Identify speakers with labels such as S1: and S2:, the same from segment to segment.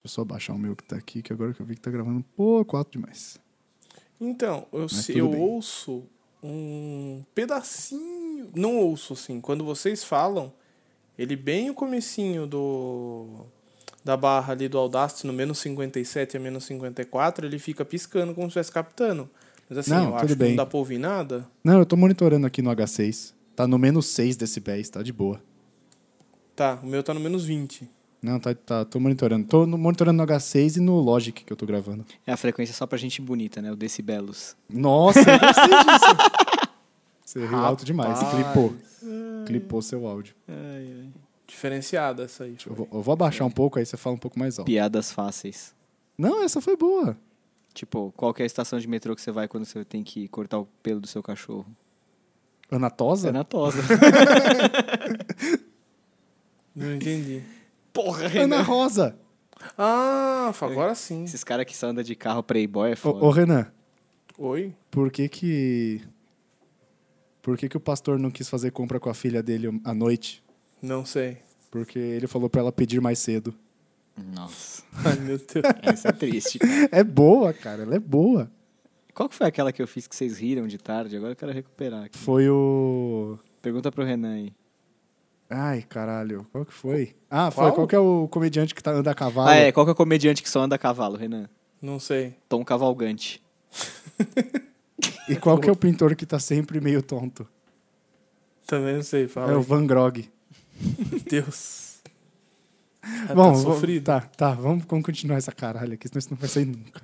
S1: Deixa eu só baixar o meu que tá aqui, que agora que eu vi que tá gravando, pô, quatro demais.
S2: Então, eu,
S1: Mas
S2: se-
S1: tudo
S2: eu
S1: bem.
S2: ouço um pedacinho. Não ouço, assim. Quando vocês falam, ele bem o comecinho do. Da barra ali do Audacity, no menos 57 a menos 54, ele fica piscando como se estivesse captando. Mas assim,
S1: Não,
S2: eu
S1: tudo
S2: acho que
S1: bem.
S2: não dá pra ouvir nada.
S1: Não, eu tô monitorando aqui no H6. Tá no menos 6 decibéis, tá de boa.
S2: Tá, o meu tá no menos 20.
S1: Não, tá, tá, tô monitorando. Tô no- monitorando no H6 e no Logic que eu tô gravando.
S3: É a frequência só pra gente bonita, né? O decibelos.
S1: Nossa, eu gostei disso. Você riu alto demais,
S2: Rapaz.
S1: clipou. Clipou seu áudio.
S2: Diferenciada essa aí.
S1: Eu vou, eu vou abaixar um pouco, aí você fala um pouco mais alto.
S3: Piadas fáceis.
S1: Não, essa foi boa.
S3: Tipo, qual que é a estação de metrô que você vai quando você tem que cortar o pelo do seu cachorro?
S1: Anatosa?
S3: Anatosa.
S2: Não entendi.
S3: Porra,
S1: Ana Rosa!
S2: Ah, agora sim.
S3: Esses caras que só andam de carro playboy é
S1: Ô,
S3: foda.
S1: ô Renan,
S2: Oi?
S1: por que que... Por que que o pastor não quis fazer compra com a filha dele à noite?
S2: Não sei.
S1: Porque ele falou pra ela pedir mais cedo.
S3: Nossa,
S2: Ai, meu Deus.
S3: essa é triste. cara.
S1: É boa, cara, ela é boa.
S3: qual que foi aquela que eu fiz que vocês riram de tarde? Agora eu quero recuperar. aqui.
S1: Foi o.
S3: Pergunta pro Renan aí.
S1: Ai, caralho, qual que foi? Ah,
S2: Qual?
S1: foi. Qual que é o comediante que tá anda a cavalo?
S3: Ah, é. Qual que é o comediante que só anda a cavalo, Renan?
S2: Não sei.
S3: Tom Cavalgante.
S1: E qual que é o pintor que tá sempre meio tonto?
S2: Também não sei. Fala.
S1: é o
S2: aí.
S1: Van Gogh.
S2: Meu Deus. Ah,
S1: Bom,
S2: tá
S1: vou-
S2: sofrido.
S1: Tá, tá, vamos, vamos continuar essa caralho aqui, senão isso não vai sair nunca.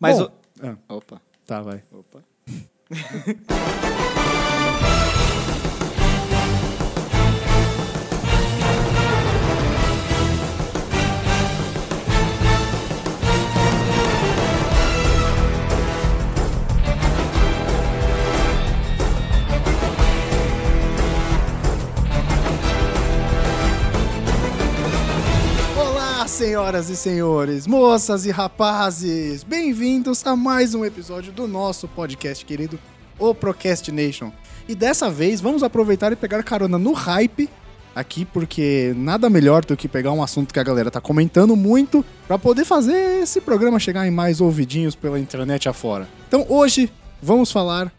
S3: Mas
S1: Bom, ah,
S3: o... Opa,
S1: tá, vai.
S3: opa.
S1: Olá, senhoras e senhores, moças e rapazes, bem-vindos a mais um episódio do nosso podcast querido, o Procrastination. E dessa vez vamos aproveitar e pegar carona no hype aqui, porque nada melhor do que pegar um assunto que a galera tá comentando muito pra poder fazer esse programa chegar em mais ouvidinhos pela internet afora. Então hoje vamos falar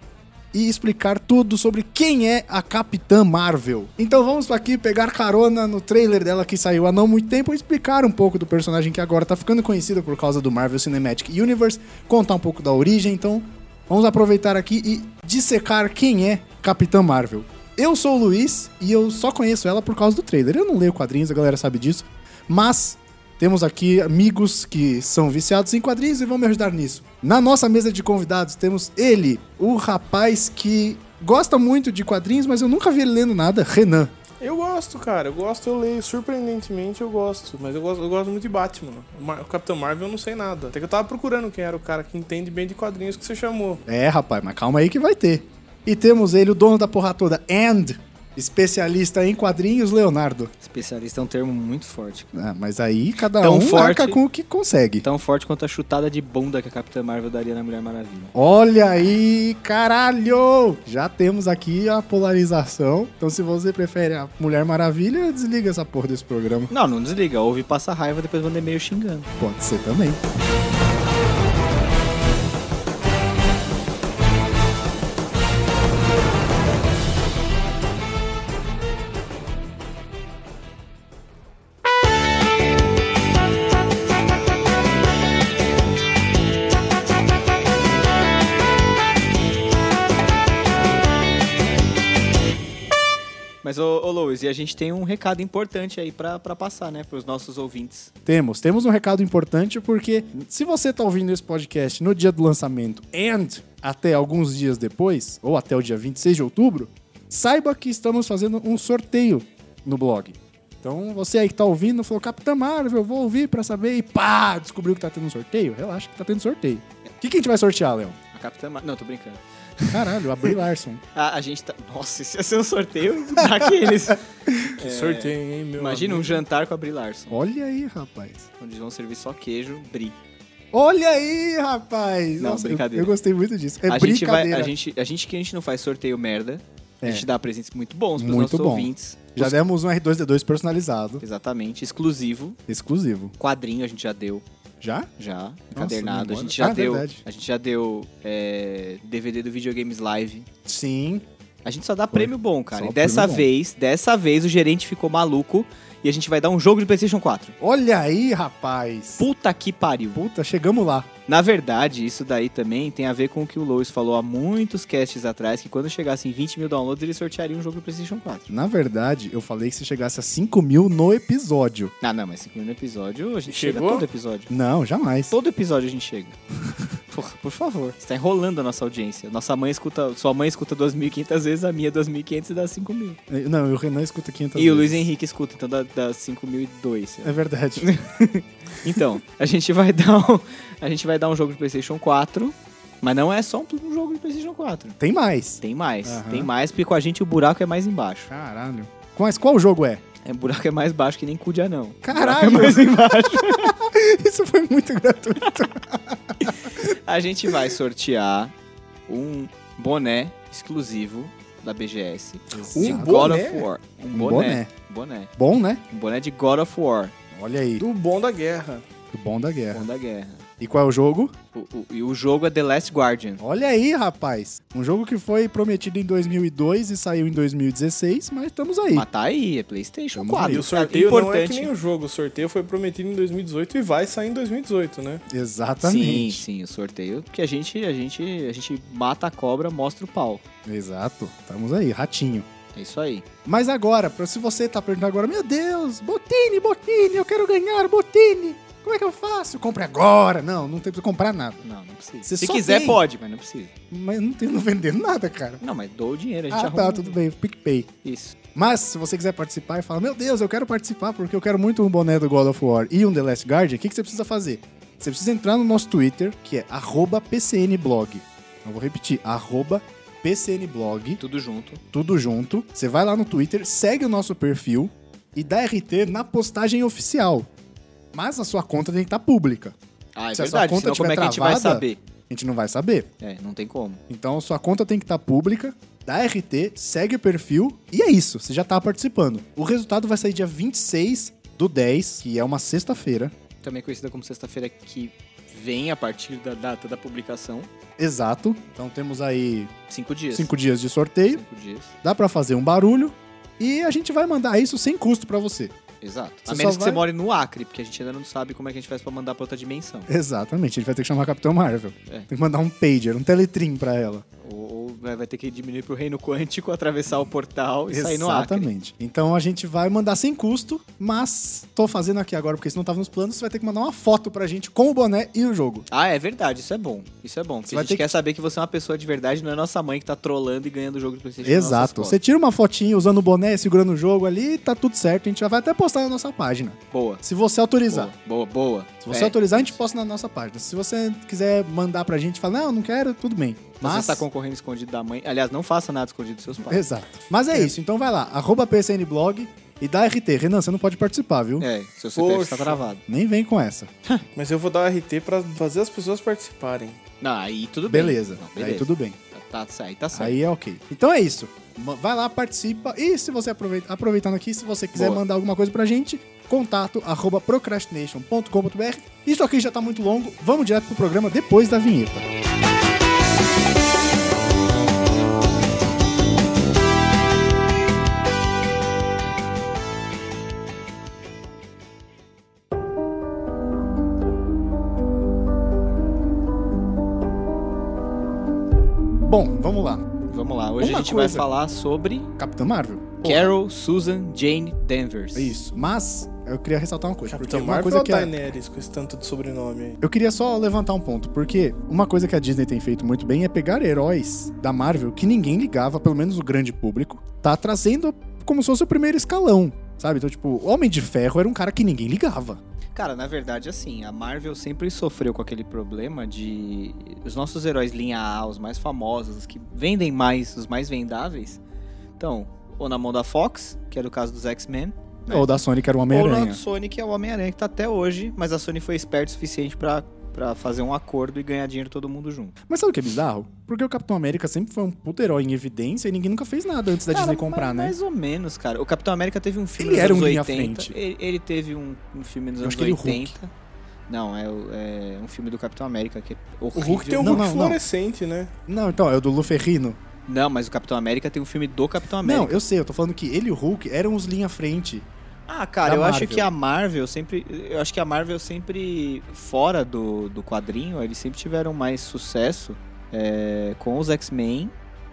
S1: e explicar tudo sobre quem é a Capitã Marvel. Então vamos aqui pegar carona no trailer dela que saiu há não muito tempo e explicar um pouco do personagem que agora tá ficando conhecido por causa do Marvel Cinematic Universe, contar um pouco da origem, então vamos aproveitar aqui e dissecar quem é Capitã Marvel. Eu sou o Luiz e eu só conheço ela por causa do trailer. Eu não leio quadrinhos, a galera sabe disso, mas temos aqui amigos que são viciados em quadrinhos e vão me ajudar nisso. Na nossa mesa de convidados temos ele, o rapaz que gosta muito de quadrinhos, mas eu nunca vi ele lendo nada, Renan.
S2: Eu gosto, cara. Eu gosto, eu leio. Surpreendentemente, eu gosto. Mas eu gosto, eu gosto muito de Batman. O, Mar- o Capitão Marvel eu não sei nada. Até que eu tava procurando quem era o cara que entende bem de quadrinhos que você chamou.
S1: É, rapaz, mas calma aí que vai ter. E temos ele, o dono da porra toda, and especialista em quadrinhos, Leonardo.
S3: Especialista é um termo muito forte.
S1: Ah, mas aí cada
S3: Tão
S1: um
S3: forte.
S1: marca com o que consegue.
S3: Tão forte quanto a chutada de bunda que a Capitã Marvel daria na Mulher Maravilha.
S1: Olha aí, caralho! Já temos aqui a polarização. Então, se você prefere a Mulher Maravilha, desliga essa porra desse programa.
S3: Não, não desliga. Ouve, passa raiva, depois manda e-mail xingando.
S1: Pode ser também.
S3: Mas, ô, ô Lois, e a gente tem um recado importante aí pra, pra passar, né? Pros nossos ouvintes.
S1: Temos, temos um recado importante porque se você tá ouvindo esse podcast no dia do lançamento and até alguns dias depois, ou até o dia 26 de outubro, saiba que estamos fazendo um sorteio no blog. Então, você aí que tá ouvindo, falou, Capitã Marvel, vou ouvir pra saber, e pá, descobriu que tá tendo um sorteio? Relaxa que tá tendo sorteio. O que, que a gente vai sortear, Léo?
S3: A Capitã Marvel... Não, tô brincando.
S1: Caralho, a Brie Larson.
S3: A, a gente tá... Nossa, esse ia ser um sorteio daqueles.
S2: Que sorteio, hein, meu
S3: Imagina um
S2: amigo?
S3: jantar com a Brie Larson.
S1: Olha aí, rapaz.
S3: Onde eles vão servir só queijo, Brie.
S1: Olha aí, rapaz.
S3: Não,
S1: eu-
S3: brincadeira.
S1: Eu, gostei muito disso. É
S3: a, gente vai,
S1: brincadeira. É.
S3: a, gente, a gente que a gente não faz sorteio merda, A gente dá presentes muito bons pros
S1: Muito
S3: nossos
S1: bom.
S3: ouvintes.
S1: Já
S3: Os-
S1: demos um R2D2 personalizado,
S3: Exatamente, exclusivo.
S1: exclusivo.
S3: Quadrinho a gente já deu,
S1: Já?
S3: já, encadernado. A
S1: memória.
S3: gente já
S1: Ah,
S3: deu,
S1: verdade.
S3: a gente já deu é, DVD do Videogames Live.
S1: Sim.
S3: A gente só dá
S1: Foi.
S3: prêmio bom, cara.
S1: Só
S3: e dessa
S1: prêmio bom.
S3: vez, dessa vez o gerente ficou maluco e a gente vai dar um jogo de PlayStation 4.
S1: Olha aí, rapaz.
S3: Puta que pariu.
S1: Puta, chegamos lá.
S3: Na verdade, isso daí também tem a ver com o que o Lois falou há muitos casts atrás, que quando chegasse em 20 mil downloads, ele sortearia um jogo do PlayStation 4.
S1: Na verdade, eu falei que se chegasse a 5 mil no episódio.
S3: Ah, não, mas 5 mil no episódio, a gente
S2: Chegou?
S3: chega todo episódio.
S1: Não, jamais.
S3: Todo episódio a gente chega. Porra, por favor. Você tá enrolando a nossa audiência. Nossa mãe escuta... Sua mãe escuta 2.500 vezes, a minha 2.500 e dá 5 mil.
S1: Eh, Não, o Renan escuta 500
S3: E o Luiz
S1: vezes.
S3: Henrique escuta, então dá, dá 5.002. sei lá.
S1: É verdade.
S3: Então, a gente vai dar um, a gente vai dar um jogo de PlayStation 4, mas não é só um, um jogo de PlayStation 4.
S1: Tem mais.
S3: Tem mais,
S1: Aham.
S3: tem mais, porque com a gente o buraco é mais embaixo.
S1: Caralho. Mas qual jogo é?
S3: É, o buraco é mais baixo que nem cu de anão.
S1: Caralho.
S3: É mais embaixo.
S1: Isso foi muito gratuito.
S3: A gente vai sortear um boné exclusivo da BGS. de
S1: Exato.
S3: God
S2: boné?
S3: of War. Um
S1: boné.
S3: boné. boné.
S1: Bom, né?
S3: Um boné de God of War,
S1: Olha aí.
S2: Do bom da guerra.
S1: Do bom da guerra.
S3: bom da guerra.
S1: E qual é o jogo?
S3: O- o- e o jogo é The Last Guardian.
S1: Olha aí, rapaz. Um jogo que foi prometido em 2002 e saiu em 2016, mas estamos aí.
S3: Mas tá aí, é PlayStation
S1: Tamo
S3: 4.
S2: E o sorteio não é que nem o jogo. O sorteio foi prometido em 2018 e vai sair em 2018, né?
S1: Exatamente.
S3: Sim, sim, o sorteio. Porque a gente, a gente, a gente mata a cobra, mostra o pau.
S1: Exato. Estamos aí, ratinho.
S3: É isso aí.
S1: Mas agora, pra- se você tá perguntando agora, meu Deus, Botini, Botini, eu quero ganhar, Botini. Como é que eu faço? Compre agora. Não, não tem pra comprar nada.
S3: Não, não precisa.
S1: Você
S3: Se
S1: só
S3: quiser,
S1: tem.
S3: pode, mas não precisa.
S1: Mas não tem não vendendo nada, cara.
S3: Não, mas dou o dinheiro, a gente
S1: Ah,
S3: arruma. um
S1: tá, tudo bem, PicPay.
S3: Isso.
S1: Mas se você quiser participar e falar, meu Deus, eu quero participar porque eu quero muito um boné do God of War e um The Last Guardian, o que, que você precisa fazer? Você precisa entrar no nosso Twitter, que é arroba PCNblog. Então, Eu vou repetir, arroba PCNblog,
S3: Tudo junto.
S1: tudo junto. Você vai lá no Twitter, segue o nosso perfil e dá RT na postagem oficial. Mas a sua conta tem que estar pública.
S3: Ah, é
S1: Se a sua
S3: verdade.
S1: conta
S3: Senão, como
S1: tiver
S3: é que a gente vai
S1: travada-
S3: saber?
S1: A gente não vai saber.
S3: É, não tem como.
S1: Então sua conta tem que estar pública, dá RT, segue o perfil e é isso, você já tá participando. O resultado vai sair dia 26 do 10, que é uma sexta-feira.
S3: Também é conhecida como sexta-feira que vem a partir da data da publicação.
S1: Exato. Então temos aí
S3: Cinco dias.
S1: cinco dias de sorteio,
S3: Cinco dias.
S1: dá pra fazer um barulho e a gente vai mandar isso sem custo pra você.
S3: Exato.
S1: Você
S3: a menos
S1: só
S3: que
S1: vai-
S3: você more no Acre, porque a gente ainda não sabe como é que a gente faz pra mandar pra outra dimensão.
S1: Exatamente, ele vai ter que chamar a Capitão Marvel.
S3: É.
S1: Tem que mandar um pager, um teletrim pra ela.
S3: Ou, ou vai vai ter que diminuir pro reino quântico, atravessar o portal e sair no Acre.
S1: Exatamente. Então a gente vai mandar sem custo, mas tô fazendo aqui agora porque isso não tava nos planos, você vai ter que mandar uma foto pra gente com o boné e o jogo.
S3: Ah, é verdade, isso é bom. Isso é bom.
S1: Você
S3: Porque
S1: vai
S3: a gente
S1: ter que-
S3: quer saber que você é uma pessoa de verdade, não é nossa mãe que tá trolando e ganhando o jogo do PlayStation. nas nossas
S1: Exato.
S3: costas.
S1: Você tira uma fotinha usando o boné, segurando o jogo ali, tá tudo certo. A gente já vai até postar na nossa página.
S3: Boa.
S1: Se você autorizar.
S3: Boa, boa.
S1: Se você
S3: É,
S1: autorizar, a gente posta na nossa página. Se você quiser mandar pra gente e falar, não, não quero, tudo bem.
S3: Mas...
S1: Mas.
S3: Você tá está concorrendo escondido da mãe. Aliás, não faça nada escondido dos seus pais.
S1: Exato. Mas é, isso. Então vai lá, arroba PCNblog e dá RT. Renan, você não pode participar, viu?
S3: É, seu CPF
S2: Poxa.
S3: está travado.
S1: Nem vem com essa.
S2: Mas eu vou dar o RT pra fazer as pessoas participarem.
S3: Não, aí tudo bem.
S1: Beleza.
S3: Não,
S1: Aí tudo bem.
S3: Tá, tá, aí tá certo.
S1: Aí é ok. Então é isso. Ma- Vai lá, participa. E se você aproveita, aproveitando aqui, se você quiser
S3: Boa.
S1: mandar alguma coisa pra gente, contato arroba procrastination.com.br. Isso aqui já tá muito longo. Vamos direto pro programa depois da vinheta. Bom, vamos lá.
S3: Vamos lá. Hoje
S1: Uma
S3: a gente
S1: coisa.
S3: vai falar sobre
S1: Capitã Marvel.
S3: Carol Susan Jane Danvers.
S1: É Isso. Mas eu queria ressaltar uma coisa. porque
S2: Capitão
S1: uma
S2: Marvel
S1: coisa
S2: ou
S1: que a-
S2: Daenerys com esse tanto de sobrenome aí?
S1: Eu queria só levantar um ponto, porque uma coisa que a Disney tem feito muito bem é pegar heróis da Marvel que ninguém ligava, pelo menos o grande público, tá trazendo como se fosse o primeiro escalão, sabe? Então, tipo, o Homem de Ferro era um cara que ninguém ligava.
S3: Cara, na verdade, assim, a Marvel sempre sofreu com aquele problema de os nossos heróis linha A, os mais famosos, os que vendem mais, os mais vendáveis, então, ou na mão da Fox, que era o caso dos X-Men, É.
S1: Ou da Sony, que era o
S3: ou na
S1: Homem-Aranha.
S3: Sony, que é o Homem-Aranha, que tá até hoje, mas a Sony foi esperta o suficiente pra pra Pra fazer um acordo e ganhar dinheiro todo mundo junto.
S1: Mas sabe o que é bizarro? Porque o Capitão América sempre foi um puta herói em evidência e ninguém nunca fez nada antes da
S3: Cara,
S1: Disney comprar,
S3: mais,
S1: né?
S3: Mais ou menos, cara. O Capitão América teve um filme
S1: Ele
S3: nos
S1: era um
S3: anos
S1: linha à
S3: 80.
S1: frente.
S3: Ele, ele teve um, um filme nos
S1: Eu
S3: anos
S1: acho que ele é o Hulk.
S3: 80. Não, é, o- é um filme do Capitão América que é
S2: O
S3: horrível.
S2: Hulk tem um
S1: Não,
S2: Hulk
S1: não, não.
S2: fluorescente, né?
S1: Não, então, é o do Luferrino.
S3: Não, mas o Capitão América tem um filme do Capitão América.
S1: Não, eu sei, eu tô falando que ele e o Hulk eram os linha à frente.
S3: Ah, cara,
S1: Da
S3: eu acho
S1: Marvel.
S3: que a Marvel sempre. Eu acho que a Marvel sempre, fora do, do quadrinho, eles sempre tiveram mais sucesso é, com os X-Men.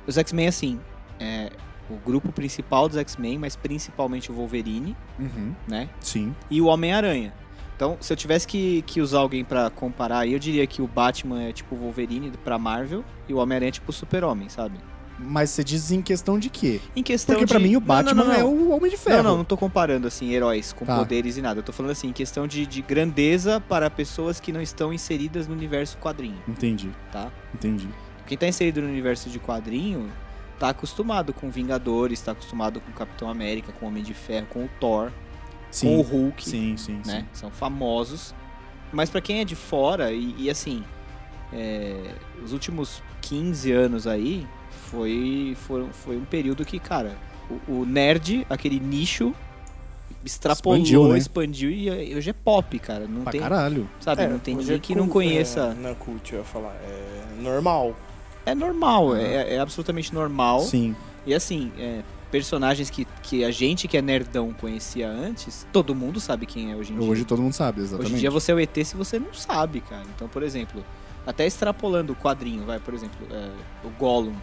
S3: Os X-Men, assim, é o grupo principal dos X-Men, mas principalmente o Wolverine,
S1: Uhum,
S3: né?
S1: sim.
S3: E o Homem-Aranha. Então, se eu tivesse que, que usar alguém pra comparar aí, eu diria que o Batman é tipo o Wolverine pra Marvel e o Homem-Aranha é tipo o Super-Homem, sabe?
S1: Mas você diz em questão de quê?
S3: Em questão
S1: Porque pra
S3: Então de-
S1: mim o
S3: Não, não,
S1: Batman
S3: não, não.
S1: é o Homem de Ferro.
S3: Não, não, não tô comparando, assim, heróis com
S1: Tá.
S3: poderes e nada. Eu tô falando, assim, em questão de, de grandeza para pessoas que não estão inseridas no universo quadrinho,
S1: Entendi,
S3: tá?
S1: entendi.
S3: Quem tá inserido no universo de quadrinho tá acostumado com Vingadores, tá acostumado com Capitão América, com Homem de Ferro, com o Thor,
S1: Sim,
S3: com o Hulk,
S1: sim, sim, sim.
S3: né? São famosos. Mas pra quem é de fora, e, e assim, é, os últimos 15 anos aí, foi, foram- foi um período que, cara, o, o nerd, aquele nicho, extrapolou,
S1: Expandiu,
S3: expandiu,
S1: né?
S3: e é- hoje é pop, cara. Não
S1: Pra
S3: tem,
S1: caralho.
S3: sabe,
S2: É,
S3: não tem
S2: hoje
S3: ninguém
S2: é
S3: que não
S2: cult, É,
S3: conheça.
S2: não é cult, eu ia falar. É normal.
S3: É, normal, é, é absolutamente normal.
S1: Sim.
S3: E assim, é, personagens que, que a gente que é nerdão conhecia antes, todo mundo sabe quem é hoje em dia.
S1: Hoje todo mundo sabe, exatamente.
S3: Hoje em dia você é o ET se você não sabe, cara. Então, por exemplo, até extrapolando o quadrinho, vai, por exemplo, é, o Gollum.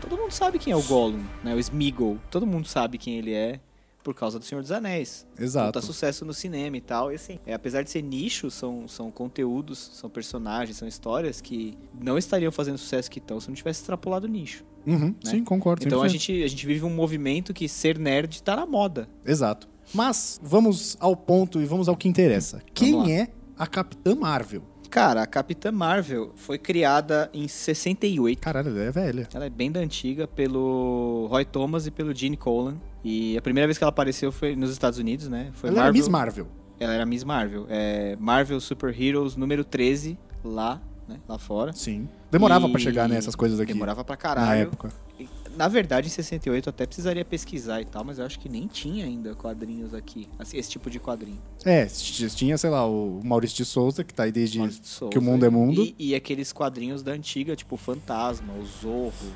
S3: Todo mundo sabe quem é o Gollum, né? O Smeagol. Todo mundo sabe quem ele é por causa do Senhor dos Anéis.
S1: Exato.
S3: Tá sucesso no cinema e tal. E assim, é, apesar de ser nicho, são, são conteúdos, são personagens, são histórias que não estariam fazendo o sucesso que estão se não tivesse extrapolado o nicho.
S1: Uhum, Sim, concordo.
S3: Então a
S1: 100%.
S3: gente, a gente vive um movimento que ser nerd tá na moda.
S1: Exato. Mas vamos ao ponto e vamos ao que interessa.
S3: lá.
S1: Quem é a Capitã Marvel?
S3: Cara, a Capitã Marvel foi criada em 68.
S1: Caralho, ela é velha.
S3: Ela é bem da antiga, pelo Roy Thomas e pelo Gene Colan. E a primeira vez que ela apareceu foi nos Estados Unidos, né? Foi
S1: ela era Miss Marvel.
S3: Ela era Miss Marvel. É Marvel Super Heroes número 13, lá, né? Lá fora.
S1: Sim. Demorava
S3: E-
S1: pra chegar nessas coisas aqui.
S3: Demorava pra
S1: Na
S3: caralho.
S1: época.
S3: E, Na verdade, em 68 eu até precisaria pesquisar e tal, mas eu acho que nem tinha ainda quadrinhos aqui. assim, Esse tipo de quadrinho.
S1: É, t- tinha, sei lá, o Maurício de Souza, que tá aí desde.
S3: Maurício de Souza.
S1: que o mundo é mundo.
S3: E, e aqueles quadrinhos da antiga, tipo Fantasma, o Zorro.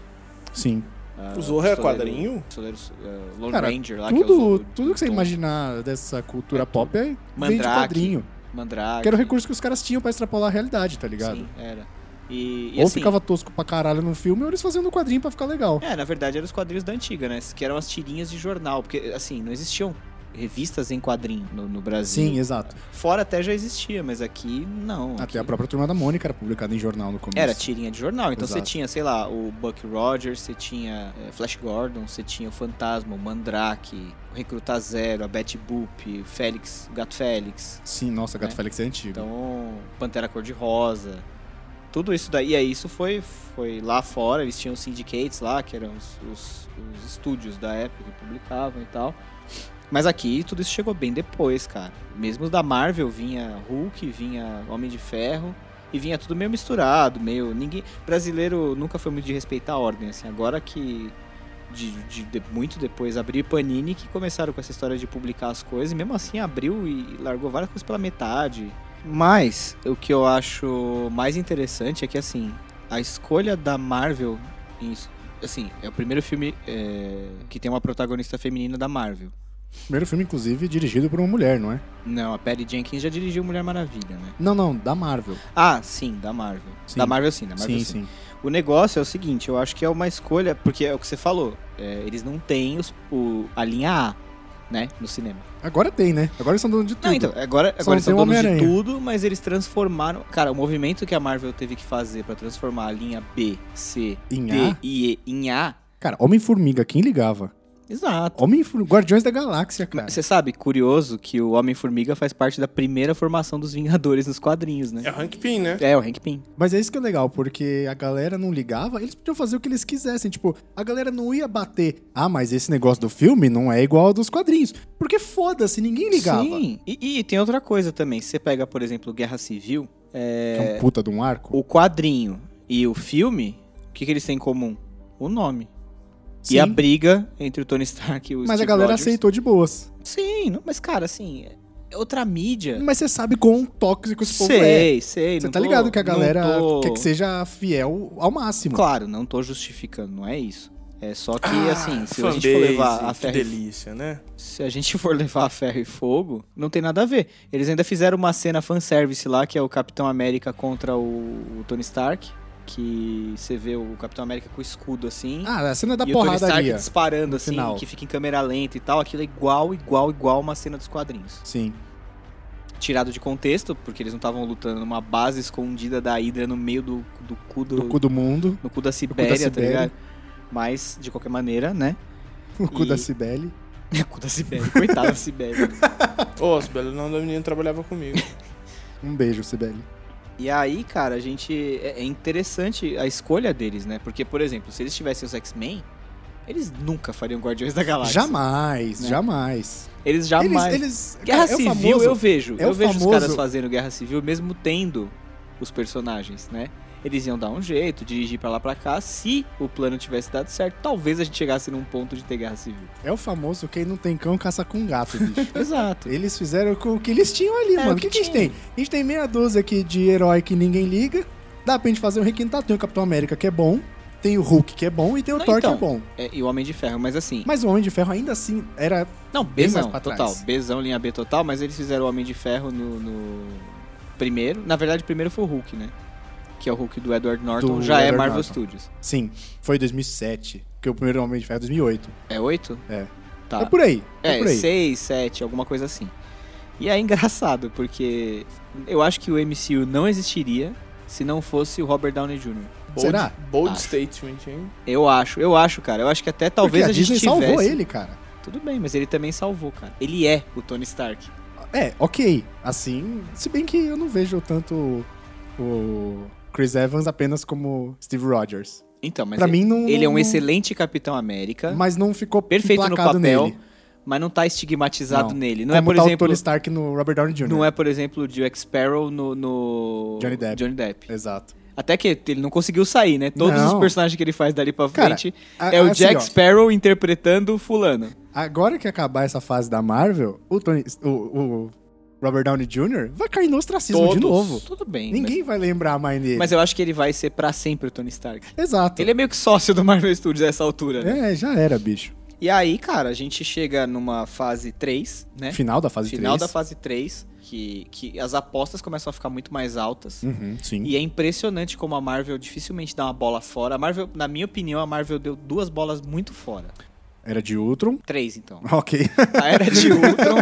S1: Sim.
S3: ah,
S2: O Zorro é
S3: Pistoleiro-
S2: quadrinho?
S3: Pistoleiro, ah, Lone
S1: Cara,
S3: Ranger lá, que é o
S1: Tudo,
S3: Zorro
S1: tudo que você
S3: Tom-
S1: imaginar dessa cultura pop é vem de
S3: Mandrake,
S1: quadrinho.
S3: Mandrake.
S1: Que era o recurso que os caras tinham pra extrapolar a realidade, tá ligado?
S3: Sim, era. E, e
S1: Ou
S3: assim,
S1: ficava tosco pra caralho no filme, ou eles faziam no quadrinho pra ficar legal.
S3: É, na verdade eram os quadrinhos da antiga, né? Que eram as tirinhas de jornal. Porque, assim, não existiam revistas em quadrinho no, no Brasil.
S1: Sim, exato.
S3: Fora até já existia, mas aqui não.
S1: Até
S3: aqui...
S1: a própria Turma da Mônica era publicada em jornal no começo.
S3: Era tirinha de jornal. Então você
S1: Exato.
S3: tinha, sei lá, o Buck Rogers, você tinha eh, Flash Gordon, você tinha o Fantasma, o Mandrake, o Recruta Zero, a Betty Boop, o Félix, o Gato Félix.
S1: Sim, nossa, Gato
S3: É.
S1: Félix é antigo.
S3: Então, Pantera Cor-de-Rosa. Tudo isso daí. E aí, isso foi, foi lá fora. Eles tinham os syndicates lá, que eram os, os- os estúdios da época que publicavam e tal. Mas aqui, tudo isso chegou bem depois, cara. Mesmo os da Marvel, vinha Hulk, vinha Homem de Ferro. E vinha tudo meio misturado, meio... ninguém Brasileiro nunca foi muito de respeitar a ordem, assim. Agora que... De, de- de- muito depois abriu Panini que começaram com essa história de publicar as coisas e mesmo assim abriu e largou várias coisas pela metade mas o que eu acho mais interessante é que assim, a escolha da Marvel em- assim, é o primeiro filme é, que tem uma protagonista feminina da Marvel.
S1: Primeiro filme, inclusive, dirigido por uma mulher, não é?
S3: Não, a Patty Jenkins já dirigiu Mulher Maravilha, né?
S1: Não, não, da Marvel.
S3: Ah, sim, da Marvel.
S1: Sim.
S3: Da Marvel sim, da Marvel
S1: sim,
S3: sim.
S1: sim.
S3: O negócio é o seguinte, eu acho que é uma escolha, porque é o que você falou, é, eles não têm os- o- a linha A, né, no cinema.
S1: Agora tem, né? Agora eles são donos de tudo.
S3: Não, então, agora,
S1: não
S3: agora eles
S1: tem
S3: são
S1: o
S3: donos de
S1: Homem-Aranha.
S3: tudo, mas eles transformaram. Cara, o movimento que a Marvel teve que fazer pra transformar a linha B, C,
S1: Em
S3: D
S1: A?
S3: e E em A.
S1: Cara, Homem-Formiga, quem ligava?
S3: Exato.
S1: Homem-Formiga, Guardiões da Galáxia, cara.
S3: Você sabe, curioso, que o Homem-Formiga faz parte da primeira formação dos Vingadores nos quadrinhos, né?
S2: É o Hank Pym, né?
S3: É, o Hank Pym.
S1: Mas é isso que é legal, porque a galera não ligava, eles podiam fazer o que eles quisessem. Tipo, a galera não ia bater. Ah, mas esse negócio do filme não é igual ao dos quadrinhos. Porque foda-se, ninguém ligava.
S3: Sim. E, e tem outra coisa também. Se Você pega, por exemplo, Guerra Civil,
S1: Que é um puta de um arco.
S3: O quadrinho e o filme, o que, que eles têm em comum? O nome.
S1: Sim,
S3: E a briga entre o Tony Stark e o
S1: mas a
S3: Steve
S1: galera
S3: Rogers.
S1: aceitou de boas.
S3: Sim, não- mas cara, assim, é outra mídia.
S1: Mas você sabe quão tóxico esse povo é.
S3: sei, sei.
S1: Você
S3: não
S1: tá
S3: tô-
S1: ligado que a
S3: não
S1: galera
S3: tô-
S1: quer que seja fiel ao máximo.
S3: Claro, não tô justificando, não é isso. É só que,
S1: Ah,
S3: assim, se a gente
S2: Fanbase,
S3: for levar a
S2: que
S3: ferro e
S2: delícia, né?
S3: se a gente for levar a ferro e fogo, não tem nada a ver. Eles ainda fizeram uma cena fanservice lá, que é o Capitão América contra o, o Tony Stark. Que você vê o Capitão América com o escudo assim.
S1: Ah, a cena da
S3: e o Tony Stark
S1: porradaria.
S3: disparando assim,
S1: final.
S3: que fica em câmera lenta e tal. Aquilo é igual, igual, igual uma cena dos quadrinhos.
S1: Sim.
S3: Tirado de contexto, porque eles não estavam lutando numa base escondida da Hydra no meio do, do cu do.
S1: Do cu do mundo,
S3: no cu da
S1: da
S3: Sibéria, tá
S1: Sibéria.
S3: ligado? Mas, de qualquer maneira, né?
S1: o cu
S3: E-
S1: da Cibele.
S3: cu da Sibéria. Coitada da Sibéria.
S2: Ô, Sibeli, o nome da menina trabalhava comigo.
S1: Um beijo, Cibele.
S3: E aí, cara, a gente. É é interessante a escolha deles, né? Porque, por exemplo, se eles tivessem os X-Men, eles nunca fariam Guardiões da Galáxia.
S1: Jamais,
S3: Né?
S1: jamais.
S3: Eles jamais.
S1: Eles, eles,
S3: Guerra
S1: cara, é o
S3: Civil
S1: famoso-
S3: eu vejo.
S1: é o
S3: eu vejo
S1: famoso-
S3: os caras fazendo Guerra Civil, mesmo tendo os personagens, né? Eles iam dar um jeito, dirigir pra lá pra cá. Se o plano tivesse dado certo, talvez a gente chegasse num ponto de ter Guerra Civil.
S1: É o famoso quem não tem cão caça com gato, bicho.
S3: Exato.
S1: eles fizeram com o que eles tinham ali,
S3: Era
S1: mano.
S3: É o
S1: O que, que
S3: que
S1: a gente tem? A gente tem meia dúzia aqui de herói que ninguém liga. Dá pra gente fazer um requintado. Tem o Capitão América que é bom, tem o Hulk que é bom e tem o
S3: Não,
S1: Thor que é
S3: então.
S1: bom.
S3: É, e o Homem de Ferro, mas assim.
S1: Mas o Homem de Ferro ainda assim era
S3: Não,
S1: Bem mais
S3: Bezão,
S1: pra trás.
S3: total. Bezão, linha B total, mas eles fizeram o Homem de Ferro no, no primeiro. Na verdade, o primeiro foi o Hulk, né? Que é o Hulk do Edward Norton,
S1: Do
S3: já é
S1: Edward
S3: Marvel
S1: Norton.
S3: Studios.
S1: Sim, foi 2007, porque o primeiro Homem de Ferro é 2008.
S3: É oito?
S1: É.
S3: Tá.
S1: É por aí, é,
S3: É,
S1: por aí.
S3: 6, 7, alguma coisa assim. E é engraçado, porque eu acho que o MCU não existiria se não fosse o Robert Downey Jr.
S2: Bold,
S1: Será?
S2: Bold
S3: Acho.
S2: statement, hein?
S3: Eu acho, eu acho, cara. Eu acho que até
S1: Porque
S3: talvez
S1: a,
S3: a, gente
S1: Disney
S3: tivesse...
S1: salvou ele, cara.
S3: Tudo bem, mas ele também salvou, cara. Ele é o Tony Stark.
S1: É, ok. Assim, se bem que eu não vejo tanto o Chris Evans apenas como Steve Rogers.
S3: Então, mas
S1: Pra
S3: ele,
S1: mim, não.
S3: ele é um
S1: não-
S3: excelente Capitão América.
S1: Mas não ficou
S3: perfeito no
S1: emplacado
S3: papel,
S1: nele.
S3: mas não tá estigmatizado
S1: Não.
S3: nele. Não é,
S1: como
S3: por
S1: tá
S3: exemplo,
S1: o Tony Stark no Robert Downey Jr.
S3: não é, por exemplo, o Jack Sparrow no, no-
S1: Johnny Depp.
S3: Depp.
S1: Exato.
S3: Até que ele não conseguiu sair, né? Todos
S1: Não.
S3: os personagens que ele faz dali pra
S1: Cara,
S3: frente
S1: A-
S3: é o
S1: assim,
S3: Jack
S1: ó,
S3: Sparrow interpretando o fulano.
S1: Agora que acabar essa fase da Marvel, o, Tony, o, o Robert Downey Jr. vai cair no ostracismo de
S2: Todos.
S1: novo.
S3: Tudo bem.
S1: Ninguém vai lembrar mais dele.
S3: Mas, mas eu acho que ele vai ser pra sempre o Tony Stark.
S1: Exato.
S3: Ele é meio que sócio do Marvel Studios a essa altura, né?
S1: É, já era, bicho.
S3: E aí, cara, a gente chega numa fase 3, né?
S1: Final da fase
S3: Final
S1: 3.
S3: da fase 3, que, que as apostas começam a ficar muito mais altas.
S1: Uhum, sim.
S3: E é impressionante como a Marvel dificilmente dá uma bola fora. A Marvel, na minha opinião, a Marvel deu duas bolas muito fora.
S1: Era de Ultron.
S3: Três, então.
S1: Ok.
S3: A Era de Ultron.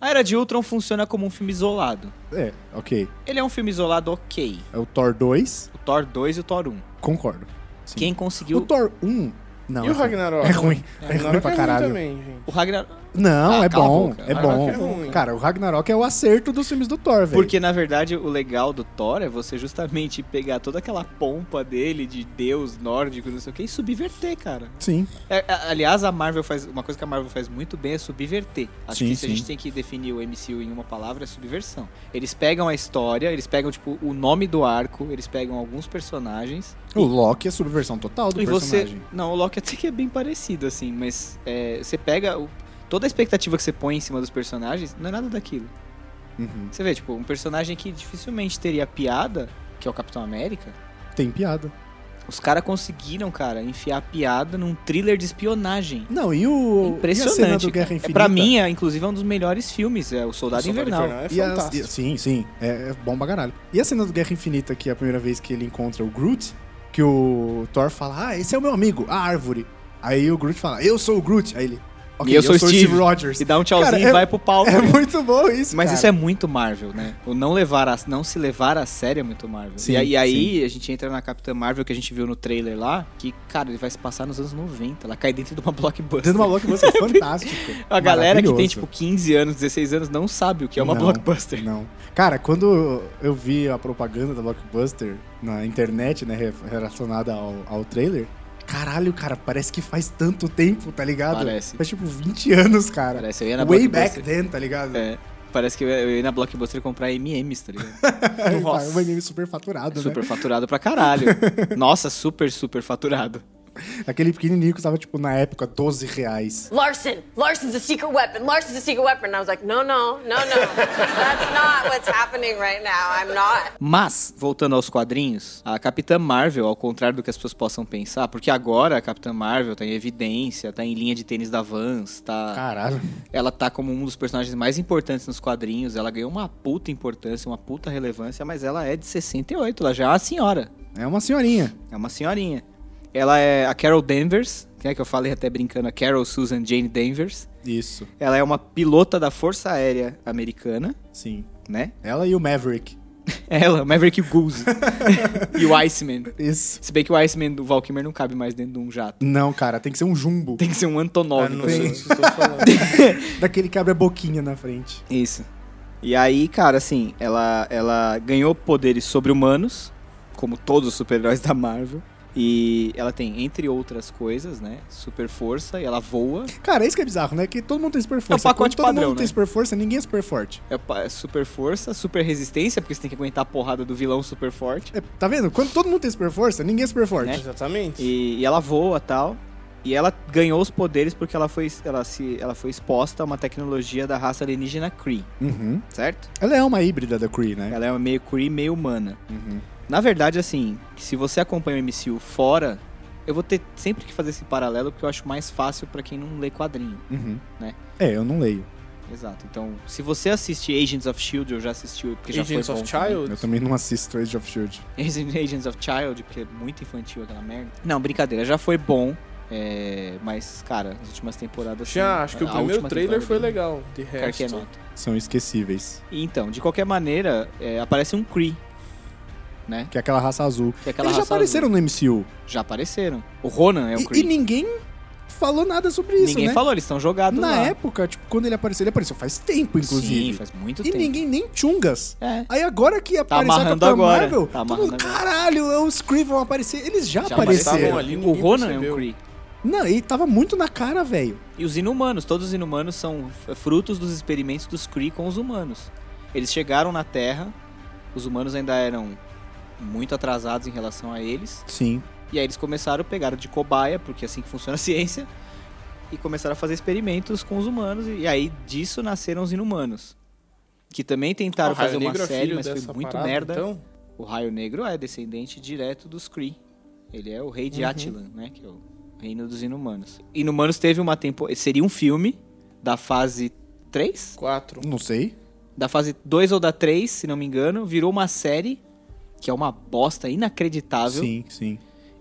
S3: A Era de Ultron funciona como um filme isolado.
S1: é, ok.
S3: Ele é um filme isolado ok.
S1: É o Thor 2,
S3: O Thor 2 e o Thor 1.
S1: concordo. Sim.
S3: Quem
S1: O
S3: conseguiu.
S1: Thor 1, não.
S2: e
S1: é
S2: o
S1: ruim.
S2: Ragnarok?
S1: É ruim. É ruim
S2: Ragnarok
S1: pra
S2: ruim
S1: caralho.
S2: também, gente.
S3: O Ragnarok.
S1: Não,
S3: Ah,
S1: é
S3: cala a
S1: bom.
S3: boca.
S1: É bom.
S2: Ragnarok é ruim.
S1: Cara, o Ragnarok é o acerto dos filmes do Thor, velho.
S3: Porque, na verdade, o legal do Thor é você justamente pegar toda aquela pompa dele de deus nórdico, não sei o que, e subverter, cara.
S1: Sim,
S3: É, a- aliás, a Marvel faz. Uma coisa que a Marvel faz muito bem é subverter. Acho
S1: Sim,
S3: que se a
S1: sim.
S3: gente tem que definir o MCU em uma palavra, é subversão. Eles pegam a história, eles pegam, tipo, o nome do arco, eles pegam alguns personagens.
S1: o Loki é a subversão total do
S3: e
S1: personagem.
S3: você. Não, o Loki até que é bem parecido, assim, mas é, você pega. o- toda a expectativa que você põe em cima dos personagens, não é nada daquilo.
S1: Uhum.
S3: Você vê, tipo, um personagem que dificilmente teria piada, que é o Capitão América.
S1: Tem piada.
S3: Os caras conseguiram, cara, enfiar piada num thriller de espionagem.
S1: Não, e o.
S3: Impressionante,
S1: E a cena do
S3: cara.
S1: Guerra
S3: É,
S1: Infinita.
S3: pra mim, é, inclusive, é um dos melhores filmes, é o Soldado,
S2: Soldado
S3: Invernal.
S2: é
S1: E a,
S2: fantástico.
S1: e- sim, sim. É, é bom pra caralho. E a cena do Guerra Infinita, que é a primeira vez que ele encontra o Groot, que o Thor fala, ah, esse é o meu amigo, a árvore. Aí o Groot fala, eu sou o Groot. Aí ele, ok,
S3: E eu sou
S1: o Steve,
S3: Steve."
S1: Rogers.
S3: E dá um tchauzinho
S1: Cara,
S3: e
S1: é-
S3: vai pro palco.
S1: É muito bom isso,
S3: Mas isso é muito Marvel, né? O não, levar a- não se levar a sério é muito Marvel.
S1: Sim,
S3: e, aí- e aí a gente entra na Capitã Marvel que a gente viu no trailer lá, que, cara, ele vai se passar nos anos 90. Ela cai dentro de uma blockbuster.
S1: Dentro de uma blockbuster fantástico.
S3: É A galera que tem,
S1: Maravilhoso.
S3: tipo, 15 anos, 16 anos, não sabe o que é uma
S1: Não.
S3: blockbuster.
S1: Não. Cara, quando eu vi a propaganda da Blockbuster na internet, né, re- relacionada ao, ao trailer, caralho, cara, parece que faz tanto tempo, tá ligado?
S3: Parece.
S1: Faz tipo 20 anos, cara.
S3: Parece, eu ia na
S1: Way back
S3: blockbuster.
S1: then, tá ligado?
S3: É. parece que eu ia- eu ia na Blockbuster comprar MMs, tá ligado?
S1: Nossa. Um anime super faturado,
S3: É super
S1: né?
S3: faturado pra caralho. Nossa, super, super faturado.
S1: Aquele pequenininho que estava tipo, na época, 12 reais.
S4: Larson, Larson's a secret weapon. Larson's a secret weapon. And I was like, no, no, no, no. That's not what's happening right now. I'm not.
S3: Mas, voltando aos quadrinhos, a Capitã Marvel, ao contrário do que as pessoas possam pensar, porque agora a Capitã Marvel tá em evidência, tá em linha de tênis da Vans, tá.
S1: Caralho.
S3: Ela tá como um dos personagens mais importantes nos quadrinhos, ela ganhou uma puta importância, uma puta relevância, mas ela é de 68, ela já é uma senhora.
S1: É uma senhorinha.
S3: É uma senhorinha. Ela é a Carol Danvers, que é que eu falei até brincando, a Carol Susan Jane Danvers.
S1: Isso,
S3: Ela é uma pilota da Força Aérea Americana,
S1: sim.
S3: né?
S1: Ela e o Maverick.
S3: Ela, o Maverick Goose e o Iceman.
S1: Isso.
S3: Se bem que o Iceman do Valkymer não cabe mais dentro de um jato.
S1: Não, cara, tem que ser um jumbo.
S3: Tem que ser um Antonov.
S2: Ah, não
S3: pra
S2: sei
S1: tem.
S2: o que eu tô falando.
S1: Daquele que abre a boquinha na frente.
S3: Isso. E aí, cara, assim, ela, ela ganhou poderes sobre-humanos, como todos os super-heróis da Marvel. E ela tem, entre outras coisas, né, super força, e ela voa,
S1: Cara, isso que é bizarro, né? Que todo mundo tem super força. Quando
S3: pacote
S1: todo
S3: padrão,
S1: mundo tem
S3: né?
S1: super força, ninguém é super forte.
S3: é pa- é super força, super resistência, porque você tem que aguentar a porrada do vilão super forte.
S1: É, tá vendo? Quando todo mundo tem super força, ninguém é super forte.
S2: Exatamente.
S3: E, e ela voa tal. E ela ganhou os poderes porque ela foi, ela, se, ela foi exposta a uma tecnologia da raça alienígena Kree,
S1: Uhum.
S3: certo?
S1: Ela é uma híbrida da Kree, né?
S3: Né? Ela é meio Kree, meio humana. Na verdade, assim, se você acompanha o MCU fora, eu vou ter sempre que fazer esse paralelo porque eu acho mais fácil pra quem não lê quadrinho.
S1: Uhum.
S3: Né?
S1: É, eu não leio.
S3: Exato. Então, se você assistir Agents of Shield, eu já assisti porque já
S2: Agents
S3: foi bom
S2: of
S3: também.
S2: Child.
S1: Eu também não assisto Age of Shield.
S3: Agents- Agents of Child, porque é muito infantil aquela merda. Não, brincadeira, já foi bom. é, mas, cara, as últimas temporadas.
S2: Já,
S3: assim,
S2: acho que o
S3: a
S2: primeiro
S3: última
S2: trailer
S3: temporada
S2: foi
S3: dele-
S2: legal. De
S3: Cara, que é
S2: resto. Ah,
S3: nota.
S1: São esquecíveis.
S3: E Então, de qualquer maneira, é, aparece um Kree. né?
S1: Que é aquela raça azul.
S3: Que é aquela
S1: Eles já
S3: raça
S1: apareceram no MCU.
S3: azul. Já apareceram. O Ronan é o
S1: e, e
S3: Kree.
S1: ninguém falou nada sobre isso,
S3: Ninguém
S1: né?
S3: falou, eles estão jogados
S1: Na
S3: lá.
S1: época, tipo, quando ele apareceu, ele apareceu faz tempo, inclusive.
S3: Sim, faz muito
S1: e
S3: tempo.
S1: ninguém nem chungas.
S3: É.
S1: Aí agora que apareceu a
S3: amarrando
S1: Capitã
S3: agora.
S1: Marvel,
S3: Tá
S1: todo
S3: amarrando
S1: mundo,
S3: agora.
S1: caralho, é os Kree vão aparecer. Eles já,
S3: Já
S1: apareceram.
S2: apareceram ali,
S3: O
S2: ninguém
S3: Ronan é
S2: percebeu.
S3: um Kree.
S1: Não, e tava muito na cara, velho.
S3: E os inumanos, todos os inumanos são f- frutos dos experimentos dos Kree com os humanos. Eles chegaram na Terra, os humanos ainda eram muito atrasados em relação a eles,
S1: Sim.
S3: e aí eles começaram, pegaram de cobaia, porque é assim que funciona a ciência, e começaram a fazer experimentos com os humanos, e aí disso nasceram os inumanos. Que também tentaram
S2: O Raio
S3: fazer uma
S2: Negro é
S3: série,
S2: filho
S3: mas foi
S2: dessa
S3: muito
S2: parada,
S3: merda.
S2: Então,
S3: O Raio Negro é descendente direto dos Kree. Ele é o rei
S1: Uhum.
S3: de Atlan, né? Que é o reino dos Inumanos. Inumanos teve uma temporada... Seria um filme da fase 3?
S2: quatro.
S1: Não sei.
S3: Da fase 2 ou da 3, se não me engano. Virou uma série, que é uma bosta inacreditável.
S1: Sim, sim.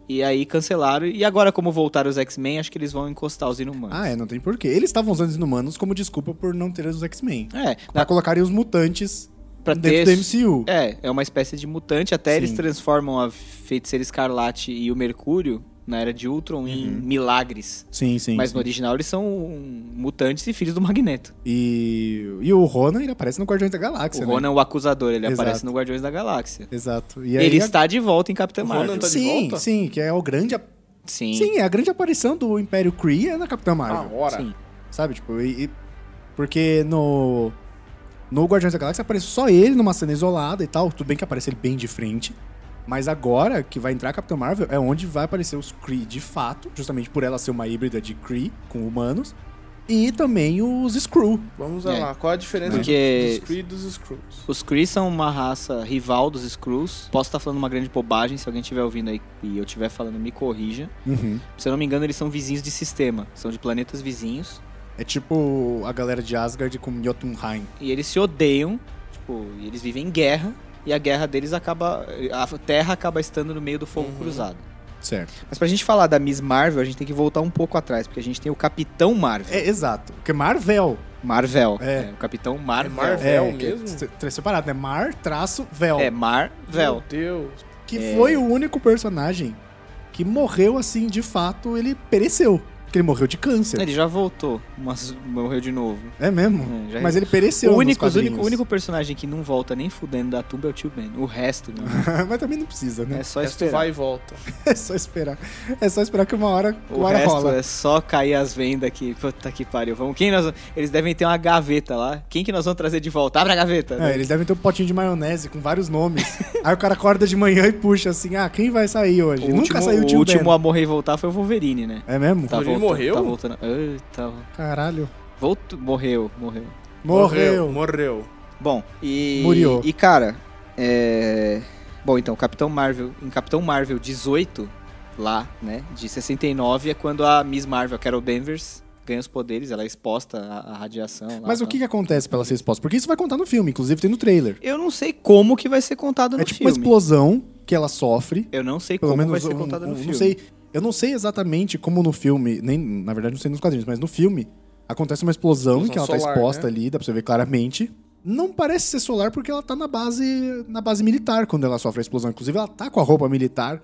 S3: E aí cancelaram. E agora, como voltaram os X-Men, acho que eles vão encostar os Inumanos.
S1: Ah, é, não tem porquê. Eles estavam usando os inumanos como desculpa por não ter os X-Men.
S3: É,
S1: Pra
S3: na-
S1: colocarem os mutantes
S3: pra
S1: dentro
S3: ter...
S1: do MCU.
S3: É, é uma espécie de mutante. Até
S1: Sim.
S3: eles transformam a Feiticeira Escarlate e o Mercúrio, na Era de Ultron, em
S1: Uhum.
S3: milagres.
S1: Sim, sim.
S3: Mas
S1: sim.
S3: no original eles são um, mutantes e filhos do Magneto.
S1: E... e o Ronan, ele aparece no Guardiões da
S3: O
S1: Galáxia, né?
S3: Ronan, o acusador, ele
S1: Exato.
S3: aparece no Guardiões da Galáxia.
S1: Exato. E aí
S3: ele
S1: a-
S3: está tá- de volta em Capitã
S2: O
S3: Marvel.
S2: Ronan tá- de
S1: sim,
S2: volta?
S1: sim, que é o grande... ap-
S3: Sim.
S1: Sim, é a grande aparição do Império Kree é na Capitã
S2: Ah,
S1: Marvel.
S2: hora.
S3: Sim.
S1: Sabe, tipo, e... e- Porque no... No Guardiões da Galáxia aparece só ele numa cena isolada e tal. Tudo bem que aparece ele bem de frente. Mas agora que vai entrar a Capitã Marvel é onde vai aparecer os Kree de fato. Justamente por ela ser uma híbrida de Kree com humanos. E também os Skrull.
S2: Vamos
S3: É.
S2: lá. Qual a diferença
S3: Porque-
S2: dos Kree e dos Skrulls?
S3: Os Kree são uma raça rival dos Skrulls. Posso estar falando uma grande bobagem, se alguém estiver ouvindo aí e eu estiver falando, me corrija. Se eu não me engano, eles são vizinhos de sistema. São de planetas vizinhos.
S1: É tipo a galera de Asgard com Jotunheim.
S3: E eles se odeiam. Tipo, e eles vivem em guerra. E a guerra deles acaba... A Terra acaba estando no meio do fogo cruzado.
S1: Certo.
S3: Mas pra gente falar da Miss Marvel, a gente tem que voltar um pouco atrás, porque a gente tem o Capitão Marvel.
S1: É, exato. Porque Marvel...
S3: Marvel.
S1: É.
S3: o Capitão Marvel.
S2: É Marvel.
S1: É,
S2: Vel
S1: que
S2: mesmo?
S1: é se- tre- separado, né? Mar, traço, Vel.
S3: É Marvel.
S2: Meu Deus.
S3: É.
S1: que foi o único personagem que morreu assim, de fato, ele pereceu. Porque ele morreu de câncer.
S3: Ele já voltou, mas morreu de novo.
S1: É mesmo?
S3: É, já-
S1: Mas ele pereceu
S3: o,
S1: nos
S3: único, os único,
S1: um quadrinhos.
S3: o único personagem que não volta nem fudendo da tumba é o tio Ben. O resto, meu,
S1: Mas também não precisa, né?
S3: é só
S2: O resto
S3: esperar.
S2: vai e volta.
S1: É só esperar. É só esperar que uma hora,
S3: O
S1: uma hora
S3: resto
S1: rola.
S3: é só cair as vendas aqui. Puta que pariu. Vamos, quem nós, eles devem ter uma gaveta lá. Quem que nós vamos trazer de volta? Abre a gaveta. né?
S1: É, eles devem ter um potinho de maionese com vários nomes. Aí o cara acorda de manhã e puxa assim, ah, quem vai sair hoje?
S3: O
S1: Nunca
S3: último,
S1: saiu o
S3: o
S1: tio
S3: último
S1: Ben.
S3: a morrer e voltar foi o Wolverine, né?
S1: É mesmo?
S3: Tá
S2: Wolverine
S3: voltando-
S2: morreu?
S3: Tá voltando. Ai, tá-
S1: Caralho.
S3: voltou- morreu, morreu.
S1: Morreu.
S2: Morreu.
S3: Bom, e.
S1: Murió.
S3: E, cara, é. Bom, então, Capitão Marvel. Em Capitão Marvel 18, lá, né? De 69, é quando a Miss Marvel, que era o Danvers, ganha os poderes, ela é exposta à, à radiação. lá,
S1: Mas o
S3: tá?
S1: que, que acontece pra ela ser exposta? Porque isso vai contar no filme, inclusive tem no trailer.
S3: Eu não sei como que vai ser contado
S1: é
S3: Tá no
S1: tipo uma
S3: filme.
S1: explosão que ela sofre.
S3: Eu não sei
S1: Pelo
S3: como
S1: menos
S3: vai ser
S1: um-
S3: contado
S1: um-
S3: no
S1: não
S3: filme.
S1: sei. Eu não sei exatamente como no filme, nem na verdade não sei nos quadrinhos, mas no filme acontece uma explosão
S2: Explosão
S1: que ela tá
S2: solar,
S1: exposta
S2: né?
S1: ali, dá pra você ver claramente. Não parece ser solar porque ela tá na base, na base militar quando ela sofre a explosão. Inclusive ela tá com a roupa militar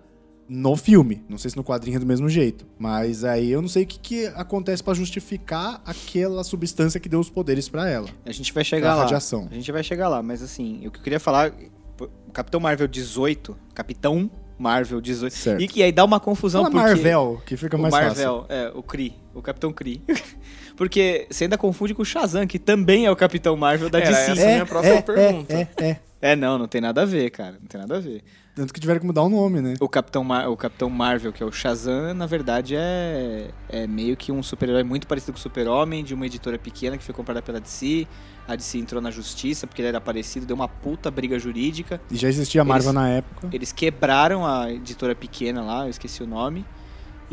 S1: no filme. Não sei se no quadrinho é do mesmo jeito, mas aí eu não sei o que, que acontece pra justificar aquela substância que deu os poderes pra ela.
S3: A gente vai chegar lá.
S1: radiação.
S3: A gente vai chegar lá, mas assim, o que eu queria falar. pô, Capitão Marvel 18. Capitão Marvel 18.
S1: Certo.
S3: E que aí dá uma confusão
S1: Fala
S3: porque.
S1: Marvel, que fica
S3: O
S1: mais fácil.
S3: Marvel, é, o Kree, o Capitão Kree. Porque você ainda confunde com o Shazam, que também é o Capitão Marvel da
S2: Era
S3: DC.
S2: essa a minha próxima pergunta.
S1: é, é, é.
S3: É, não, não tem nada a ver, cara. Não tem nada a ver.
S1: Tanto que tiveram que mudar o nome, né?
S3: O Capitão, Mar- o Capitão Marvel, que é o Shazam, na verdade é, é meio que um super-herói muito parecido com o Super-Homem, de uma editora pequena que foi comprada pela DC. A DC entrou na justiça porque ele era parecido, deu uma puta briga jurídica.
S1: E já existia a Marvel
S3: Eles-
S1: na época.
S3: Eles quebraram a editora pequena lá, eu esqueci o nome.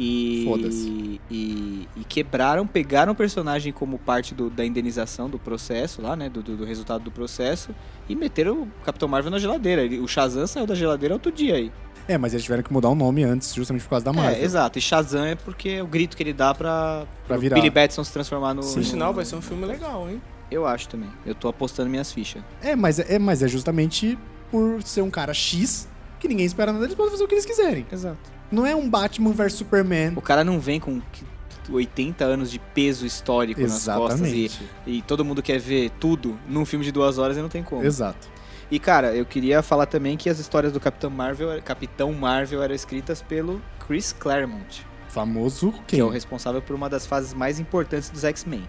S3: E,
S1: Foda-se.
S3: e, e quebraram, pegaram o personagem como parte do- da indenização do processo lá, né? Do, do- do resultado do processo e meteram o Capitão Marvel na geladeira. Ele- o Shazam saiu da geladeira outro dia aí.
S1: É, mas eles tiveram que mudar o nome antes, justamente por causa da Marvel.
S3: É, exato. E Shazam é porque é o grito que ele dá pra,
S1: Pra
S3: pro
S1: virar.
S3: Billy Batson se transformar no.
S2: Por
S3: no-
S2: sinal, vai ser um filme legal, hein?
S3: Eu acho também. Eu tô apostando minhas fichas.
S1: É, mas é, mas é justamente por ser um cara X que ninguém espera nada, eles podem fazer o que eles quiserem.
S3: Exato.
S1: Não é um Batman versus Superman.
S3: O cara não vem com que- 80 anos de peso histórico nas costas e,
S1: Exatamente.
S3: e todo mundo quer ver tudo num filme de duas horas e não tem como.
S1: Exato.
S3: E cara, eu queria falar também que as histórias do Capitão Marvel, Capitão Marvel eram escritas pelo Chris Claremont.
S1: Famoso
S3: que
S1: quem?
S3: é o responsável por uma das fases mais importantes dos X-Men.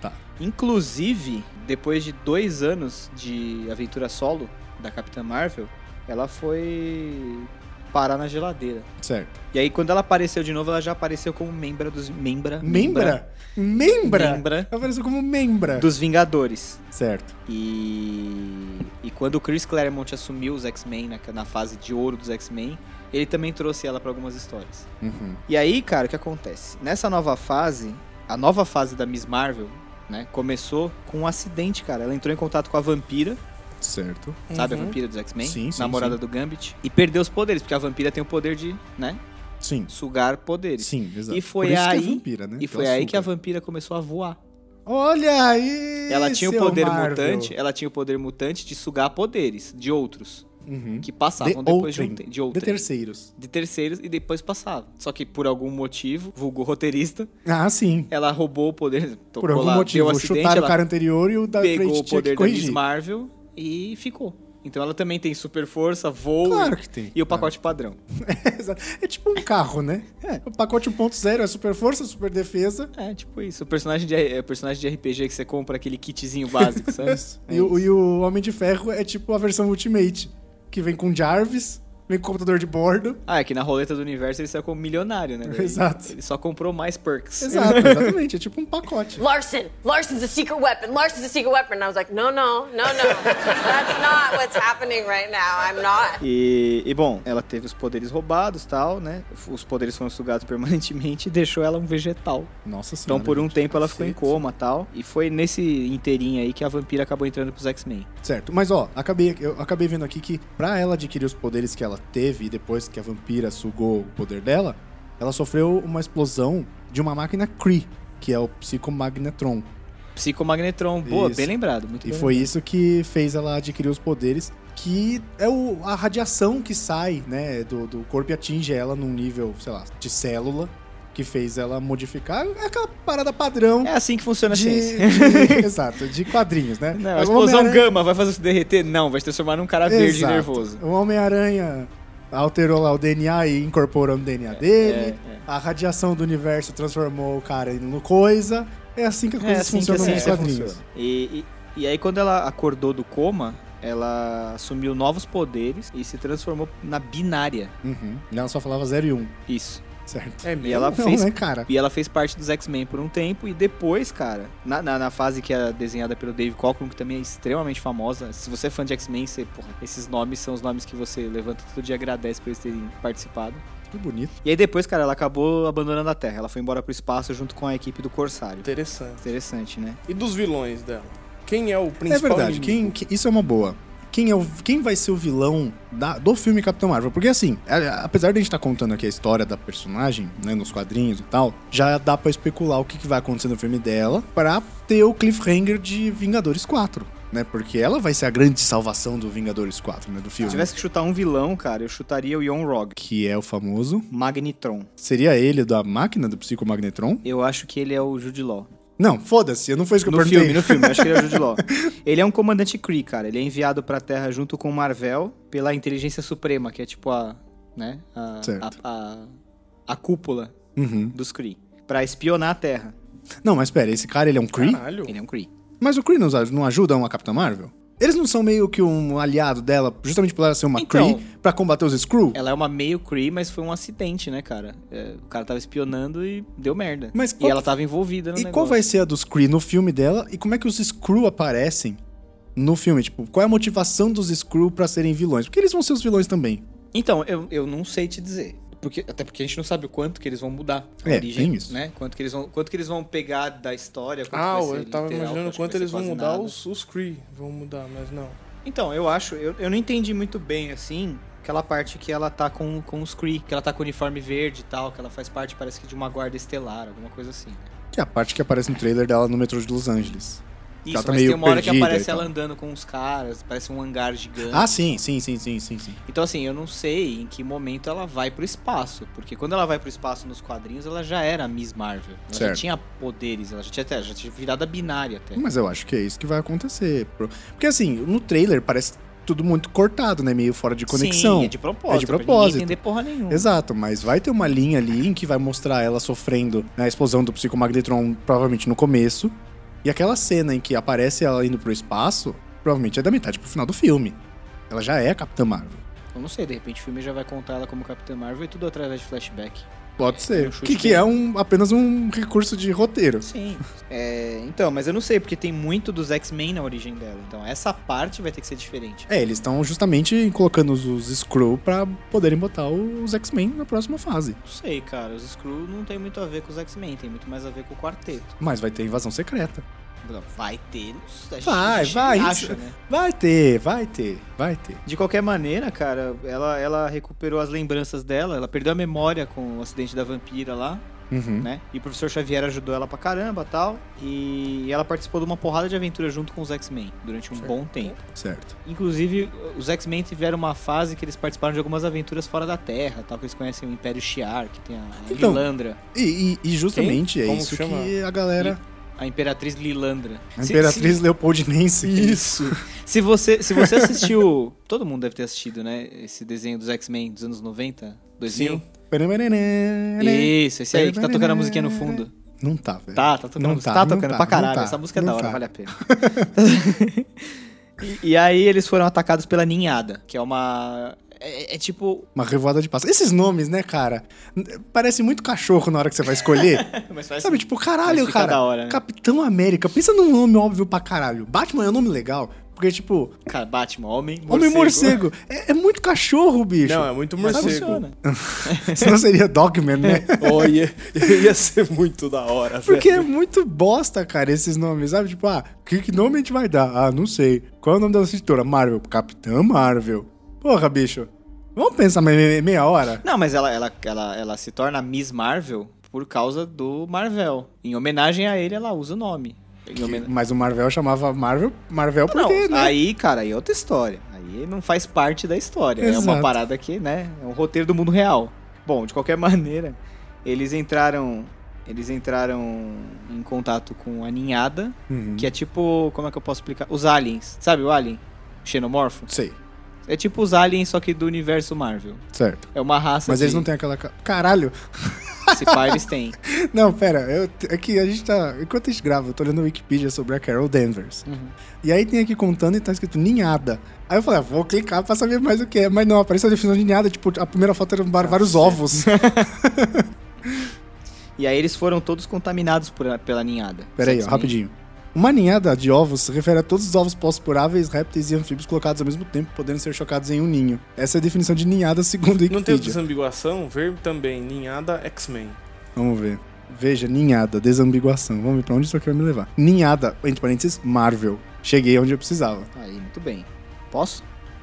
S1: Tá.
S3: Inclusive, depois de dois anos de aventura solo da Capitã Marvel, ela foi parar na geladeira.
S1: Certo.
S3: E aí, quando ela apareceu de novo, ela já apareceu como membra dos... Membra?
S1: Membra? Membra?
S3: Membra.
S1: Apareceu como membra.
S3: Dos Vingadores.
S1: Certo.
S3: E, e quando o Chris Claremont assumiu os X-Men, na, na fase de ouro dos X-Men, ele também trouxe ela para algumas histórias.
S1: Uhum.
S3: E aí, cara, o que acontece? Nessa nova fase, a nova fase da Miss Marvel, né, começou com um acidente, cara. Ela entrou em contato com a vampira,
S1: Certo.
S3: sabe? A
S2: Uhum.
S3: vampira dos X-Men,
S1: Sim, sim,
S3: namorada
S1: sim.
S3: do Gambit, e perdeu os poderes, porque a vampira tem o poder de, né,
S1: Sim.
S3: sugar poderes.
S1: Sim, exato.
S3: E foi
S1: Por isso
S3: aí-
S1: que é vampira, né?
S3: E foi aí que a vampira começou a voar.
S1: Olha aí!
S3: Ela tinha o
S1: seu
S3: poder
S1: Marvel.
S3: mutante, ela tinha o poder mutante de sugar poderes de outros
S1: Uhum.
S3: que passavam
S1: de
S3: depois de
S1: outrem.
S3: um te- de outrem.
S1: De terceiros.
S3: de terceiros e depois passavam. Só que por algum motivo, vulgo roteirista,
S1: Ah, sim.
S3: ela roubou o
S1: Por
S3: poder. tocou
S1: algum
S3: lá,
S1: motivo,
S3: deu acidente,
S1: chutaram
S3: ela
S1: o cara anterior e o da
S3: pegou
S1: frente tinha
S3: o
S1: que
S3: poder da Miss
S1: corrigir.
S3: Marvel e ficou. Então ela também tem super força, voo
S1: Claro que tem.
S3: e o pacote padrão.
S1: Exato. É tipo um carro, né? O pacote 1.0 é super força, super defesa.
S3: É, tipo isso. O personagem de, é, o personagem de RPG que você compra aquele kitzinho básico, sabe? É
S1: e, o,
S3: isso.
S1: e o Homem de Ferro é tipo a versão Ultimate, que vem com Jarvis, vem com computador de bordo.
S3: Ah, é que na roleta do universo ele saiu como milionário, né? Daí
S1: Exato.
S3: Ele só comprou mais perks.
S1: Exato, exatamente. É tipo um pacote.
S4: Larson, Larson's a secret weapon. Larson's a secret weapon. And I was like, no, no, no, no. That's not what's happening right now. I'm not.
S3: E, e, bom, ela teve os poderes roubados tal, né? Os poderes foram sugados permanentemente e deixou ela um vegetal.
S1: Nossa
S3: Então,
S1: senhora.
S3: por um tempo, ela ficou em
S1: Cacete.
S3: coma tal. E foi nesse inteirinho aí que a vampira acabou entrando pros X-Men.
S1: Certo, mas ó, acabei, eu acabei vendo aqui que pra ela adquirir os poderes que ela teve e depois que a vampira sugou o poder dela, ela sofreu uma explosão de uma máquina Kree, que é o Psicomagnetron.
S3: Psicomagnetron, boa,
S1: Isso.
S3: bem lembrado, muito
S1: E
S3: bem
S1: foi isso que fez ela adquirir os poderes, que é o- a radiação que sai, né, do, do corpo e atinge ela num nível, sei lá, de célula. que fez ela modificar é aquela parada padrão
S3: É assim que funciona a
S1: de,
S3: ciência.
S1: de- exato, de quadrinhos, né?
S3: Não, a
S1: O
S3: explosão
S1: Homem-Aranha-
S3: gama vai fazer se derreter? Não, vai se transformar num cara verde
S1: Exato.
S3: nervoso.
S1: O Homem-Aranha alterou lá o DNA e incorporou o DNA dele.
S3: é, é.
S1: A radiação do universo transformou o cara no coisa. É assim que as
S3: É
S1: coisas
S3: assim que a
S1: funcionam nos
S3: ciência
S1: quadrinhos.
S3: funciona. E, e, e aí quando ela acordou do coma, ela assumiu novos poderes e se transformou na binária.
S1: Uhum. Ela só falava 0 e 1, um,
S3: Isso.
S1: certo?
S2: É mesmo?
S3: E ela
S1: Não,
S3: Tá fez
S1: né, cara?
S3: E ela fez parte dos X-Men por um tempo e depois, cara, na, na, na fase que era desenhada pelo Dave Cockrum, que também é extremamente famosa. Se você é fã de X-Men, você, porra, esses nomes são os nomes que você levanta todo dia e agradece por eles terem participado.
S1: Que bonito.
S3: E aí depois, cara, ela acabou abandonando a Terra. Ela foi embora pro espaço junto com a equipe do Corsário.
S2: Interessante.
S3: Interessante, né?
S2: E dos vilões dela? Quem é o
S1: É
S2: principal?
S1: verdade,
S2: inimigo?
S1: quem, que- isso é uma boa. Quem, é o- quem vai ser o vilão da- do filme Capitão Marvel? Porque assim, a- apesar de a gente estar contando aqui a história da personagem, né, nos quadrinhos e tal, já dá pra especular o que, que vai acontecer no filme dela pra ter o cliffhanger de Vingadores 4, né? Porque ela vai ser a grande salvação do Vingadores 4, né, do
S3: Se
S1: filme.
S3: tivesse que chutar um vilão, cara, eu chutaria o Yon Rog.
S1: Que é o famoso.
S3: Magnetron.
S1: Seria ele da máquina do Psicomagnetron?
S3: Eu acho que ele é o Jude Law.
S1: Não, foda-se, eu não foi isso que eu
S3: No
S1: perguntei.
S3: filme, no filme, eu acho que ele é o Jude Law. Ele é um comandante Kree, cara. Ele é enviado pra Terra junto com o Marvel pela Inteligência Suprema, que é tipo a. né? A,
S1: Certo.
S3: a, a, a cúpula
S1: Uhum.
S3: dos Kree. Pra espionar a Terra.
S1: Não, mas pera, esse cara ele é um Kree?
S2: Caralho.
S3: Ele é um Kree.
S1: Mas o Kree não, não ajuda uma Capitã Marvel? Eles não são meio que um aliado dela, justamente por ela ser uma
S3: Então.
S1: Kree, pra combater os Skrull?
S3: Ela é uma meio Kree, mas foi um acidente, né, cara? É, o cara tava espionando e deu merda.
S1: Mas
S3: e
S1: qual-
S3: ela tava envolvida no
S1: E
S3: um negócio.
S1: qual vai ser a dos Kree no filme dela? E como é que os Skrull aparecem no filme? Tipo, qual é a motivação dos Skrull pra serem vilões? Porque eles vão ser os vilões também.
S3: Então, eu, eu não sei te dizer. Porque, até porque a gente não sabe o quanto que eles vão mudar a
S1: É,
S3: origem,
S1: tem isso.
S3: né? Quanto que, eles vão, quanto que eles vão pegar da história, quanto
S2: Ah,
S3: vai ser
S2: eu tava
S3: literal,
S2: imaginando
S3: que
S2: quanto
S3: vai ser
S2: eles vão
S3: quase
S2: mudar
S3: nada.
S2: os, os Kree. Vão mudar, mas não.
S3: Então, eu acho, eu, eu não entendi muito bem, assim, aquela parte que ela tá com, com os Kree, que ela tá com o uniforme verde e tal, que ela faz parte, parece que de uma guarda estelar, alguma coisa assim, né?
S1: Que é a parte que aparece no trailer dela no metrô de Los Angeles.
S3: Isso,
S1: ela tá
S3: mas
S1: meio
S3: tem uma hora que
S1: perdida e
S3: aparece
S1: tal.
S3: ela andando com os caras, parece um hangar gigante.
S1: Ah, sim, sim, sim, sim, sim, sim.
S3: Então, assim, eu não sei em que momento ela vai pro espaço. Porque quando ela vai pro espaço nos quadrinhos, ela já era a Miss Marvel. Ela
S1: Certo.
S3: já tinha poderes, ela já tinha, até, já tinha virado a binária até.
S1: Mas eu acho que é isso que vai acontecer. Pro- Porque assim, no trailer parece tudo muito cortado, né? Meio fora de conexão.
S3: Sim, é de propósito.
S1: É de
S3: pra ninguém
S1: propósito.
S3: entender porra nenhuma.
S1: Exato, mas vai ter uma linha ali em que vai mostrar ela sofrendo né, a explosão do psicomagnetron, provavelmente no começo. E aquela cena em que aparece ela indo pro espaço, provavelmente é da metade pro final do filme. Ela já é a Capitã Marvel.
S3: Eu não sei, de repente o filme já vai contar ela como Capitã Marvel e tudo através de flashback.
S1: Pode ser.
S3: um chute
S1: que que
S3: bem.
S1: é um, apenas um recurso de roteiro.
S3: Sim. É, então, mas eu não sei, porque tem muito dos X-Men na origem dela. Então, essa parte vai ter que ser diferente.
S1: É, eles estão justamente colocando os, os Skrull pra poderem botar os X-Men na próxima fase.
S3: Não sei, cara. Os Skrull não tem muito a ver com os X-Men, tem muito mais a ver com o quarteto.
S1: Mas vai ter invasão secreta.
S3: Vai ter, não sei. a gente-
S1: Vai,
S3: a gente
S1: vai,
S3: Acha,
S1: isso-
S3: né?
S1: Vai ter, vai ter, vai ter.
S3: De qualquer maneira, cara, ela, ela recuperou as lembranças dela, ela perdeu a memória com o acidente da vampira lá,
S1: Uhum.
S3: né? E o professor Xavier ajudou ela pra caramba tal. E ela participou de uma porrada de aventura junto com os X-Men durante um bom tempo.
S1: Certo.
S3: Inclusive, os X-Men tiveram uma fase que eles participaram de algumas aventuras fora da Terra, tal, que eles conhecem o Império Shi'ar, que tem a
S1: Então,
S3: Lilandra,
S1: E, e- e justamente é
S2: Como
S1: isso
S2: chama?
S1: que a galera.
S3: a Imperatriz Lilandra.
S1: A
S3: Se-
S1: Imperatriz Leopoldinense.
S3: Isso. Se você, se você assistiu. Todo mundo deve ter assistido, né? Esse desenho dos X-Men dos anos 90, 2000.
S2: Sim.
S1: Né?
S3: Isso, esse aí que tá tocando a musiquinha no fundo.
S1: Não tá, velho.
S3: Tá, tá tocando.
S1: Não
S3: Não tá,
S1: tá, não
S3: tocando
S1: tá,
S3: pra
S1: não
S3: caralho.
S1: tá,
S3: Essa música é
S1: não
S3: da hora,
S1: tá.
S3: vale a pena. e, e aí eles foram atacados pela ninhada, que é uma. É, é tipo.
S1: Uma revoada de pássaros. Esses nomes, né, cara? N- Parece muito cachorro na hora que você vai escolher.
S3: Mas faz
S1: Sabe, tipo, caralho,
S3: Mas fica
S1: cara.
S3: da hora, né?
S1: Capitão América. Pensa num nome óbvio pra caralho. Batman é um nome legal. Porque, tipo,
S3: Cara, Batman, homem.
S1: Homem-Morcego. É, é muito cachorro, bicho.
S2: Não, é muito
S3: Mas
S2: morcego.
S3: funciona.
S1: Senão seria Dogman, né?
S2: Oh, ia, ia ser muito da hora,
S1: Porque é
S2: velho.
S1: muito bosta, cara, esses nomes, sabe? Tipo, ah, que, que nome a gente vai dar? Ah, não sei. Qual é o nome da nossa editora? Marvel. Capitã Marvel. Porra, bicho. Vamos pensar me- me- meia hora?
S3: Não, mas ela, ela, ela, ela se torna Miss Marvel por causa do Marvel. Em homenagem a ele, ela usa o nome. Em homenagem.
S1: Mas o Marvel chamava Marvel, Marvel
S3: Não,
S1: porque, né?
S3: aí, cara, aí é outra história. Aí não faz parte da história. É uma
S1: Exato.
S3: parada que, né? É um roteiro do mundo real. Bom, de qualquer maneira, Eles entraram. Eles entraram em contato com a ninhada,
S1: Uhum.
S3: que é tipo. Como é que eu posso explicar? Os aliens. Sabe o alien? Xenomorfo?
S1: Sei,
S3: É tipo os aliens, só que do universo Marvel.
S1: certo.
S3: É uma raça.
S1: Mas
S3: que,
S1: eles não têm aquela. ca- Caralho!
S3: Se pá, eles têm.
S1: Não, pera, eu, é que a gente tá. Enquanto a gente grava, eu tô olhando a Wikipedia sobre a Carol Danvers.
S3: Uhum.
S1: E aí tem aqui contando e tá escrito ninhada. Aí eu falei, ah, vou clicar pra saber mais o que é. Mas não, apareceu a definição de ninhada, tipo, a primeira foto eram var- vários
S3: é.
S1: ovos.
S3: E aí eles foram todos contaminados por- pela ninhada.
S1: Pera aí, ó,
S3: Sim.
S1: rapidinho. Uma ninhada de ovos se refere a todos os ovos postos por aves, répteis e anfíbios colocados ao mesmo tempo, podendo ser chocados em um ninho. Essa é a definição de ninhada segundo a
S2: Não tem
S1: Wikipedia.
S2: desambiguação? Ver também, ninhada X-Men.
S1: Vamos ver. Veja, ninhada, desambiguação. Vamos ver pra onde isso aqui vai me levar. Ninhada, entre parênteses, Marvel. Cheguei onde eu precisava.
S3: Aí, muito bem. Posso?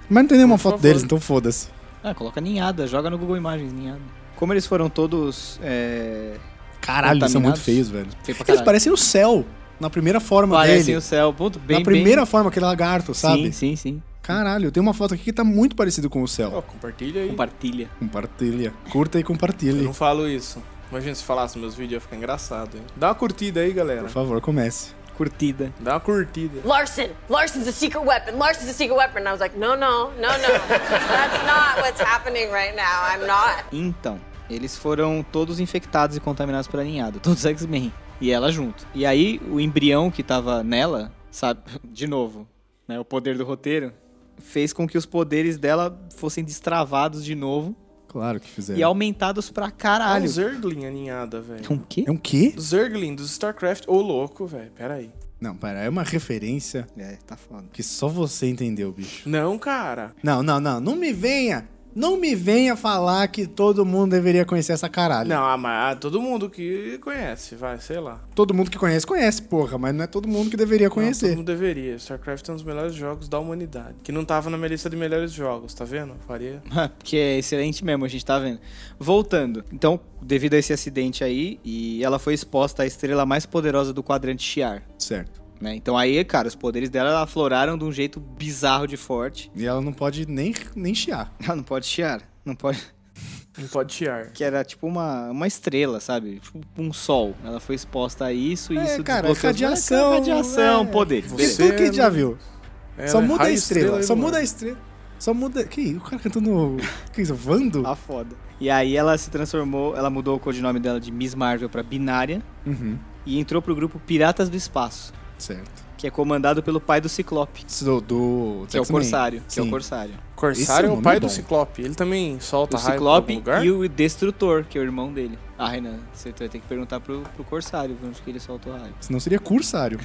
S1: Mas não tem nenhuma
S2: Por
S1: foto
S2: favor.
S1: deles, então foda-se.
S3: Ah, coloca ninhada, joga no Google Imagens, ninhada. Como eles foram todos. É...
S1: Caralho, eles são muito
S3: Contaminados.
S1: feios, velho.
S3: Feio pra
S1: Eles
S3: caralho.
S1: parecem o céu na primeira forma
S3: Parecem
S1: dele.
S3: o céu. Puto, bem,
S1: na primeira
S3: bem...
S1: forma, aquele lagarto, sabe?
S3: Sim, sim, sim.
S1: Caralho, tem uma foto aqui que tá muito parecido com o céu.
S2: Ó, compartilha aí.
S3: Compartilha.
S1: Compartilha. Curta e
S2: Eu
S1: compartilhe.
S2: não falo isso. Imagina se falasse meus vídeos, ia ficar engraçado, hein? Dá uma curtida aí, galera.
S1: Por favor, comece.
S3: Curtida.
S2: Dá uma
S1: Um
S2: curtida.
S4: Larson, Larson's a secret weapon. Larson's a secret weapon. And I was like, no, no, no, no. That's not what's happening right now. I'm not.
S3: Então, eles foram todos infectados e contaminados pela ninhada, todos X-Men. E ela junto. E aí, o embrião que tava nela, sabe, de novo, né, o poder do roteiro, fez com que os poderes dela fossem destravados de novo
S1: Claro que fizeram.
S3: e é aumentados
S2: É
S3: pra
S2: um
S3: caralho.
S2: Zergling a ninhada, velho.
S3: quê?
S1: É um quê?
S2: Zergling do StarCraft. Ô, louco, velho. Pera aí.
S1: Não, pera, é uma referência
S3: É, tá foda.
S1: que só você entendeu, bicho.
S2: Não, cara.
S1: Não, não, não. Não me venha. Não me venha falar que todo mundo deveria conhecer essa caralho.
S2: Não, ah, mas ah, todo mundo que conhece, vai, sei lá.
S1: Todo mundo que conhece, conhece, porra. Mas não é todo mundo que deveria
S2: Não,
S1: conhecer.
S2: todo mundo deveria. StarCraft é um dos melhores jogos da humanidade. Que não tava na minha lista de melhores jogos, tá vendo? Faria.
S3: Ah, Porque é excelente mesmo, a gente tá vendo. Voltando. Então, devido a esse acidente aí, e ela foi exposta à estrela mais poderosa do quadrante Shi'ar.
S1: Certo.
S3: né? Então aí, cara, os poderes dela afloraram de um jeito bizarro de forte.
S1: E ela não pode nem, nem chiar.
S3: Ela não pode chiar, não pode.
S2: Não pode chiar.
S3: Que era tipo uma, uma estrela, sabe? Tipo um sol. Ela foi exposta a isso e
S1: É,
S3: isso
S1: cara,
S3: desbloqueou-
S1: radiação,
S3: radiação,
S1: é.
S3: poderes.
S1: Que
S2: Você-
S3: beleza.
S1: tudo que a gente já viu. só
S2: Ela é
S1: muda a
S2: raio
S1: estrela, só
S2: irmão.
S1: muda a estrela. Só muda. Que? O cara cantando. Que isso? Vando?
S3: Tá foda. E aí ela se transformou, ela mudou o codinome dela de Miss Marvel pra Binária
S1: Uhum.
S3: e entrou pro grupo Piratas do Espaço,
S1: Certo.
S3: que é comandado pelo pai do Ciclope,
S1: Isso Do, do
S3: que é o
S1: X-Men.
S3: Corsário, que é o
S1: Sim.
S3: Corsário.
S1: Esse é um
S2: Corsário é o
S1: nome
S2: pai
S1: bom.
S2: do Ciclope. Ele também solta
S1: Tá
S3: o
S2: raio em algum
S3: Ciclope
S2: lugar.
S3: e o Destrutor, que é o irmão dele. Ah, Renan, você vai ter que perguntar pro, pro Corsário onde que ele soltou o raio.
S1: Senão seria Cursário.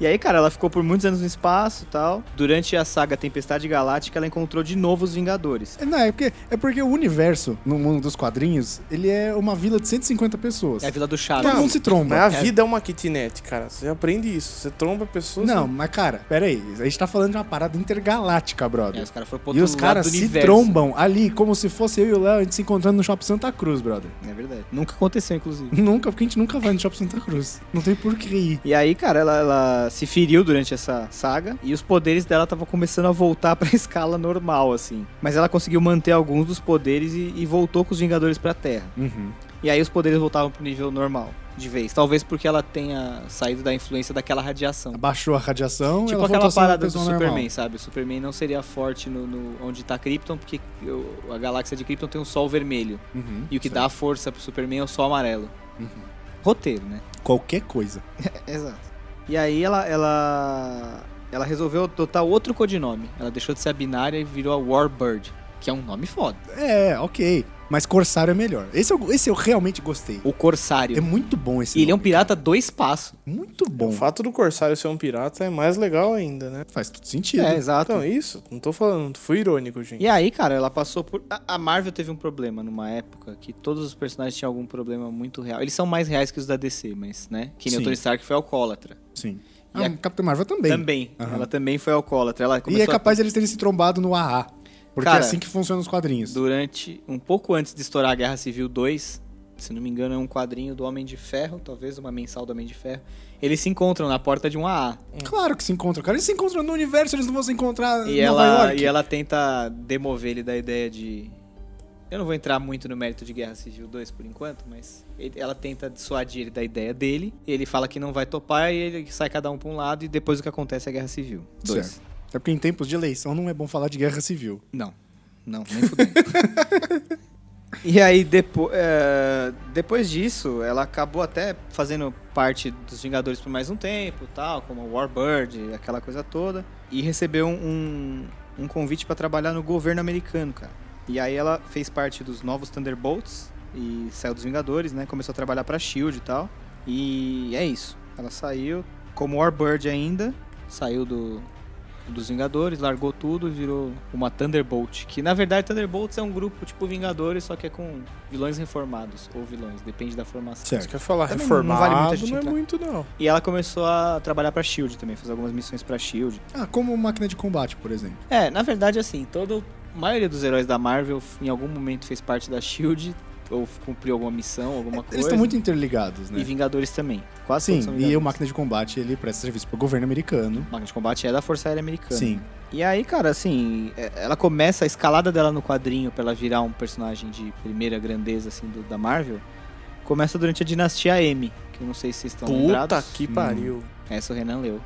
S3: E aí, cara, ela ficou por muitos anos no espaço e tal. Durante a saga Tempestade Galáctica, ela encontrou de novo os Vingadores.
S1: É, Não, é porque, é porque o universo, no mundo dos quadrinhos, ele é uma vila de 150 pessoas.
S3: É a Vila do
S1: Todo
S3: Chaves.
S1: mundo se tromba.
S2: Mas a vida é uma kitnet, cara. Você aprende isso. Você tromba pessoas.
S1: Não, mas cara, pera aí. A gente tá falando de uma parada intergaláctica,
S3: É,
S1: brother.
S3: os caras foram pro
S1: e
S3: outro
S1: os
S3: lado
S1: caras
S3: do
S1: se
S3: universo.
S1: trombam ali, como se fosse eu e o Léo, a gente se encontrando no Shopping Santa Cruz, brother.
S3: É verdade. Nunca aconteceu, inclusive.
S1: Nunca, porque a gente nunca vai no Shopping Santa Cruz. Não tem por que ir.
S3: E aí, cara, ela, ela se feriu durante essa saga e os poderes dela estavam começando a voltar pra escala normal, assim. Mas ela conseguiu manter alguns dos poderes e, e voltou com os Vingadores pra Terra.
S1: Uhum.
S3: E aí os poderes voltavam pro nível normal, de vez. Talvez porque ela tenha saído da influência daquela radiação.
S1: Abaixou a radiação,
S3: Tipo
S1: ela voltou a
S3: aquela
S1: ser uma
S3: parada do
S1: pessoa
S3: Superman,
S1: normal.
S3: sabe? O Superman não seria forte no, no- onde tá Krypton, porque o- a galáxia de Krypton tem um sol vermelho.
S1: Uhum,
S3: E o que
S1: certo.
S3: dá força pro Superman é o sol amarelo.
S1: Uhum.
S3: Roteiro, né?
S1: Qualquer coisa.
S3: Exato. E aí ela, ela, ela resolveu adotar outro codinome. Ela deixou de ser a binária e virou a Warbird, que é um nome foda.
S1: É, ok. Mas Corsário é melhor. Esse eu, esse eu realmente gostei.
S3: O Corsário.
S1: É muito bom esse
S3: E ele é um
S1: nome.
S3: pirata do espaço.
S1: Muito bom.
S2: O fato do Corsário ser um pirata é mais legal ainda, né?
S1: Faz todo sentido.
S3: É, exato.
S2: Então, isso. Não tô falando. Fui irônico, gente.
S3: E aí, cara, ela passou por. a- A Marvel teve um problema numa época que todos os personagens tinham algum problema muito real. Eles são mais reais que os da DC, mas, né? Que nem
S1: Sim.
S3: o Tony Stark foi alcoólatra.
S1: Sim.
S3: E
S1: Ah,
S3: a-
S1: Capitão Marvel também.
S3: Também.
S1: Aham.
S3: Ela também foi alcoólatra. Ela
S1: E
S3: começou
S1: é capaz de eles terem se trombado no AA. Porque
S3: Cara,
S1: é assim que funcionam os
S3: a-
S1: quadrinhos.
S3: durante. Um pouco antes de estourar a Guerra Civil 2, se não me engano, é um quadrinho do Homem de Ferro, talvez uma mensal do Homem de Ferro. Eles se encontram na porta de um AA.
S1: Claro que se encontram, cara. Eles se encontram no universo, eles não vão se encontrar
S3: E
S1: em Nova
S3: ela,
S1: York.
S3: e ela tenta demover ele da ideia de. Eu não vou entrar muito no mérito de Guerra Civil 2 por enquanto, mas ele- ela tenta dissuadir ele da ideia dele. Ele fala que não vai topar e ele sai cada um pra um lado e depois o que acontece é a Guerra Civil 2.
S1: Certo. É porque em tempos de eleição não é bom falar de guerra civil.
S3: Não, não, nem fudendo. e aí, depo é, depois disso, ela acabou até fazendo parte dos Vingadores por mais um tempo, tal, como Warbird, aquela coisa toda, e recebeu um, um convite pra trabalhar no governo americano, cara. E aí ela fez parte dos novos Thunderbolts e saiu dos Vingadores, né? Começou a trabalhar pra Shield e tal. E é isso. Ela saiu como Warbird ainda, saiu do, dos Vingadores, largou tudo e virou uma Thunderbolt. Que na verdade Thunderbolts é um grupo tipo Vingadores, só que é com vilões reformados, ou vilões, depende da formação.
S2: Isso que eu ia falar,
S3: Também
S2: reformado
S3: não
S2: não,
S3: vale Tá muito a gente
S2: é
S3: entrar.
S2: muito, não.
S3: E ela começou a trabalhar pra Shield também, fez algumas missões pra Shield.
S1: Ah, como máquina de combate, por exemplo.
S3: É, na verdade assim, toda a maioria dos heróis da Marvel em algum momento fez parte da Shield ou cumpriu alguma missão, alguma coisa.
S1: É, Eles estão muito interligados,
S3: e
S1: né?
S3: Vingadores também. Quase todos são
S1: Sim, e o
S3: Vingadores.
S1: máquina de combate ele presta serviço pro governo americano.
S3: Máquina de combate é da Força Aérea Americana.
S1: Sim.
S3: E aí, cara, assim, é- ela começa a escalada dela no quadrinho pra ela virar um personagem de primeira grandeza, assim, do- da Marvel. Começa durante a Dinastia M, que eu não sei se vocês estão
S2: Puta
S3: lembrados.
S2: que pariu.
S3: Essa o Renan leu.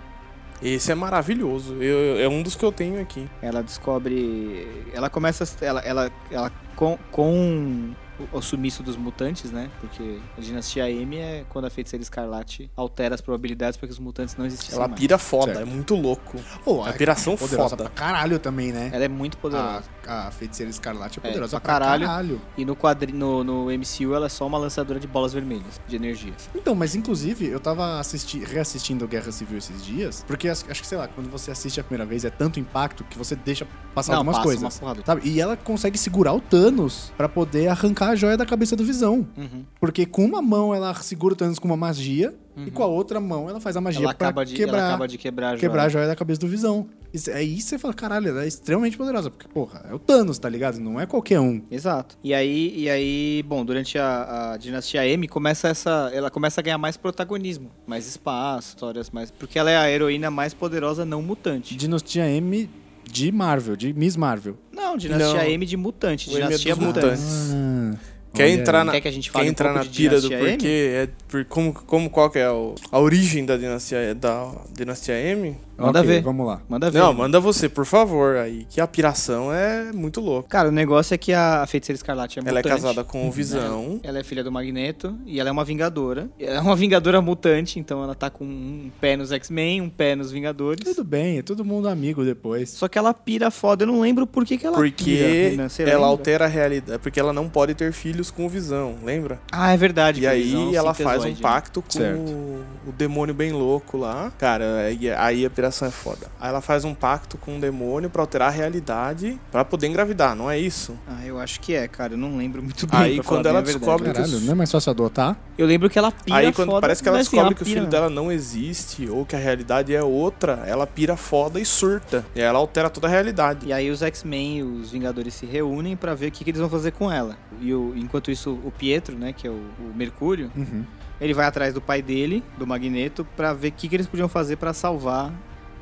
S2: Esse é maravilhoso. Eu- é um dos que eu tenho aqui.
S3: Ela descobre... Ela começa... Ela, ela, ela com, com o- o sumiço dos mutantes, né? Porque a Dinastia M é quando a Feiticeira Escarlate altera as probabilidades para que os mutantes não existissem
S2: Ela
S3: mais.
S2: pira foda,
S1: Certo.
S2: é muito louco.
S1: Pô,
S2: É piração
S1: poderosa
S2: foda.
S1: pra caralho também, né?
S3: Ela é muito poderosa.
S1: A, a feiticeira escarlate é poderosa
S3: pra
S1: pra
S3: caralho.
S1: caralho.
S3: E no, quadri, no, no MCU ela é só uma lançadora de bolas vermelhas, de energia.
S1: Então, mas inclusive, eu tava assisti reassistindo Guerra Civil esses dias, porque as- acho que, sei lá, quando você assiste a primeira vez é tanto impacto que você deixa passar
S3: não,
S1: algumas
S3: passa
S1: coisas. Tá.
S3: uma porrada.
S1: Sabe? E ela consegue segurar o Thanos pra poder arrancar a joia da cabeça do Visão.
S3: Uhum.
S1: Porque com uma mão ela segura o Thanos com uma magia e com a outra mão ela faz a magia
S3: Uhum. Ela
S1: pra
S3: acaba, de,
S1: quebrar,
S3: ela acaba de quebrar a joia.
S1: quebrar a joia da cabeça do Visão. Isso- Aí você fala, caralho, ela é extremamente poderosa. Porque, porra, é o Thanos, tá ligado? Não é qualquer um.
S3: Exato. E aí, e aí, bom, durante a, a dinastia M começa essa, ela começa a ganhar mais protagonismo, mais espaço, histórias mais, porque ela é a heroína mais poderosa não mutante.
S1: Dinastia M de Marvel, de Miss Marvel.
S3: Não,
S2: Não.
S3: dinastia M de mutante,
S2: O M é
S3: dinastia
S2: dos
S3: mutante.
S2: mutantes. Quer
S1: olha
S2: entrar,
S1: aí.
S2: na,
S3: Quer que a gente fale um
S2: entrar
S3: pouco
S2: na
S3: de
S2: pira do
S3: Dinastia M?
S2: porquê? É por, como, como, qual que é o- a origem da dinastia, da dinastia M?
S3: Manda
S1: Ok,
S3: ver.
S1: Vamos lá.
S3: Manda ver.
S2: Não,
S3: mano.
S2: manda você, por favor, aí, que a piração é muito louca.
S3: Cara, o negócio é que a Feiticeira Escarlate é
S2: Ela é
S3: mutante.
S2: casada com o Visão.
S3: Ela é filha do Magneto e ela é uma vingadora. Ela é uma vingadora mutante, então ela tá com um pé nos X-Men, um pé nos Vingadores.
S1: Tudo bem, é todo mundo amigo depois.
S3: Só que ela pira foda. Eu não lembro por que, que ela pira.
S2: Porque
S1: né?
S3: Renan, você
S2: ela
S3: lembra?
S2: altera a realidade. Porque ela não pode ter filhos com o Visão, lembra?
S3: Ah, é
S2: E
S3: verdade. porque
S2: aí
S3: eles são
S2: ela faz um
S3: sintesoide, né?
S2: pacto com
S1: Certo.
S2: o, o demônio bem louco lá. Cara, aí, aí a piração é foda. Aí ela faz um pacto com o demônio pra alterar a realidade pra poder engravidar, não é isso?
S3: né? Ah, eu acho que é, cara. Eu não lembro muito bem.
S2: Aí
S3: pra falar
S2: quando
S3: bem
S2: ela
S3: a verdade.
S2: descobre-
S1: Caralho, não é mais fácil adotar?
S3: Eu lembro que ela pira
S2: aí quando
S3: foda,
S2: parece que ela
S3: mas, assim,
S2: descobre que o
S3: pira
S2: filho
S3: mesmo.
S2: dela não existe ou que a realidade é outra, ela pira foda e surta. E aí ela altera toda a realidade.
S3: E aí os X-Men e os Vingadores se reúnem pra ver o que, que eles vão fazer com ela. E o- enquanto isso, o Pietro, né, que é o, o Mercúrio,
S1: Uhum.
S3: ele vai atrás do pai dele, do Magneto, pra ver o que, que eles podiam fazer pra salvar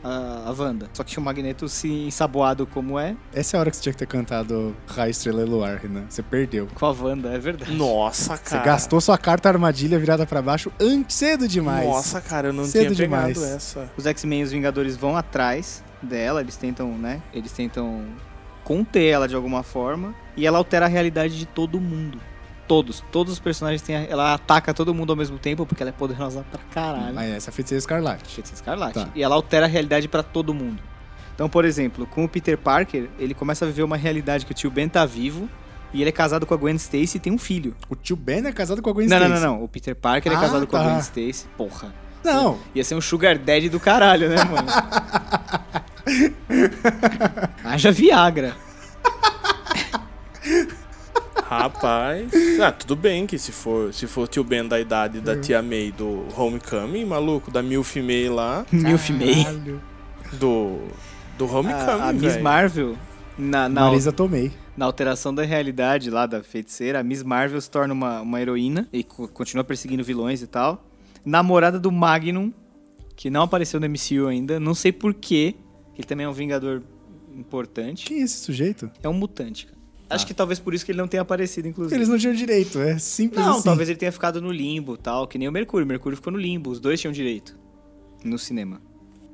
S3: a, a Wanda. Só que o Magneto, se ensaboado como é,
S1: Essa é a hora que você tinha que ter cantado Raio Estrela e Luar, Renan. Você perdeu.
S3: com a Wanda, é verdade.
S2: Nossa,
S1: Você
S2: cara.
S1: gastou sua carta armadilha virada pra baixo antes cedo demais.
S2: Nossa, cara, eu não
S1: Cedo
S2: tinha pegado
S1: demais.
S2: essa.
S3: Os X-Men e os Vingadores vão atrás dela, eles tentam, né? Eles tentam conter ela de alguma forma. E ela altera a realidade de todo mundo. Todos, todos os personagens têm. a- Ela ataca todo mundo ao mesmo tempo, porque ela é poderosa pra caralho.
S1: Mas essa é a feiticeira escarlate.
S3: Feiticeira Escarlate.
S1: Tá.
S3: E ela altera a realidade pra todo mundo. Então, por exemplo, com o Peter Parker, ele começa a viver uma realidade que o tio Ben tá vivo e ele é casado com a Gwen Stacy e tem um filho.
S1: O tio Ben é casado com a Gwen
S3: não,
S1: Stacy.
S3: não, não, não. O Peter Parker é
S1: Ah,
S3: casado com a
S1: tá.
S3: Gwen Stacy. Porra.
S1: não. Não,
S3: Ia ser um sugar daddy do caralho, né, mano? Haja Viagra.
S2: Rapaz. Ah, tudo bem que se for, se for o tio Ben da idade da tia May do Homecoming, maluco, da Milf May lá,
S3: Milf May.
S1: Caralho.
S2: do do Homecoming,
S3: A, a Ah, Miss
S2: velho.
S3: Marvel, na, na,
S1: Marisa Tomei.
S3: na alteração da realidade lá da feiticeira, a Miss Marvel se torna uma, uma heroína e co- continua perseguindo vilões e tal. Namorada do Magnum, que não apareceu no MCU ainda, não sei porquê. Ele também é um vingador importante.
S1: Quem é esse sujeito?
S3: É um mutante, cara. Acho que talvez por isso que ele não tenha aparecido, inclusive.
S1: Tá. Eles não tinham direito, é simples
S3: Não,
S1: assim.
S3: talvez ele tenha ficado no limbo tal, que nem o Mercúrio. O Mercúrio ficou no limbo, os dois tinham direito. No cinema.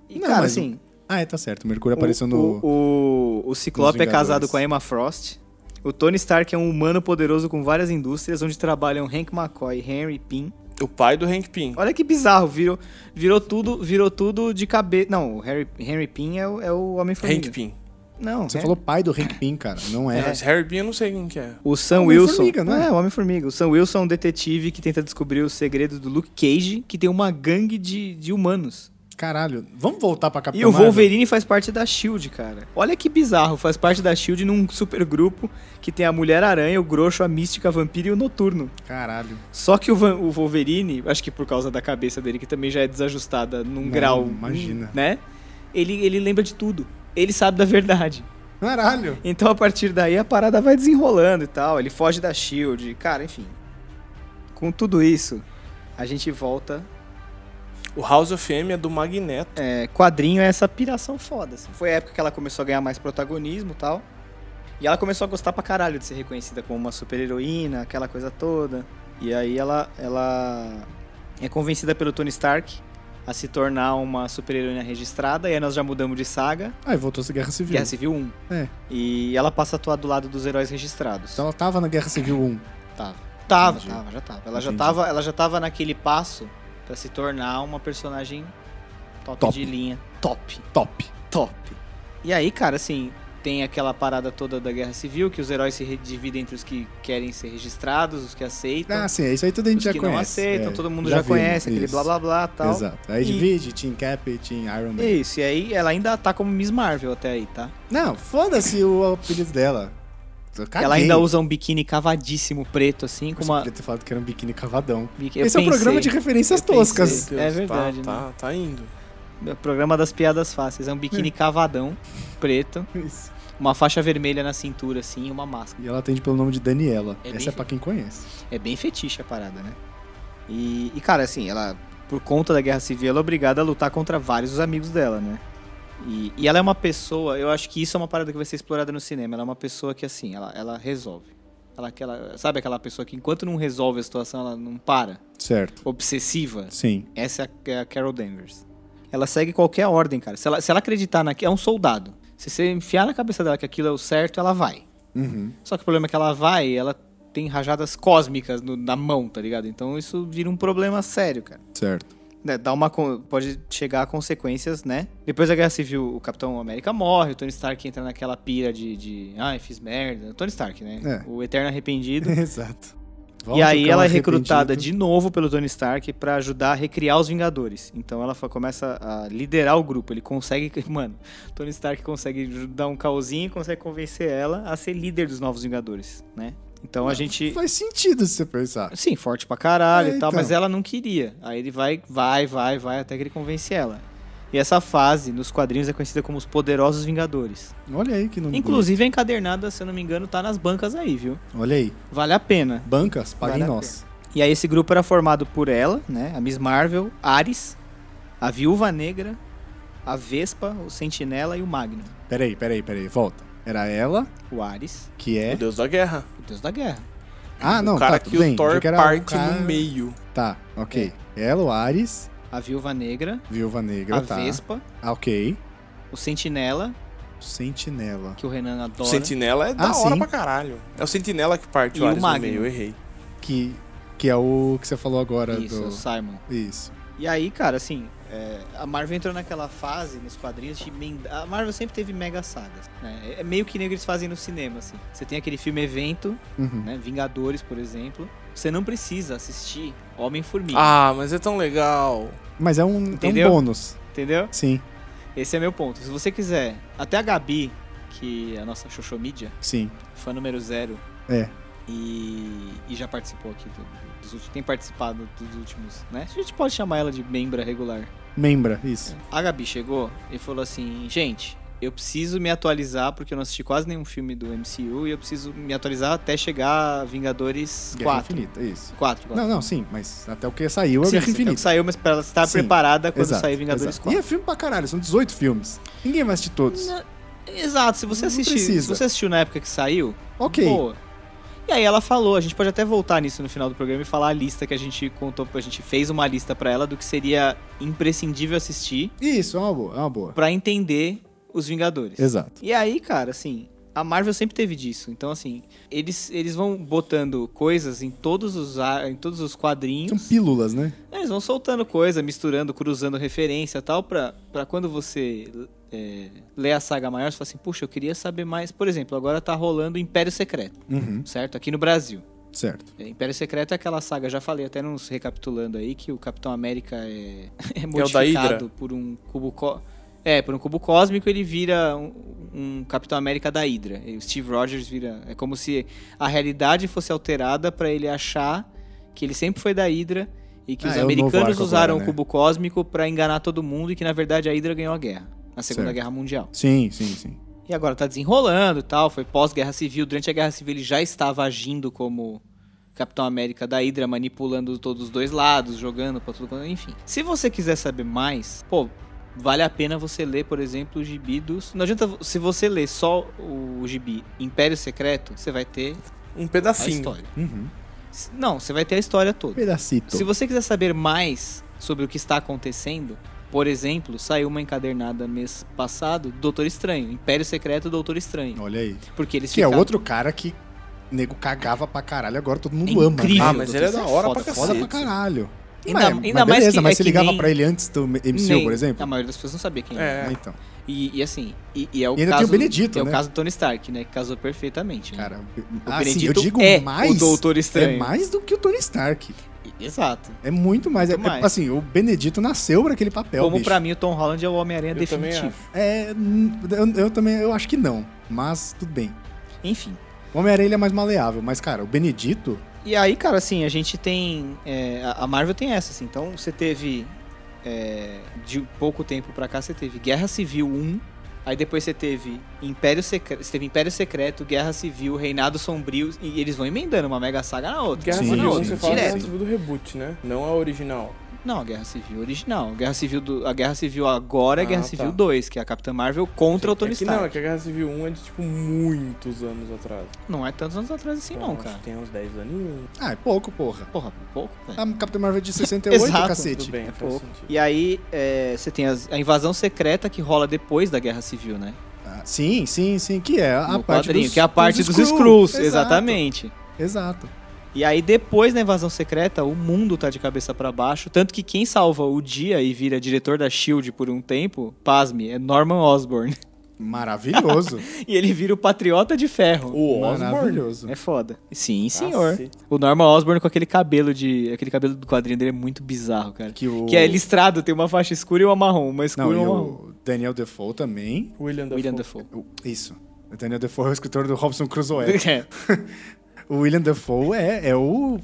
S3: E,
S1: Não,
S3: cara,
S1: mas
S3: assim.
S1: o- Ah, é, tá certo. O Mercúrio apareceu
S3: o,
S1: no...
S3: O, o, o Ciclope
S1: nos
S3: é casado
S1: Vingadores.
S3: com a Emma Frost. O Tony Stark é um humano poderoso com várias indústrias, onde trabalham Hank McCoy, Henry Pym.
S2: O pai do Hank Pym.
S3: Olha que bizarro, virou, virou tudo virou tudo de cabeça. Não, o Harry, Henry Pym é o, é o Homem-Formiga.
S2: Hank Pym.
S3: Não, é.
S1: Você
S3: Harry-
S1: falou pai do Hank Pym, cara. Não
S2: É.
S1: é.
S2: Mas Harry Pym eu não sei quem que é.
S3: O Sam Wilson.
S1: Homem-Formiga, não é?
S3: é, o Homem-Formiga. O Sam Wilson é um detetive que tenta descobrir os segredos do Luke Cage, que tem uma gangue de, de humanos.
S1: Caralho. Vamos voltar pra Capitão
S3: E o
S1: Marvel?
S3: Wolverine faz parte da Shield, cara. Olha que bizarro, faz parte da Shield num supergrupo que tem a Mulher Aranha, o Groxo, a Mística, a Vampira e o Noturno.
S1: Caralho.
S3: Só que o, Van- o Wolverine, acho que por causa da cabeça dele, que também já é desajustada num
S1: Não,
S3: grau.
S1: imagina.
S3: Né? Ele, ele lembra de tudo. Ele sabe da verdade.
S1: Caralho.
S3: Então a partir daí a parada vai desenrolando e tal. Ele foge da Shield, cara, enfim. Com tudo isso, a gente volta.
S2: O House of M é do Magneto.
S3: É, quadrinho é essa piração foda. assim. Foi a época que ela começou a ganhar mais protagonismo e tal. E ela começou a gostar pra caralho de ser reconhecida como uma super heroína, aquela coisa toda. E aí ela, ela é convencida pelo Tony Stark a se tornar uma super heroína registrada. E aí nós já mudamos de saga.
S1: Ah, e voltou a Guerra Civil.
S3: Guerra Civil 1.
S1: É.
S3: E ela passa a atuar do lado dos heróis registrados.
S1: Então ela tava na Guerra Civil 1.
S3: Tava. Tava,
S1: Entendi.
S3: tava, já tava. Ela já
S1: Entendi.
S3: tava, ela já tava naquele passo pra se tornar uma personagem top,
S1: Top.
S3: de linha. Top.
S1: Top.
S3: Top. E aí, cara, assim, tem aquela parada toda da Guerra Civil, que os heróis se re- dividem entre os que querem ser registrados, os que aceitam,
S1: Ah, sim, é isso aí tudo a gente
S3: os
S1: já
S3: que
S1: conhece.
S3: não aceitam,
S1: É,
S3: todo mundo já,
S1: vimos,
S3: conhece, aquele
S1: isso.
S3: blá blá blá tal.
S1: Exato. Aí
S3: E-
S1: divide, Team Cap, Team Iron Man.
S3: Isso, e aí ela ainda tá como Miss Marvel até aí, tá?
S1: Não, foda-se o apelido dela. Eu Caguei.
S3: Ela ainda usa um biquíni cavadíssimo preto, assim, com
S1: Você
S3: uma.
S1: podia ter falado que era um biquíni cavadão.
S3: biqui- eu
S1: Esse é um programa de
S3: pensei.
S1: referências
S3: eu pensei.
S1: toscas.
S3: É verdade, né?
S2: Tá, tá, tá indo.
S3: É O programa das piadas fáceis. É um biquíni cavadão, preto,
S1: Isso.
S3: uma faixa vermelha na cintura, assim, e uma máscara.
S1: E ela atende pelo nome de Daniela.
S3: É
S1: Essa
S3: bem
S1: é pra quem conhece.
S3: É bem fetiche a parada, né? E, e, cara, assim, ela, por conta da guerra civil, ela é obrigada a lutar contra vários dos amigos dela, né? E, e ela é uma pessoa, eu acho que isso é uma parada que vai ser explorada no cinema. Ela é uma pessoa que, assim, ela, ela resolve. Ela, é aquela, sabe aquela pessoa que, enquanto não resolve a situação, ela não para?
S1: Certo.
S3: Obsessiva?
S1: Sim.
S3: Essa é a- é a Carol Danvers. Ela segue qualquer ordem, cara. Se ela, se ela acreditar naquilo, é um soldado. Se você enfiar na cabeça dela que aquilo é o certo, ela vai.
S1: Uhum.
S3: Só que o problema é que ela vai e ela tem rajadas cósmicas no- na mão, tá ligado? Então isso vira um problema sério, cara.
S1: Certo.
S3: Né, Dá uma, con- pode chegar a consequências, né? Depois da Guerra Civil, o Capitão América morre, o Tony Stark entra naquela pira de, de ai, fiz merda. O Tony Stark, né?
S1: É.
S3: O Eterno Arrependido.
S1: Exato.
S3: e
S1: Volta o
S3: aí
S1: cão
S3: ela é recrutada
S1: arrependido.
S3: de novo pelo Tony Stark pra ajudar a recriar os Vingadores. Então ela fa- começa a liderar o grupo. Ele consegue, mano, Tony Stark consegue dar um calzinho e consegue convencer ela a ser líder dos novos Vingadores, né? Então
S1: Ah,
S3: a gente
S1: Faz sentido se você pensar.
S3: Sim, forte pra caralho
S1: É,
S3: e tal,
S1: então.
S3: mas ela não queria. Aí ele vai, vai, vai, vai até que ele convence ela. E essa fase nos quadrinhos é conhecida como os Poderosos Vingadores.
S1: Olha aí que não.
S3: Inclusive a encadernada, se eu não me engano, tá nas bancas aí, viu?
S1: Olha aí.
S3: Vale a pena.
S1: Bancas, paguem
S3: Vale a
S1: nós.
S3: E aí esse grupo era formado por ela, né? A Miss Marvel, Ares, a Viúva Negra, a Vespa, o Sentinela e o Magno.
S1: Peraí, peraí, peraí. Volta. Era ela,
S3: O Ares,
S1: que
S2: O
S1: é.
S2: Deus da Guerra.
S3: o deus da guerra.
S1: Ah, não,
S2: o cara
S1: tá,
S2: que
S1: tudo bem.
S2: o
S1: Achei
S2: Thor
S1: que era um
S2: parte
S1: cara-
S2: no meio.
S1: Tá, ok. Ela, o Ares,
S3: A Viúva Negra,
S1: Viúva Negra,
S3: É. a
S1: tá.
S3: Vespa,
S1: Ah, ok.
S3: o Sentinela,
S1: Sentinela.
S3: que o Renan adora.
S2: O Sentinela é da
S1: Ah,
S2: hora
S1: sim.
S2: pra caralho. É o Sentinela que parte
S3: E
S2: o
S3: o
S2: Ares no
S3: Magno.
S2: meio, eu errei.
S1: Que, que é o que você falou agora
S3: Isso, é o Simon.
S1: do. Isso.
S3: E aí, cara, assim, é, a Marvel entrou naquela fase, nos quadrinhos, de emenda- a Marvel sempre teve mega sagas, né? É meio que nem o que eles fazem no cinema, assim. Você tem aquele filme evento,
S1: Uhum.
S3: né? Vingadores, por exemplo. Você não precisa assistir Homem-Formiga,
S2: Ah, mas é tão legal.
S1: Mas é um, é um
S3: Entendeu?
S1: bônus.
S3: entendeu?
S1: Sim,
S3: Esse é meu ponto. Se você quiser, até a Gabi, que é a nossa Xoxo Mídia,
S1: sim.
S3: fã número zero,
S1: É.
S3: e, e já participou aqui do- do- dos últimos, tem participado dos últimos, né? A gente pode chamar ela de membra regular.
S1: Membra, isso.
S3: A Gabi chegou e falou assim: gente, eu preciso me atualizar porque eu não assisti quase nenhum filme do MCU e eu preciso me atualizar até chegar a Vingadores
S1: Guerra
S3: 4.
S1: Infinita, isso.
S3: 4, 4.
S1: Não, não, sim, mas até o que saiu é o Guerra
S3: Sim, sim, é o que
S1: Infinita.
S3: saiu, mas pra ela estar
S1: Sim,
S3: preparada quando
S1: Exato,
S3: sair Vingadores
S1: exato. E
S3: 4.
S1: é filme pra caralho, são 18 filmes. Ninguém vai assistir todos.
S3: Exato, se você
S1: Não
S3: assistir, se
S1: precisa.
S3: você assistiu na época que saiu,
S1: Ok.
S3: boa. E aí ela falou, a gente pode até voltar nisso no final do programa e falar a lista que a gente contou, a gente fez uma lista pra ela do que seria imprescindível assistir
S1: Isso, é uma boa, é uma boa.
S3: pra entender os Vingadores.
S1: Exato.
S3: E aí, cara, assim, a Marvel sempre teve disso. Então, assim, eles, eles vão botando coisas em todos os ar- em todos os
S1: São
S3: quadrinhos. É,
S1: pílulas, né?
S3: Eles vão soltando coisa, misturando, cruzando referência e tal, pra, pra quando você é, lê a saga maior, você fala assim, puxa, eu queria saber mais. Por exemplo, agora tá rolando Império Secreto,
S1: Uhum,
S3: certo? Aqui no Brasil.
S1: certo.
S3: É, Império Secreto é aquela saga, já falei até nos recapitulando aí, que o Capitão América é, é
S2: o da
S3: modificado
S2: Hydra.
S3: por um cubo có- É, por um cubo cósmico ele vira um, um Capitão América da Hydra. E o Steve Rogers vira. É como se a realidade fosse alterada pra ele achar que ele sempre foi da Hydra e que
S1: Ah,
S3: os
S1: é o novo
S3: americanos
S1: arco
S3: usaram
S1: agora,
S3: o
S1: né?
S3: cubo cósmico pra enganar todo mundo e que na verdade a Hydra ganhou a guerra, na Segunda
S1: Certo.
S3: Guerra Mundial.
S1: Sim, sim, sim.
S3: E agora tá desenrolando e tal, foi pós-guerra civil. Durante a guerra civil ele já estava agindo como Capitão América da Hydra, manipulando todos os dois lados, jogando pra tudo quanto, enfim. Se você quiser saber mais, pô, vale a pena você ler, por exemplo, o gibi dos... Não adianta, se você ler só o gibi Império Secreto, você vai ter
S2: Um
S3: a
S2: pedacinho.
S3: história.
S1: Uhum.
S3: S- Não, você vai ter a história toda.
S1: Pedacito.
S3: Se você quiser saber mais sobre o que está acontecendo, por exemplo, saiu uma encadernada mês passado, Doutor Estranho, Império Secreto Doutor Estranho.
S1: Olha aí.
S3: Porque eles
S1: Que é
S3: ficaram...
S1: outro cara que nego cagava pra caralho, agora todo mundo
S3: É
S1: ama. né?
S3: incrível,
S2: Ah, mas
S3: Doutor
S2: ele é da
S3: Estranho,
S2: hora
S3: foda,
S2: pra
S1: Foda pra
S2: Cacete.
S1: caralho.
S3: Ainda-
S1: Mas-
S3: ainda
S1: mas
S3: mais
S1: beleza,
S3: que-
S1: mas
S3: é
S1: se
S3: que
S1: ligava
S3: nem-
S1: pra ele antes do MCU,
S3: Nem-
S1: por exemplo.
S3: A maioria das pessoas não sabia quem é.
S2: É.
S1: Ah, Então,
S3: E, e assim, e, e é o
S1: E ainda tem
S3: caso...
S1: o Benedito,
S3: É
S1: né?
S3: o caso do Tony Stark, né? Que casou perfeitamente. né?
S1: cara,
S3: o
S1: assim,
S3: Benedito
S1: eu digo
S3: é
S1: mais.
S3: o Doutor Estranho.
S1: É mais do que o Tony Stark.
S3: Exato.
S1: É muito mais. É-
S3: Muito
S1: é,
S3: mais.
S1: assim, o Benedito nasceu pra aquele papel.
S3: Como
S1: bicho.
S3: pra mim o Tom Holland é o Homem-Aranha
S2: Eu também
S3: definitivo.
S1: É, n- eu, eu também eu acho que não. Mas tudo bem.
S3: Enfim.
S1: O Homem-Aranha ele é mais maleável, mas, cara, o Benedito.
S3: E aí, cara, assim, a gente tem. é, a- a Marvel tem essa, assim. Então você teve. é, de pouco tempo pra cá, você teve Guerra Civil 1. Aí depois você teve Império Secreto. Você teve Império Secreto, Guerra Civil, Reinado Sombrio. E eles vão emendando uma mega saga na outra.
S2: Guerra
S1: Sim,
S2: Civil,
S1: sim,
S2: quando você fala Guerra
S3: direto.
S2: Civil do reboot, né? Não a original.
S3: Não, a Guerra Civil original. A Guerra Civil, do, a Guerra Civil agora é a
S2: Ah,
S3: Guerra
S2: tá.
S3: Civil 2, que é a Capitã Marvel contra o Tony
S2: é que não, é
S3: Stark.
S2: que a Guerra Civil 1 é de, tipo, muitos anos atrás.
S3: Não, é tantos anos atrás assim, não,
S2: Então, acho
S3: cara.
S2: que Tem uns 10 aninhos.
S1: Ah, é pouco, porra.
S3: Porra, pouco, velho.
S1: A Capitã Marvel é de 68,
S3: Exato,
S1: cacete.
S2: Tudo bem,
S3: É
S2: faz
S3: pouco.
S2: sentido.
S3: E aí, é, você tem as- a invasão secreta que rola depois da Guerra Civil, né?
S1: Ah, sim, sim, sim. Que é a
S3: no
S1: parte
S3: quadrinho,
S1: dos,
S3: que é a parte dos,
S1: Skrulls.
S3: Skrulls,
S1: Exato,
S3: exatamente.
S1: Exato.
S3: E aí, depois da invasão secreta, o mundo tá de cabeça pra baixo. Tanto que quem salva o dia e vira diretor da Shield por um tempo, pasme, é Norman Osborn.
S1: Maravilhoso.
S3: E ele vira o Patriota de Ferro.
S2: O Osborne.
S1: Maravilhoso.
S3: É foda. Sim, senhor.
S2: Cacete.
S3: O Norman Osborn com aquele cabelo de. Aquele cabelo do quadrinho dele é muito bizarro, cara.
S1: Que o-
S3: que é listrado, tem uma faixa escura e uma marrom. Uma escura
S1: Não,
S3: e
S1: e
S3: uma marrom.
S1: o Daniel Defoe também.
S2: William Dafoe.
S3: William Dafoe.
S1: O- Isso. O Daniel Defoe é o escritor do Robson Crusoe.
S3: É.
S1: o William Defoe é, é o.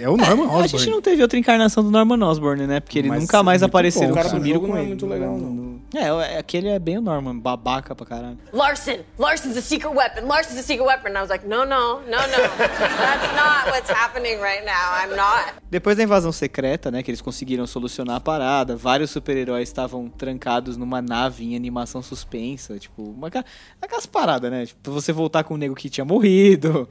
S1: É o Norman
S3: A
S1: Osborn.
S3: gente não teve outra encarnação do Norman Osborn, né? Porque ele
S1: Mas
S3: nunca mais
S1: muito
S3: apareceu.
S1: bom,
S2: O cara
S1: Cara,
S2: do
S1: sumiram
S2: jogo não é muito legal, não.
S3: É, é, aquele é bem o Norman, babaca pra caralho.
S4: Larson, Larson's a secret weapon. Larson's a secret weapon. And I was like, no, no, no, no. That's not what's happening right now. I'm not.
S3: Depois da invasão secreta, né, que eles conseguiram solucionar a parada, vários super-heróis estavam trancados numa nave em animação suspensa, tipo, uma, ca- aquelas paradas, né? Tipo, você voltar com um nego que tinha morrido,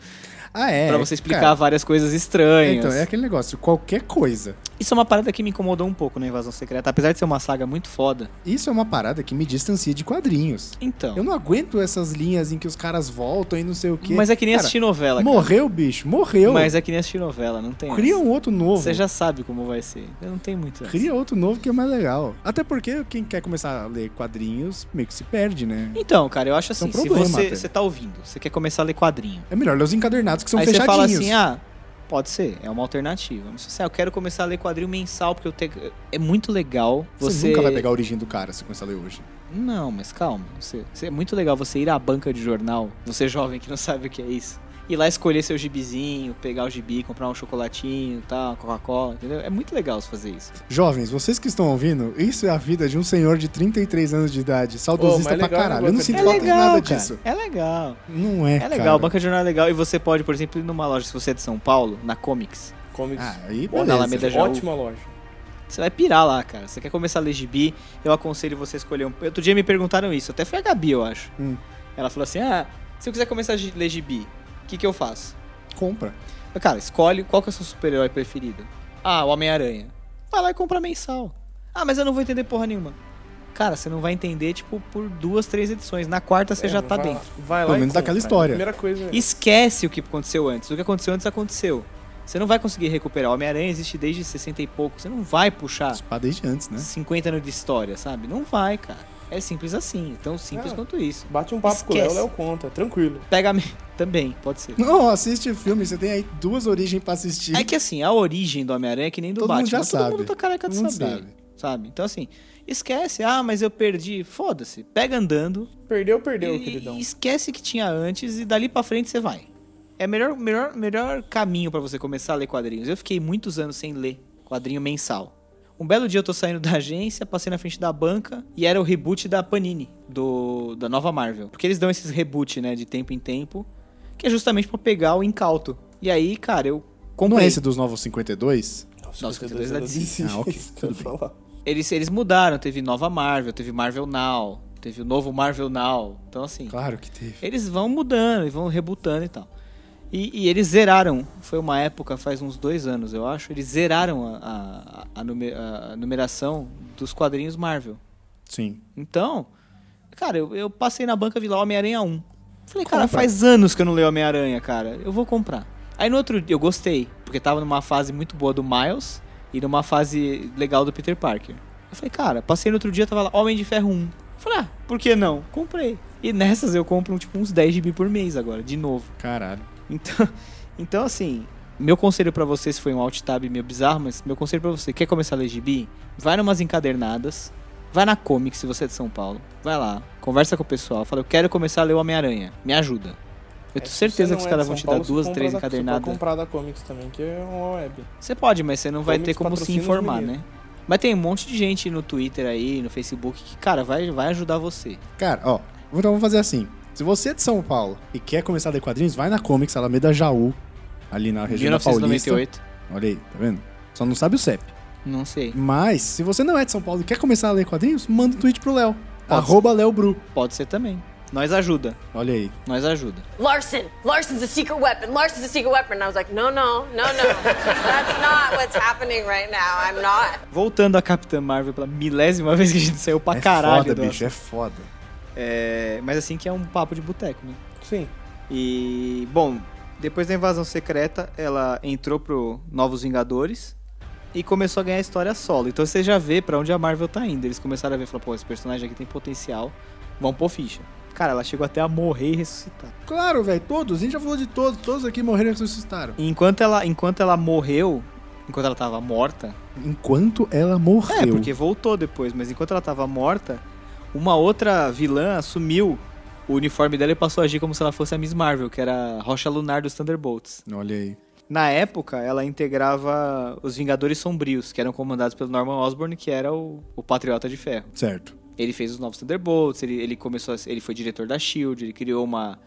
S1: Ah, é.
S3: pra você explicar
S1: Cara,
S3: várias coisas
S1: é,
S3: estranhas.
S1: então, é aquele negócio, qualquer coisa.
S3: Isso é uma parada que me incomodou um pouco na invasão secreta, apesar de ser uma saga muito foda.
S1: Isso é uma parada que me distancia de quadrinhos.
S3: Então,
S1: Eu não aguento essas linhas em que os caras voltam e não sei o quê.
S3: mas é que nem
S1: Cara,
S3: assistir novela, cara.
S1: Morreu, bicho, morreu.
S3: Mas é que nem assistir novela, não tem.
S1: Cria
S3: essa.
S1: um outro novo.
S3: Você já sabe como vai ser. Não tem muito. essa.
S1: Cria outro novo que é mais legal. Até porque quem quer começar a ler quadrinhos meio que se perde, né?
S3: Então, cara, eu acho
S1: Isso é
S3: assim,
S1: um
S3: se
S1: problema
S3: você,
S1: até.
S3: você tá ouvindo, você quer começar a ler quadrinho.
S1: É melhor ler os encadernados que são
S3: aí você fala
S1: fechadinhos.
S3: assim, ah, pode ser, é uma alternativa. Mas se você, ah, eu quero começar a ler quadrinho mensal, porque eu te... é muito legal
S1: você...
S3: você...
S1: nunca vai pegar um a origem do cara se começar a ler hoje.
S3: Não, mas calma. Você... você- É muito legal você ir à banca de jornal, você jovem que não sabe o que é isso. Ir lá escolher seu gibizinho, pegar o gibi, comprar um chocolatinho e tal, Coca-Cola, entendeu? É muito legal você fazer isso.
S1: Jovens, vocês que estão ouvindo, isso é a vida de um senhor de 33 anos de idade, saudosista
S2: Ô, mas
S1: pra
S2: é legal,
S1: caralho.
S2: né,
S1: Eu não
S2: Banca
S1: sinto
S3: é
S2: de
S1: falta
S3: legal,
S1: de nada
S3: cara.
S1: disso.
S3: É legal.
S1: Não é,
S3: É legal,
S1: cara.
S3: banca de jornal é legal. E você pode, por exemplo, ir numa loja, se você é de São Paulo, na Comics.
S2: Comics.
S1: Ah, aí
S3: Ou
S1: beleza.
S3: na Alameda Jaú.
S2: Ótima loja.
S3: Você vai pirar lá, cara. Você quer começar a ler gibi, eu aconselho você a escolher um. Outro dia me perguntaram isso, até foi a Gabi, eu acho.
S1: Hum.
S3: Ela falou assim: ah, se eu quiser começar a gi- ler gibi, o que, que eu faço?
S1: Compra.
S3: Eu, Cara, escolhe qual que é o seu super-herói preferido. Ah, o Homem-Aranha. Vai lá e compra mensal. Ah, mas eu não vou entender porra nenhuma. Cara, você não vai entender, tipo, por duas, três edições. Na quarta você já tá
S2: É, vai,
S3: dentro.
S2: Vai lá
S1: Pelo
S2: e
S1: menos
S2: compra.
S1: daquela história.
S2: A primeira coisa é-
S3: Esquece o que aconteceu antes. O que aconteceu antes aconteceu. Você não vai conseguir recuperar. O Homem-Aranha existe desde 60 e pouco. Você não vai puxar
S1: Espada desde antes, né?
S3: 50 anos de história, sabe? Não vai, cara. É simples assim. Tão simples
S1: É.
S2: Ah.
S3: quanto isso.
S2: Bate um papo com o
S3: Esquece.
S2: Léo, Léo conta, tranquilo.
S3: Pega a... me- Também, pode ser.
S1: Não, assiste filme, você tem aí duas origens pra assistir.
S3: É que assim, a origem do Homem-Aranha é que nem do
S1: Todo mundo
S3: Batman.
S1: já sabe.
S3: Todo mundo tá careca de
S1: Todo mundo
S3: saber.
S1: sabe.
S3: Sabe. Então assim, esquece. Ah, mas eu perdi. Foda-se. Pega andando.
S2: Perdeu, perdeu,
S3: e,
S2: queridão.
S3: e esquece que tinha antes e dali pra frente você vai. É o melhor, melhor, melhor caminho pra você começar a ler quadrinhos. Eu fiquei muitos anos sem ler quadrinho mensal. Um belo dia eu tô saindo da agência, passei na frente da banca e era o reboot da Panini, do, da nova Marvel. Porque eles dão esses reboot, né, de tempo em tempo, que é justamente pra pegar o incauto. E aí, cara, eu comprei.
S1: Não é esse dos Novos 52?
S3: Nossa,
S2: que
S3: que dois da
S2: assim,
S3: Disney.
S1: Ah, ok, tudo
S2: falar.
S3: Eles, eles mudaram, teve nova Marvel, teve Marvel Now, teve o novo Marvel Now. Então assim,
S1: Claro que teve.
S3: eles vão mudando e vão rebutando e tal. E, e eles zeraram, foi uma época, faz uns dois anos eu acho, eles zeraram a, a- a nume- a numeração dos quadrinhos Marvel.
S1: Sim.
S3: Então, cara, eu, eu passei na banca e vi lá Homem-Aranha 1. Falei, cara, faz anos que eu não leio Homem-Aranha, cara. Eu vou comprar. Aí no outro dia eu gostei, porque tava numa fase muito boa do Miles e numa fase legal do Peter Parker. Eu falei, cara, passei no outro dia, tava lá Homem de Ferro 1. Falei, ah, por que não? Comprei. E nessas eu compro tipo uns 10 GB por mês agora, de novo.
S1: Caralho.
S3: Então, então assim, meu conselho pra você, se foi um alt tab meio bizarro, mas meu conselho pra você, quer começar a ler gibi? Vai numas encadernadas, vai na Comic, se você é de São Paulo, vai lá, conversa com o pessoal, fala, eu quero começar a ler o Homem-Aranha, me ajuda.
S2: É,
S3: Eu tenho
S2: se você
S3: certeza que
S2: não
S3: os
S2: é
S3: caras
S2: de
S3: vão
S2: São
S3: te
S2: Paulo,
S3: dar duas,
S2: você
S3: três
S2: compra da- Você pode
S3: encadernadas.
S2: comprar da Comics também, que é uma web.
S3: Você pode, mas você não vai
S2: Comics
S3: ter como se
S2: patrocina os
S3: informar,
S2: meninos.
S3: né? Mas tem um monte de gente no Twitter aí, no Facebook, que, cara, vai, vai ajudar você.
S1: Cara, ó, então vamos fazer assim. Se você é de São Paulo e quer começar a ler quadrinhos, vai na Comics Alameda Jaú, ali na região da Paulista.
S3: 1998,
S1: Olha aí, tá vendo? Só não sabe o CEP.
S3: não sei,
S1: Mas, se você não é de São Paulo e quer começar a ler quadrinhos, manda um tweet pro Léo. Arroba Léo Bru.
S3: pode ser também. Nós ajuda,
S1: Olha aí.
S3: nós ajuda.
S4: Larson, Larson's a secret weapon. Larson's a secret weapon. And I was like, no, no, no, no. That's not what's happening right now. I'm not.
S3: Voltando a Capitã Marvel pela milésima vez que a gente saiu pra caralho.
S1: É foda,
S3: do
S1: bicho,
S3: assunto.
S1: é foda.
S3: É, mas assim que é um papo de boteco, né?
S2: Sim.
S3: E, bom, depois da invasão secreta, ela entrou pro Novos Vingadores e começou a ganhar história solo. Então você já vê pra onde a Marvel tá indo. Eles começaram a ver, falar, pô, esse personagem aqui tem potencial, vão pôr ficha. Cara, ela chegou até a morrer e ressuscitar.
S1: Claro, velho, todos. A gente já falou de todos. Todos aqui morreram e ressuscitaram.
S3: E enquanto ela, enquanto ela morreu, enquanto ela tava morta,
S1: Enquanto ela
S3: É,
S1: morreu.
S3: porque voltou depois, mas enquanto ela tava morta, uma outra vilã assumiu o uniforme dela e passou a agir como se ela fosse a Miss Marvel, que era a Rocha Lunar dos Thunderbolts.
S1: Olha aí.
S3: Na época, ela integrava os Vingadores Sombrios, que eram comandados pelo Norman Osborn, que era o, o Patriota de Ferro.
S1: Certo.
S3: Ele fez os novos Thunderbolts, ele, ele começou a, ser- ele foi diretor da Shield, ele criou uma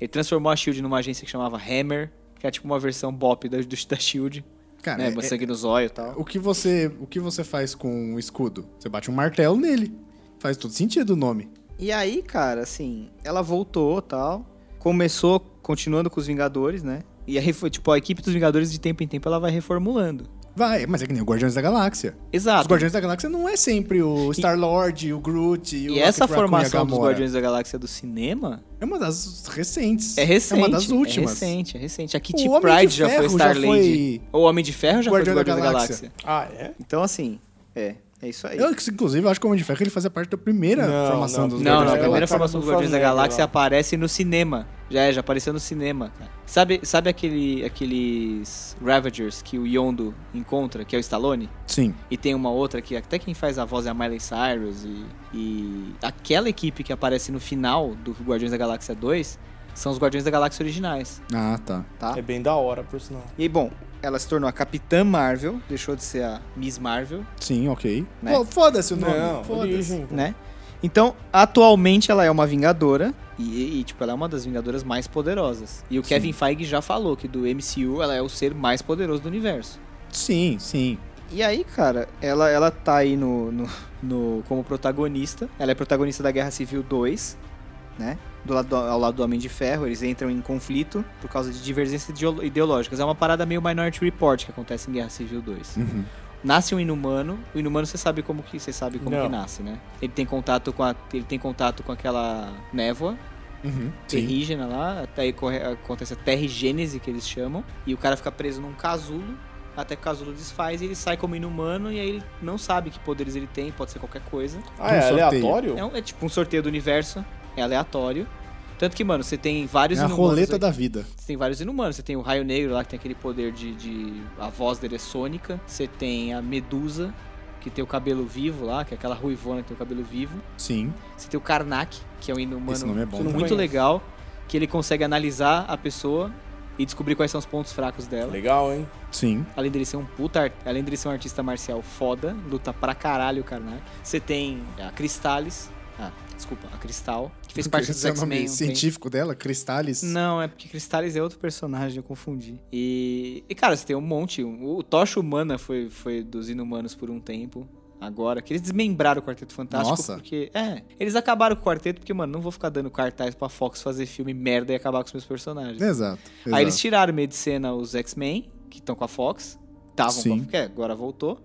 S3: ele transformou a Shield numa agência que chamava Hammer, que era tipo uma versão bop da, do- da Shield,
S1: Cara,
S3: né,
S1: é-
S3: com sangue no zóio e tal.
S1: O que você, o que você faz com um escudo? Você bate um martelo nele. Faz todo sentido o nome.
S3: E aí, cara, assim, ela voltou tal. Começou continuando com os Vingadores, né? E aí foi, tipo, a equipe dos Vingadores de tempo em tempo ela vai reformulando.
S1: Vai, mas é que nem o Guardiões da Galáxia. Os
S3: Exato.
S1: Guardiões da Galáxia não é sempre o Star-Lord, o Groot e o
S3: E
S1: Rocket Raccoon e
S3: essa
S1: a
S3: formação dos
S1: Gamora.
S3: Guardiões da Galáxia do cinema
S1: é uma das recentes.
S3: é recente.
S1: É uma das últimas.
S3: É recente, é recente. A Kitty
S1: O Homem de
S3: Pryde já
S1: Ferro
S3: foi
S1: já
S3: Star-Lady.
S1: foi-
S3: O Homem de Ferro já
S1: Guardião
S3: foi
S1: da
S3: do Guardião da
S1: Galáxia.
S3: Galáxia.
S2: Ah, é?
S3: Então, assim, é. É isso aí.
S1: Eu, inclusive, acho que o Homem de Ferro ele fazia parte da primeira
S2: Não,
S1: formação
S2: não.
S1: dos Guardiões
S3: Não, não,
S1: da
S3: a
S1: Galáxia.
S3: primeira
S2: cara
S3: formação
S2: do
S3: dos Guardiões da
S2: Flamengo lá.
S3: Galáxia aparece no cinema. Já é, já apareceu no cinema. cara. Sabe, sabe aquele, aqueles Ravagers que o Yondo encontra, que é o Stallone?
S1: Sim.
S3: E tem uma outra que até quem faz a voz é a Miley Cyrus. E, e aquela equipe que aparece no final do Guardiões da Galáxia 2 são os Guardiões da Galáxia originais,
S1: Ah, tá.
S3: tá?
S2: É bem da hora, por sinal.
S3: E aí, bom, ela se tornou a Capitã Marvel, deixou de ser a Miss Marvel,
S1: Sim, ok.
S3: Né?
S1: Pô, Foda-se o nome.
S2: Não,
S1: Foda-se.
S2: origem.
S3: né? Então, atualmente ela é uma Vingadora. E, e, tipo, ela é uma das Vingadoras mais poderosas. E o Kevin Feige já falou que do MCU ela é o ser mais poderoso do universo.
S1: Sim, sim.
S3: E aí, cara, ela, ela tá aí no, no, no- como protagonista. Ela é protagonista da Guerra Civil 2, né? Do lado, do- ao lado do Homem de Ferro. Eles entram em conflito por causa de divergências ideo- ideológicas. É uma parada meio Minority Report que acontece em Guerra Civil 2.
S1: Uhum,
S3: Nasce um inumano. O inumano você sabe como que você sabe como
S2: Não.
S3: que nasce, né? Ele tem contato com a, ele tem contato com aquela névoa
S1: Uhum.
S3: terrígena lá, até aí corre- acontece a terrigênese que eles chamam, e o cara fica preso num casulo, até que o casulo desfaz e ele sai como inumano, e aí ele não sabe que poderes ele tem, pode ser qualquer coisa.
S2: Ah, é
S1: Um sorteio.
S2: aleatório?
S3: É, um- é tipo um sorteio do universo, é aleatório. Tanto que, mano, você tem vários
S1: É a
S3: inumanos
S1: roleta
S3: aí-
S1: da vida.
S3: Você tem vários inumanos, você tem o Raio Negro lá, que tem aquele poder de... de- a voz dele é sônica, você tem a Medusa, que tem o cabelo vivo lá, que é aquela ruivona que tem o cabelo vivo.
S1: Sim.
S3: Você tem o Karnak, que é um
S1: Esse
S3: inumano
S1: nome é bom.
S2: não
S1: também.
S3: muito
S2: conheço.
S3: legal que ele consegue analisar a pessoa e descobrir quais são os pontos fracos dela.
S2: Legal, hein?
S1: Sim.
S3: Além dele ser um puta, ar- além dele ser um artista marcial foda, luta pra caralho o Karnak. Você tem a Cristalis, ah, desculpa, a Cristal, que fez parte dos
S1: Esse é o nome
S3: X-Men. um tempo.
S1: científico dela, Cristalis.
S3: Não, é porque Cristalis é outro personagem, eu confundi. E, e, cara, você tem um monte. O Tocha Humana foi, foi dos Inumanos por um tempo. Agora, que eles desmembraram o Quarteto Fantástico
S1: Nossa.
S3: porque. É, eles acabaram com o quarteto porque, mano, não vou ficar dando cartaz pra Fox fazer filme merda e acabar com os meus personagens.
S1: Exato. É, exato.
S3: Aí eles tiraram meio de cena os X-Men, que estão com a Fox. Estavam com a
S1: Sim.
S3: Fox, que "É, agora voltou.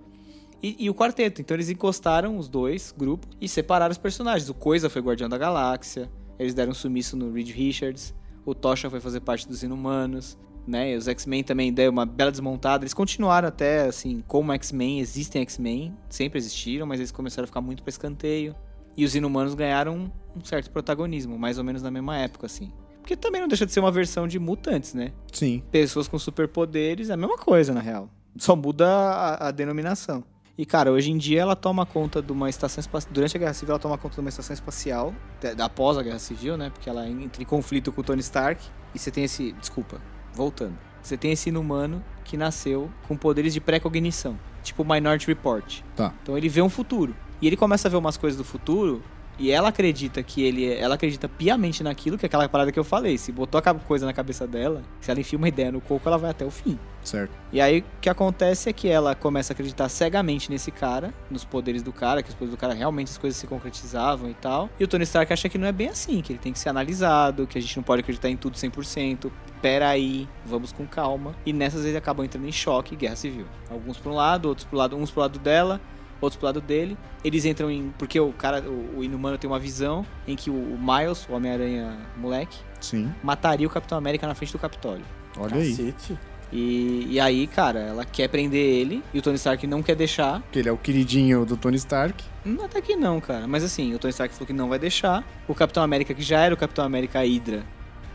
S3: E, e o quarteto. Então eles encostaram os dois grupos e separaram os personagens. O Coisa foi Guardião da Galáxia. Eles deram um sumiço no Reed Richards. O Tocha foi fazer parte dos Inumanos. Né? E os X-Men também deram uma bela desmontada. Eles continuaram até, assim, como X-Men, existem X-Men, sempre existiram, mas eles começaram a ficar muito pra escanteio. E os Inumanos ganharam um certo protagonismo, mais ou menos na mesma época, assim. Porque também não deixa de ser uma versão de mutantes, né?
S1: Sim.
S3: pessoas com superpoderes, é a mesma coisa, na real. Só muda a, a denominação. E, cara, hoje em dia ela toma conta de uma estação espacial. Durante a Guerra Civil, ela toma conta de uma estação espacial. da- da- Após a Guerra Civil, né? Porque ela entra em conflito com o Tony Stark. E você tem esse. Desculpa, voltando. Você tem esse inumano que nasceu com poderes de pré-cognição. Tipo Minority Report.
S1: Tá.
S3: Então ele vê um futuro. E ele começa a ver umas coisas do futuro. E ela acredita que ele. é- Ela acredita piamente naquilo, que é aquela parada que eu falei. Se botou a ca- coisa na cabeça dela, se ela enfia uma ideia no coco, ela vai até o fim.
S1: Certo.
S3: E aí o que acontece é que ela começa a acreditar cegamente nesse cara, nos poderes do cara, que os poderes do cara realmente as coisas se concretizavam e tal. E o Tony Stark acha que não é bem assim, que ele tem que ser analisado, que a gente não pode acreditar em tudo 100%. Peraí, vamos com calma. E nessas vezes acabam entrando em choque, guerra civil. Alguns pra um lado, outros pro lado, uns pro lado dela, outros pro lado dele. Eles entram em. Porque o cara, o, o Inumano tem uma visão em que o, o Miles, o Homem-Aranha moleque,
S1: Sim.
S3: mataria o Capitão América na frente do Capitólio.
S1: Olha aí.
S2: Cacete.
S3: E, e aí, cara, ela quer prender ele e o Tony Stark não quer deixar.
S1: Porque ele é o queridinho do Tony Stark.
S3: Hum, Até que não, cara. Mas assim, o Tony Stark falou que não vai deixar. O Capitão América, que já era o Capitão América Hydra,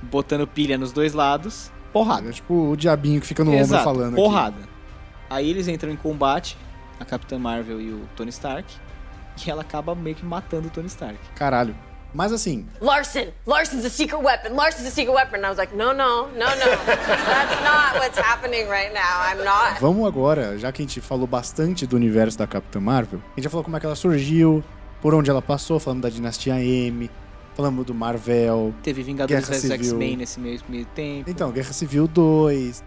S3: botando pilha nos dois lados. Porrada.
S1: É tipo o diabinho que fica no ombro
S3: Exato,
S1: falando. aqui.
S3: porrada. Aí eles entram em combate, a Capitã Marvel e o Tony Stark. E ela acaba meio que matando o Tony Stark.
S1: Caralho. Mas assim,
S4: Larson, Larson's a secret weapon. Larson's a secret weapon. And I was like, no, no, no, no. That's not what's happening right now. I'm not.
S1: vamos agora, já que a gente falou bastante do universo da Capitã Marvel, a gente já falou como é que ela surgiu, por onde ela passou, falamos da Dinastia M, falamos do Marvel,
S3: Teve Vingadores
S1: Guerra
S3: vs
S1: Civil.
S3: X-Men nesse meio, meio tempo.
S1: Então, Guerra Civil 2.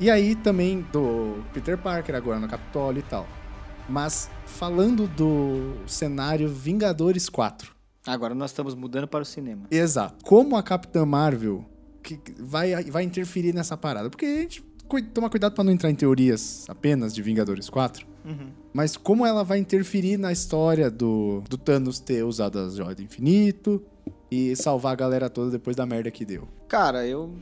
S1: E aí também do Peter Parker agora no Capitólio e tal. Mas falando do cenário Vingadores 4.
S3: Agora nós estamos mudando para o cinema.
S1: Exato. Como a Capitã Marvel que que vai, vai interferir nessa parada? Porque a gente cui- toma cuidado pra não entrar em teorias apenas de Vingadores 4. Mas como ela vai interferir na história do, do Thanos ter usado as joias do infinito e salvar a galera toda depois da merda que deu.
S3: Cara, eu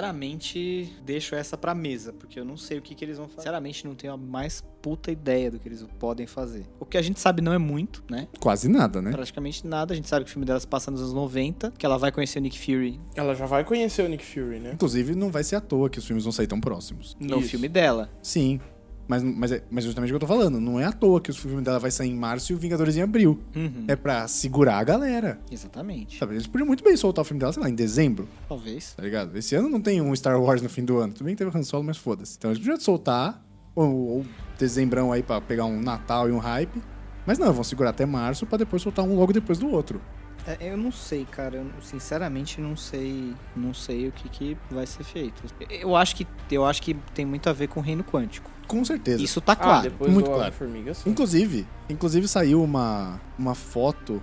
S3: sinceramente deixo essa pra mesa, porque eu não sei o que, que eles vão fazer. Sinceramente, não tenho a mais puta ideia do que eles podem fazer. O que a gente sabe não é muito, né?
S1: Quase nada, né?
S3: Praticamente nada. A gente sabe que o filme delas passa nos anos 90, que ela vai conhecer o Nick Fury
S2: Ela já vai conhecer o Nick Fury, né?
S1: Inclusive, não vai ser à toa que os filmes vão sair tão próximos.
S3: no
S2: Isso.
S3: filme dela.
S1: Sim. Mas, mas, é- mas justamente o que eu tô falando. Não é à toa que o filme dela vai sair em março e o Vingadores em abril.
S3: Uhum.
S1: É pra segurar a galera.
S3: Exatamente.
S1: Sabe? Eles podiam muito bem soltar o filme dela, sei lá, em dezembro,
S3: Talvez.
S1: tá ligado? Esse ano não tem um Star Wars no fim do ano. Tudo bem que teve o Han Solo, mas foda-se. Então eles podiam soltar, ou, ou dezembrão aí pra pegar um Natal e um hype. Mas não, vão segurar até março pra depois soltar um logo depois do outro.
S3: É, Eu não sei, cara. Eu, sinceramente, não sei, não sei o que, que vai ser feito. Eu acho que eu acho que tem muito a ver com o reino quântico.
S1: Com certeza.
S3: Isso tá
S2: ah,
S3: claro.
S2: depois
S1: muito
S2: do
S1: claro.
S2: Homem-Formiga, sim.
S1: Inclusive, inclusive saiu uma, uma foto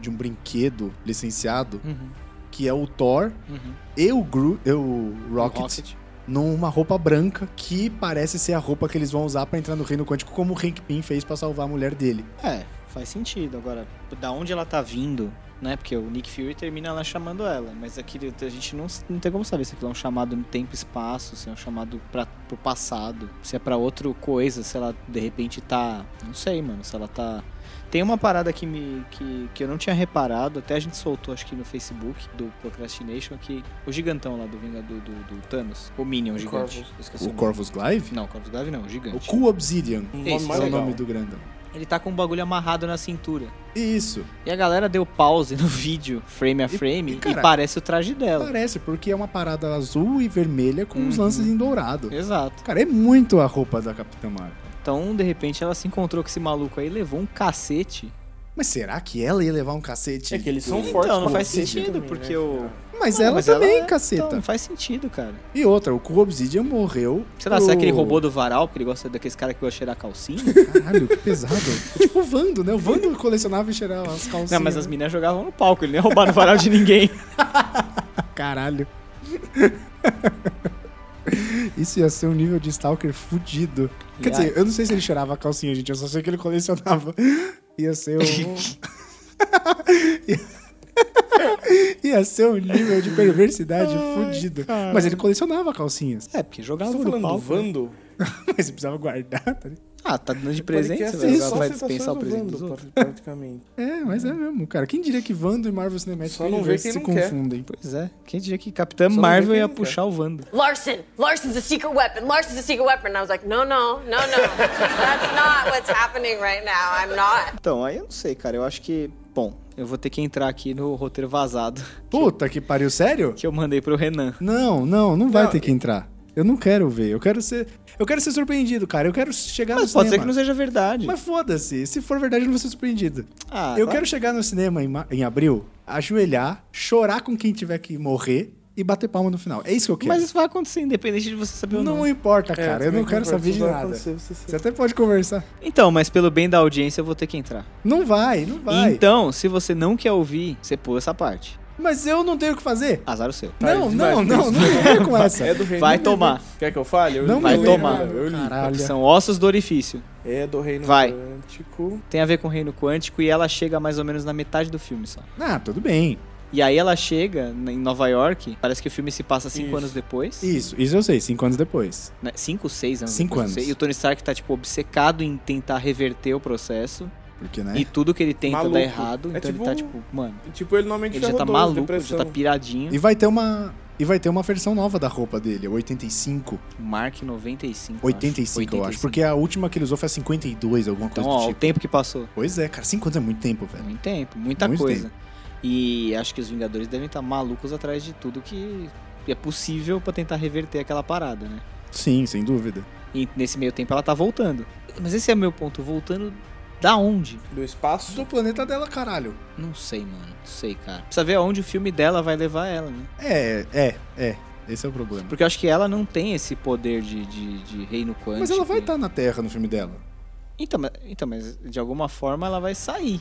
S1: de um brinquedo licenciado
S3: Uhum,
S1: que é o Thor
S3: uhum.
S1: e o, Gru, e o Rocket,
S3: Rocket.
S1: numa roupa branca que parece ser a roupa que eles vão usar pra entrar no Reino Quântico, como o Hank Pym fez pra salvar a mulher dele.
S3: É, faz sentido. Agora, da onde ela tá vindo, né? Porque o Nick Fury termina ela chamando ela. Mas aquilo a gente não, não tem como saber se aquilo é um chamado no tempo e espaço, se é um chamado pra, pro passado, se é pra outra coisa, se ela de repente tá. Não sei, mano, se ela tá. Tem uma parada que, me, que, que eu não tinha reparado, até a gente soltou acho que no Facebook do Procrastination, que o gigantão lá do Vingador do, do Thanos, o Minion gigante.
S2: Corvus.
S3: Eu esqueci
S1: O
S3: nome.
S1: Corvus Glaive?
S3: Não, Corvus Glaive é não, o
S1: O
S3: gigante.
S1: Cool Obsidian.
S2: Um
S3: Esse,
S1: É
S2: mais
S1: o
S2: legal.
S1: nome do grandão.
S3: Ele tá com um bagulho amarrado na cintura.
S1: Isso.
S3: E a galera deu pause no vídeo, frame a
S1: E-
S3: frame,
S1: e,
S3: e,
S1: cara,
S3: parece o traje dela.
S1: Parece, porque é uma parada azul e vermelha com uns
S3: Uhum.
S1: lances em dourado.
S3: Exato.
S1: Cara, é muito a roupa da Capitã Marvel.
S3: Então, de repente, ela se encontrou com esse maluco aí, levou um cacete.
S1: Mas será que ela ia levar um cacete?
S2: É que eles são fortes.
S3: Então, não
S2: pra
S3: faz
S2: cacete
S3: sentido,
S2: também,
S3: porque
S2: né,
S3: o-
S2: cara?
S1: Mas
S3: Não,
S1: ela
S3: mas
S1: também,
S3: é-
S1: caceta.
S3: Então, não faz sentido, cara.
S1: E outra, o Cool Obsidian morreu.
S3: Sei lá,
S1: pro-
S3: será tá que ele roubou do varal, porque ele gosta daqueles caras que gosta de cheirar calcinha?
S1: Caralho, que pesado. tipo o Vando, né? O Vando colecionava e cheirava as calcinhas.
S3: não, mas as
S1: né?
S3: meninas jogavam no palco, ele não ia roubar no varal de ninguém.
S1: Caralho. Isso ia ser um nível de Stalker fudido. Quer
S3: Ia.
S1: dizer, eu não sei se ele cheirava a calcinha, gente. Eu só sei que ele colecionava. Ia ser um... Ia ser um nível de perversidade fudido. Mas ele colecionava calcinhas.
S3: É, porque jogava
S2: Estou
S3: no
S2: tá falando do
S3: palco. né?
S2: Vando? é
S1: Mas ele precisava guardar, tá ligado?
S3: Ah, tá dando de presente,
S2: Podcast
S3: você vai,
S2: é
S1: isso.
S3: jogar-
S2: só
S3: vai
S2: citações
S3: dispensar o
S2: do
S3: presente
S2: Vando,
S3: dos outros?
S2: Praticamente.
S1: É, mas é mesmo, cara. Quem diria que Vando e Marvel Cinematic
S2: Só não vê
S1: Universe
S2: quem
S1: se
S2: não quer.
S1: confundem?
S3: Pois é, quem diria que Capitã
S2: não vê
S3: Marvel
S2: quem
S3: ia
S2: não quer.
S3: puxar o Wanda.
S4: Larson, Larson's a secret weapon. Larson's a secret weapon. And I was like, no, no, no, no. That's not what's happening right now. I'm not.
S3: Então, aí eu não sei, cara, eu acho que... Bom, eu vou ter que entrar aqui no roteiro vazado.
S1: Puta que pariu, sério?
S3: que eu mandei pro Renan.
S1: Não, não, não vai
S2: Não,
S1: ter que entrar. Eu não quero ver. Eu quero ser. Eu quero ser surpreendido, cara. Eu quero chegar
S3: Mas
S1: no
S3: pode ser que
S1: cinema.
S3: não seja verdade.
S1: Mas foda-se. Se for verdade, eu não vou ser surpreendido.
S3: Ah,
S1: eu
S3: tá.
S1: quero chegar no cinema em, ma- em abril, ajoelhar, chorar com quem tiver que morrer e bater palma no final. É isso que eu quero.
S3: Mas isso vai acontecer independente de você saber ou não.
S1: não importa,
S2: É,
S1: Ah, cara. eu
S2: também
S1: não quero saber
S2: concordo,
S1: de
S2: isso vai
S1: nada.
S2: acontecer,
S1: Você
S2: você tá sabe.
S1: até pode conversar.
S3: Então, mas pelo bem da audiência eu vou ter que entrar.
S1: Não vai, não vai.
S3: Então, se você não quer ouvir, você pula essa parte.
S1: Mas eu não tenho o que fazer.
S3: Azar o seu.
S2: Tá,
S1: não,
S2: isso
S1: não, não,
S2: vai,
S1: não,
S2: isso
S1: vem com essa.
S2: É do Reino
S3: Vai
S2: Unido.
S3: tomar.
S2: Quer que eu fale? Eu
S1: Não
S2: li.
S3: vai
S1: me
S3: tomar.
S1: lembra,
S2: Eu li.
S1: Caralho.
S3: São ossos do orifício.
S2: É do Reino
S3: Vai.
S2: Quântico.
S3: Tem a ver com o reino quântico e ela chega mais ou menos na metade do filme só.
S1: Ah, tudo bem.
S3: E aí ela chega n- em Nova York, parece que o filme se passa cinco
S2: Isso.
S3: anos depois.
S1: Isso, isso eu sei, cinco anos depois.
S3: né? Cinco, seis anos
S1: Cinco
S3: depois, não
S1: anos.
S3: sei. E o Tony Stark tá, tipo, obcecado em tentar reverter o processo.
S1: Porque, né?
S3: E tudo que ele tenta
S2: Maluco.
S3: dá errado.
S2: É
S3: Então ele
S2: tipo-
S3: tá, É. tipo, mano...
S2: Tipo, ele no Homem de
S3: Ele
S2: Ferro
S3: já tá
S2: 2,
S3: maluco,
S2: depressão.
S3: já tá piradinho.
S1: E vai ter uma. E vai ter uma versão nova da roupa dele, 85.
S3: Mark 95. eu
S1: 85, eu acho. Porque a última que ele usou foi a 52, alguma
S3: Então,
S1: coisa
S3: ó,
S1: do
S3: o
S1: tipo.
S3: tempo que passou.
S1: Pois é, cara, 5 anos é muito tempo, velho.
S3: Muito tempo, muita
S1: Muito
S3: coisa. E acho que os Vingadores devem estar malucos atrás de tudo que é possível pra tentar reverter aquela parada, né?
S1: Sim, sem dúvida.
S3: E nesse meio tempo ela tá voltando. Mas esse é meu ponto, voltando da onde?
S2: Do espaço.
S1: Do planeta dela, caralho.
S3: Não sei, mano. Não sei, cara. Precisa ver aonde o filme dela vai levar ela, né?
S1: É, é, é. Esse é o problema.
S3: Porque eu acho que ela não tem esse poder de, de, de reino quântico.
S1: Mas ela vai
S3: e-
S1: estar na Terra no filme dela.
S3: Então, mas- então, mas de alguma forma ela vai sair.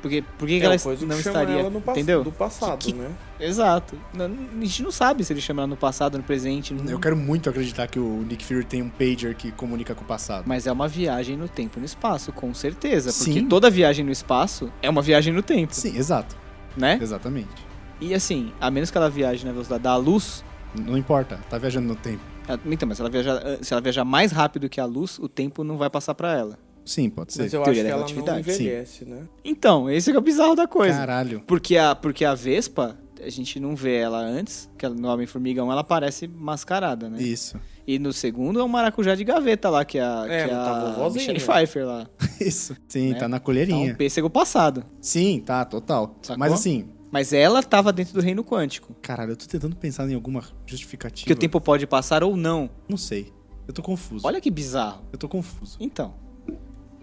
S3: Porque por que,
S2: É
S3: que ela
S2: uma
S3: est-
S2: coisa que
S3: não
S2: chama
S3: estaria,
S2: ela no pass-
S3: entendeu?
S2: do passado,
S3: Que-
S2: né?
S3: Exato. Não- a gente não sabe se ele chama ela no passado, no presente. no-
S1: Eu quero muito acreditar que o Nick Fury tem um pager que comunica com o passado.
S3: Mas é uma viagem no tempo e no espaço, com certeza. Porque
S1: Sim.
S3: toda viagem no espaço é uma viagem no tempo,
S1: Sim, exato.
S3: né?
S1: Exatamente.
S3: E assim, a menos que ela viaje na velocidade da luz...
S1: Não importa, tá viajando no tempo.
S3: ela- Então, mas se ela, viajar, se ela viajar mais rápido que a luz, o tempo não vai passar pra ela.
S1: Sim, pode ser.
S2: Mas é eu acho que
S3: teoria da
S2: ela não
S3: relatividade,
S1: sim.
S2: envelhece, né?
S3: Então, esse que é o bizarro da coisa.
S1: Caralho.
S3: Porque a, porque a Vespa, a gente não vê ela antes, que ela- no Homem-Formiga 1 ela parece mascarada, né?
S1: Isso.
S3: E no segundo é um maracujá de gaveta lá, que é a,
S2: É,
S3: que é
S2: tá
S3: a
S2: vovozinha.
S3: Michelle Pfeiffer lá.
S1: Isso. Sim,
S3: Né?
S1: tá na
S3: Tá
S1: colherinha.
S3: um pêssego passado.
S1: Sim, tá, total.
S3: Sacou?
S1: Mas assim,
S3: Mas ela tava dentro do reino quântico.
S1: caralho, eu tô tentando pensar em alguma
S3: Que
S1: justificativa.
S3: o tempo pode passar ou não.
S1: Não sei. Eu tô confuso.
S3: Olha que bizarro.
S1: Eu tô confuso.
S3: Então.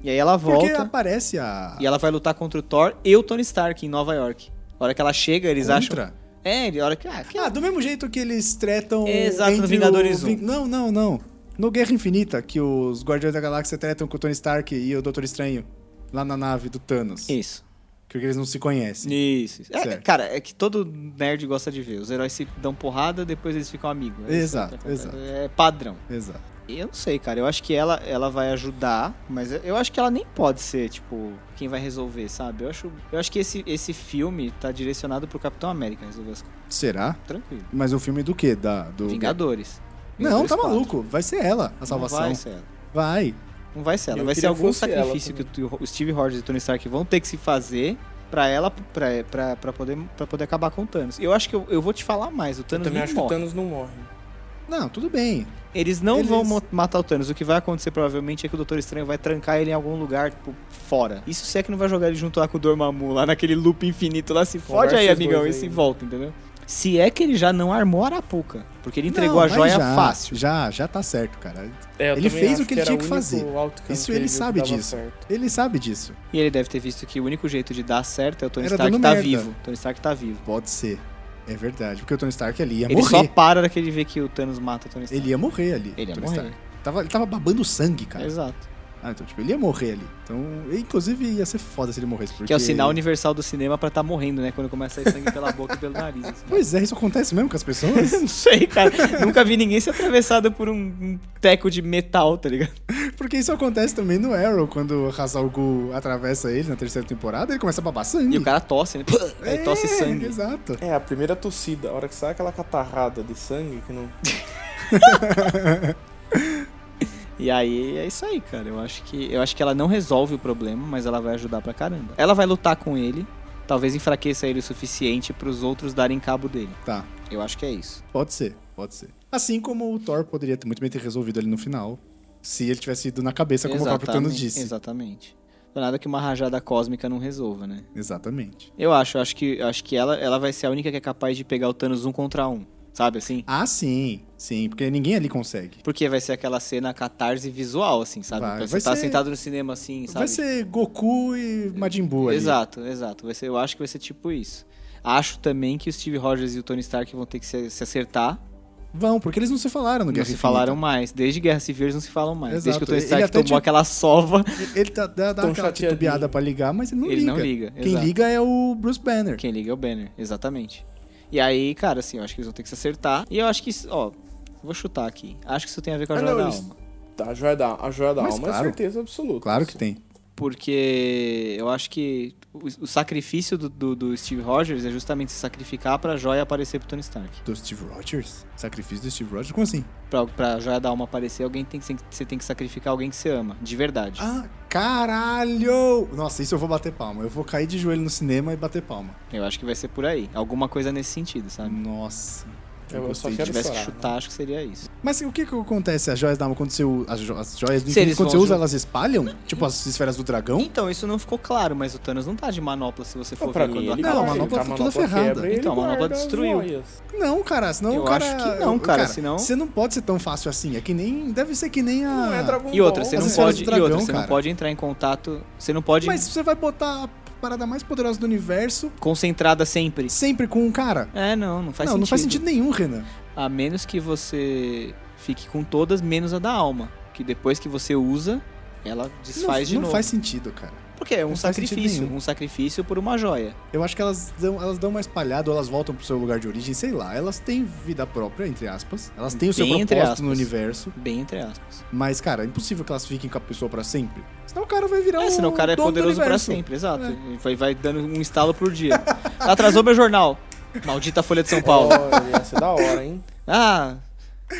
S3: E aí ela
S1: Porque
S3: volta
S1: aparece a.
S3: e ela vai lutar contra o Thor e o Tony Stark em Nova York. A hora que ela chega, eles
S1: Contra?
S3: acham. É, ele- a hora que. Ah, que-
S1: Ah, do mesmo jeito que eles tretam.
S3: Exato,
S1: entre
S3: no Vingadores
S1: o-
S3: 1.
S1: Não, não, não. No Guerra Infinita, que os Guardiões da Galáxia tretam com o Tony Stark e o Doutor Estranho lá na nave do Thanos.
S3: Isso.
S1: Porque eles não se conhecem.
S3: Isso. É,
S1: Certo.
S3: cara, é que todo nerd gosta de ver. Os heróis se dão porrada, depois eles ficam amigos. É isso
S1: Exato,
S3: que tá acontecendo. É padrão.
S1: Exato.
S3: Eu não sei, cara. Eu acho que ela, ela vai ajudar, mas eu- eu acho que ela nem pode ser, tipo, quem vai resolver, sabe? Eu acho, eu acho que esse, esse filme tá direcionado pro Capitão América resolver as coisas.
S1: Será?
S3: Tranquilo.
S1: Mas o filme do quê? Da, do...
S3: Vingadores.
S1: Não,
S3: Vingadores
S1: tá
S3: 4.
S1: maluco. Vai ser ela, a salvação.
S3: Não vai ser ela.
S1: Vai.
S3: Não vai ser ela.
S2: Eu
S3: vai ser
S2: queria
S3: algum
S2: que fosse ela
S3: sacrifício que o o Steve Rogers e o Tony Stark vão ter que se fazer pra ela, pra, pra, pra, poder, pra poder acabar com o Thanos. Eu acho que eu, eu vou te falar mais. O
S2: Eu
S3: Thanos
S2: também
S3: não
S2: acho que o
S3: morre.
S2: Thanos não morre.
S1: Não, tudo bem.
S3: Eles não
S1: Eles-
S3: vão mo- matar o Thanos. O que vai acontecer provavelmente é que o Doutor Estranho vai trancar ele em algum lugar, tipo, fora. Isso se é que não vai jogar ele junto lá com o Dormammu, lá naquele loop infinito lá. Se fode
S2: Conversa
S3: aí,
S2: os
S3: amigão, e
S2: dois
S3: se
S2: aí, né?
S3: volta, entendeu? Se é que ele já não armou a Arapuca. Porque ele entregou
S1: Não,
S3: a
S1: mas
S3: joia
S1: já,
S3: fácil.
S1: Já, já tá certo, cara.
S2: É, eu
S1: Ele
S2: também
S1: fez
S2: acho
S1: o que ele
S2: era
S1: tinha que
S2: único
S1: fazer.
S2: outcome
S1: Isso
S2: que
S1: ele
S2: viu
S1: sabe
S2: que dava
S1: disso.
S2: certo.
S1: Ele sabe disso.
S3: E ele deve ter visto que o único jeito de dar certo é o Tony
S1: Era
S3: Stark
S1: dando
S3: tá
S1: merda.
S3: vivo. Tony Stark tá vivo.
S1: Pode ser. É verdade. Porque o Tony Stark ali ia
S3: Ele
S1: morrer.
S3: só para na hora que ele vê que o Thanos mata o Tony Stark.
S1: Ele ia morrer ali.
S3: É Ele ia
S1: Tony
S3: morrer.
S1: Stark. Tava, ele tava babando sangue, cara.
S3: Exato.
S1: Ah, então, tipo, ele ia morrer ali. Então, e, inclusive, ia ser foda se ele morresse. Porque...
S3: Que é o sinal universal do cinema pra tá morrendo, né? Quando começa a sair sangue pela boca e pelo nariz. assim.
S1: Pois é, isso acontece mesmo com as pessoas.
S3: Eu não sei, cara. Nunca vi ninguém ser atravessado por um, um teco de metal, tá ligado?
S1: porque isso acontece também no Arrow, quando o Hazal Gu atravessa ele na terceira temporada, ele começa a babar sangue.
S3: E o cara tosse, né? Aí tosse sangue.
S1: Exato.
S2: É, a primeira tossida, a hora que sai aquela catarrada de sangue que não.
S3: E aí é isso aí, cara. Eu acho que eu acho que ela não resolve o problema, mas ela vai ajudar pra caramba. Ela vai lutar com ele, talvez enfraqueça ele o suficiente pros outros darem cabo dele.
S1: Tá,
S3: Eu acho que é isso.
S1: pode ser, pode ser. Assim como o Thor poderia ter muito bem ter resolvido ali no final, se ele tivesse ido na
S3: é
S1: cabeça, como o próprio Thanos disse.
S3: Exatamente. Não é Nada que uma rajada cósmica não resolva, né?
S1: Exatamente.
S3: Eu acho, eu acho que, eu acho que ela, ela vai ser a única que é capaz de pegar o Thanos um contra um, sabe assim?
S1: Ah, sim, sim, porque ninguém ali consegue.
S3: Porque vai ser aquela cena catarse visual, assim, sabe?
S1: Vai,
S3: Pra você
S1: vai
S3: estar
S1: ser-
S3: sentado no cinema, assim, sabe?
S1: Vai ser Goku e Majin Buu ali.
S3: Exato, exato. Vai ser, eu acho que vai ser tipo isso. Acho também que o Steve Rogers e o Tony Stark vão ter que se, se acertar.
S1: Vão, porque eles não se falaram no
S3: Não
S1: Guerra
S3: se
S1: Infinita.
S3: falaram mais. Desde Guerra Civil eles não se falam mais. Desde
S1: Exato.
S3: que o Tony
S1: Ele
S3: Stark
S1: até
S3: tomou
S1: tinha-
S3: aquele aquela sova,
S1: Ele tá, dá, dá
S2: Tão
S1: aquela
S2: chateadinho.
S1: titubeada pra ligar, mas ele não
S3: ele
S1: liga.
S3: não liga.
S1: Quem
S3: exato.
S1: liga é o Bruce Banner.
S3: Quem liga é o Banner, exatamente. E aí, cara, assim, eu acho que eles vão ter que se acertar. E eu acho que, isso- ó, vou chutar aqui. Acho que isso tem a ver com a
S2: Ah,
S3: Joia
S2: não,
S3: da
S2: eles-
S3: Alma.
S2: Tá, a joia da, a joia da
S1: Mas
S2: alma
S1: claro.
S2: é certeza absoluta.
S1: Claro que tem.
S3: Porque eu acho que o, o sacrifício do, do- do Steve Rogers é justamente se sacrificar pra joia aparecer pro Tony Stark.
S1: Do Steve Rogers? Sacrifício do Steve Rogers? Como assim?
S3: Pra, pra joia da alma aparecer, alguém tem que, você tem que sacrificar alguém que você ama, de verdade.
S1: Ah, caralho! Nossa, isso eu vou bater palma. Eu vou cair de joelho no cinema e bater palma.
S3: Eu acho que vai ser por aí. Alguma coisa nesse sentido, sabe?
S1: Nossa.
S2: Eu- eu só
S1: gostei
S3: Se
S2: quero-
S1: disso.
S3: tivesse que
S2: chorar, né?
S3: chutar, acho que seria isso.
S1: Mas assim, o que que acontece? As joias da alma, quando você, u- as, jo- as joias do
S3: Se
S1: infinito,
S3: eles
S1: quando você
S3: vão
S1: usa,
S3: ju-
S1: elas espalham? Tipo as esferas do dragão?
S3: Então, isso não ficou claro, mas o Thanos não tá de manopla se você for
S2: Não, pra
S3: ver
S2: mim,
S3: quando
S2: ele
S1: Não,
S3: acaba.
S1: a
S2: guarda,
S1: manopla tá toda
S2: manopla
S1: ferrada.
S2: quebra e ele
S3: Então, a manopla
S2: guarda as
S3: destruiu.
S2: joias.
S1: Não, cara, senão
S3: Eu
S1: o cara...
S3: acho que não, cara, senão-
S1: Você não pode ser tão fácil assim. É que nem... Deve ser que nem a...
S2: Não é Dragon
S3: E outra,
S2: Ball. é
S3: você
S1: As
S3: não
S1: esferas
S3: pode,
S1: do
S3: e outra,
S1: um dragão,
S3: você não
S1: cara.
S3: pode entrar em contato, você não pode
S1: Mas você vai botar a parada mais poderosa do universo
S3: concentrada sempre.
S1: sempre com um cara?
S3: É, não, não faz
S1: não,
S3: sentido.
S1: não faz sentido nenhum, Renan.
S3: A menos que você fique com todas, menos a da alma. Que depois que você usa, ela desfaz
S1: não,
S3: de
S1: não
S3: novo.
S1: faz sentido, cara.
S3: Porque é um
S1: não faz sentido
S3: sacrifício.
S1: nenhum.
S3: Um sacrifício por uma joia.
S1: Eu acho que elas dão, elas dão uma espalhada, ou elas voltam pro seu lugar de origem, sei lá. Elas têm vida própria, entre aspas. Elas têm o seu
S3: Bem entre
S1: propósito no
S3: aspas.
S1: universo.
S3: Bem entre aspas.
S1: Mas, cara, é impossível que elas fiquem com a pessoa pra sempre. Senão o cara vai virar
S3: É,
S1: um.
S3: senão o cara é
S1: dono do
S3: poderoso pra
S1: universo. É.
S3: sempre, exato. E Vai, vai dando um estalo por dia. Atrasou meu jornal. Maldita Folha de São Paulo.
S2: Olha, ia ser é da hora, hein?
S3: Ah,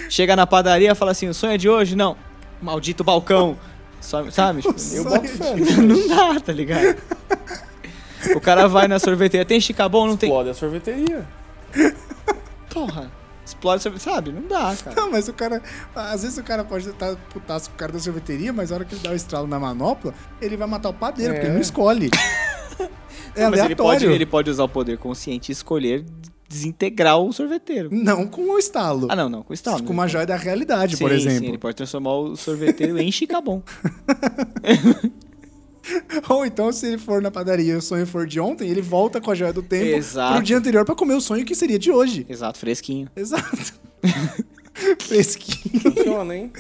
S3: chega na padaria e fala assim, o sonho é de hoje? Não. Maldito balcão. Só- sabe? Tipo,
S2: Eu
S1: Só
S2: boto
S1: ia
S2: fé.
S3: não dá, tá ligado? O cara vai na sorveteria, tem chicabon? Não tem.
S2: Explode a sorveteria.
S3: Porra. Explode, sorvete- sabe? Não dá, cara.
S1: Não, mas o cara. Às vezes o cara pode estar putaço com o cara da sorveteria, mas na hora que ele dá o estralo na manopla, ele vai matar o padeiro,
S2: É.
S1: porque ele não escolhe. É
S3: Mas
S1: aleatório.
S3: ele pode, ele pode usar o poder consciente e escolher desintegrar o sorveteiro.
S1: Não com o estalo. Tá,
S3: Ah, não, não, com estalo.
S1: com uma
S3: Ele-
S1: joia da realidade,
S3: Sim,
S1: por exemplo.
S3: Sim, ele pode transformar o sorveteiro em chicabon.
S1: Ou então, se ele for na padaria e o sonho for de ontem, ele volta com a joia do tempo
S3: Exato.
S1: pro dia anterior pra comer o sonho que seria de hoje.
S3: Exato, fresquinho.
S1: Exato. Fresquinho.
S2: Funciona, hein?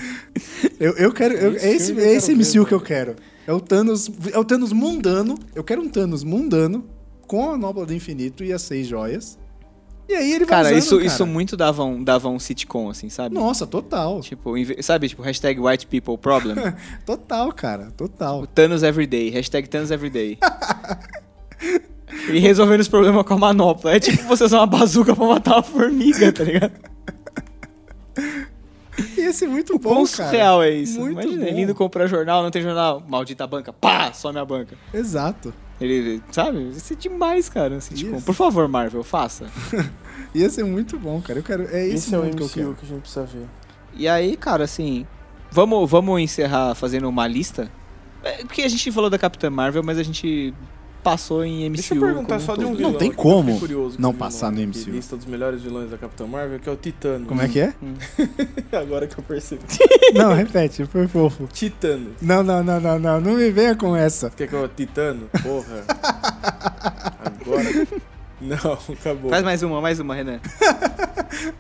S1: Eu, eu quero. eu- é
S2: Esse
S1: esse,
S2: filme eu
S1: é esse
S2: quero ver,
S1: MCU que eu
S2: velho.
S1: quero. É o Thanos. É o Thanos mundano. Eu quero um Thanos mundano com a manopla do infinito e as seis joias. E aí ele vai
S3: Cara,
S1: usando,
S3: isso,
S1: cara.
S3: isso muito dava um, dava um sitcom, assim, sabe?
S1: Nossa, total.
S3: Tipo, em ve- sabe, tipo, hashtag white people problem.
S1: Total, cara. Total.
S3: O Thanos Everyday, hashtag Thanos Everyday. e resolvendo os problemas com a manopla. É tipo você usar uma bazuca pra matar uma formiga, tá ligado?
S1: E esse é muito bom,
S3: Quão
S1: cara.
S3: surreal é isso?
S1: Muito
S3: Imagina,
S1: bom.
S3: ele indo comprar jornal, não tem jornal, maldita banca, pá, some a banca.
S1: Exato.
S3: Ele, sabe, isso é demais, cara. um sitcom.
S1: Isso.
S3: Por favor, Marvel, faça.
S1: Ia ser muito bom, cara. Eu quero. É esse,
S2: Esse, é o
S1: mundo
S2: MCU
S1: que eu
S2: que,
S1: quero.
S2: a gente precisa ver.
S3: E aí, cara, assim, vamos, vamos encerrar fazendo uma lista? É, Porque a gente falou da Capitã Marvel, mas a gente passou em MCU.
S2: Deixa eu perguntar
S3: como
S2: só de um
S3: todo.
S2: vilão.
S1: Não tem
S2: que eu
S1: como
S2: fiquei curioso com
S1: não
S2: o vilão
S1: passar no
S2: aqui,
S1: MCU.
S2: Lista dos melhores vilões da Capitã Marvel, que é o Titano.
S1: Como é que
S2: Hum.
S1: é?
S2: Agora que eu percebi.
S1: não, repete, foi fofo.
S2: Titano.
S1: Não, não, não, não, não. Não me venha com essa.
S2: Quer que eu Titano? Porra. Agora. Não, acabou.
S3: Faz mais uma, mais uma, Renan.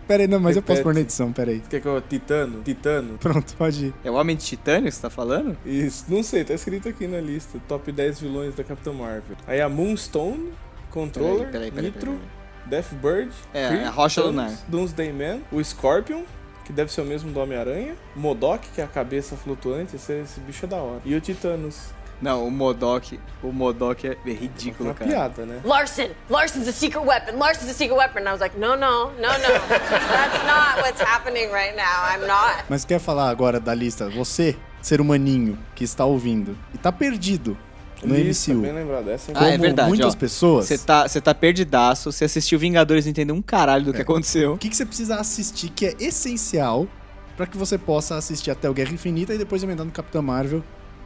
S1: Pera aí, não, mas eu posso
S2: Repete.
S1: pôr na edição, pera aí.
S2: Quer que eu Titano? Titano?
S1: Pronto, pode ir.
S3: É o Homem de Titânio que você tá falando?
S2: Isso, não sei, tá escrito aqui na lista. Top 10 vilões da Capitã Marvel. Aí a Moonstone, Controller, Nitro, Deathbird,
S3: É,
S2: Kree,
S3: a Rocha
S2: Thanos,
S3: Lunar.
S2: Doomsday Man, o Scorpion, que deve ser o mesmo do Homem-Aranha, Modok, que é a cabeça flutuante, esse, esse bicho é da hora. E o Titanos.
S3: Não, o Modok. O Modok é é ridículo,
S2: Uma
S3: cara.
S2: piada, né?
S4: Larson, Larson's a secret weapon. Larson's a secret weapon. And I was like, no, no, no, no. That's not what's happening right now. I'm not.
S1: Mas quer falar agora da lista? Você, ser humaninho, que está ouvindo e tá perdido no
S2: Isso,
S1: MCU.
S2: Bem lembrado, essa é
S3: Ah, é
S1: como
S3: verdade,
S1: muitas
S3: ó.
S1: pessoas.
S3: Você tá, você tá perdidaço, você assistiu Vingadores e não entendeu um caralho do
S2: É.
S3: que aconteceu.
S1: O que, que você precisa assistir que é essencial pra que você possa assistir até o Guerra Infinita e depois emendar no Capitão Marvel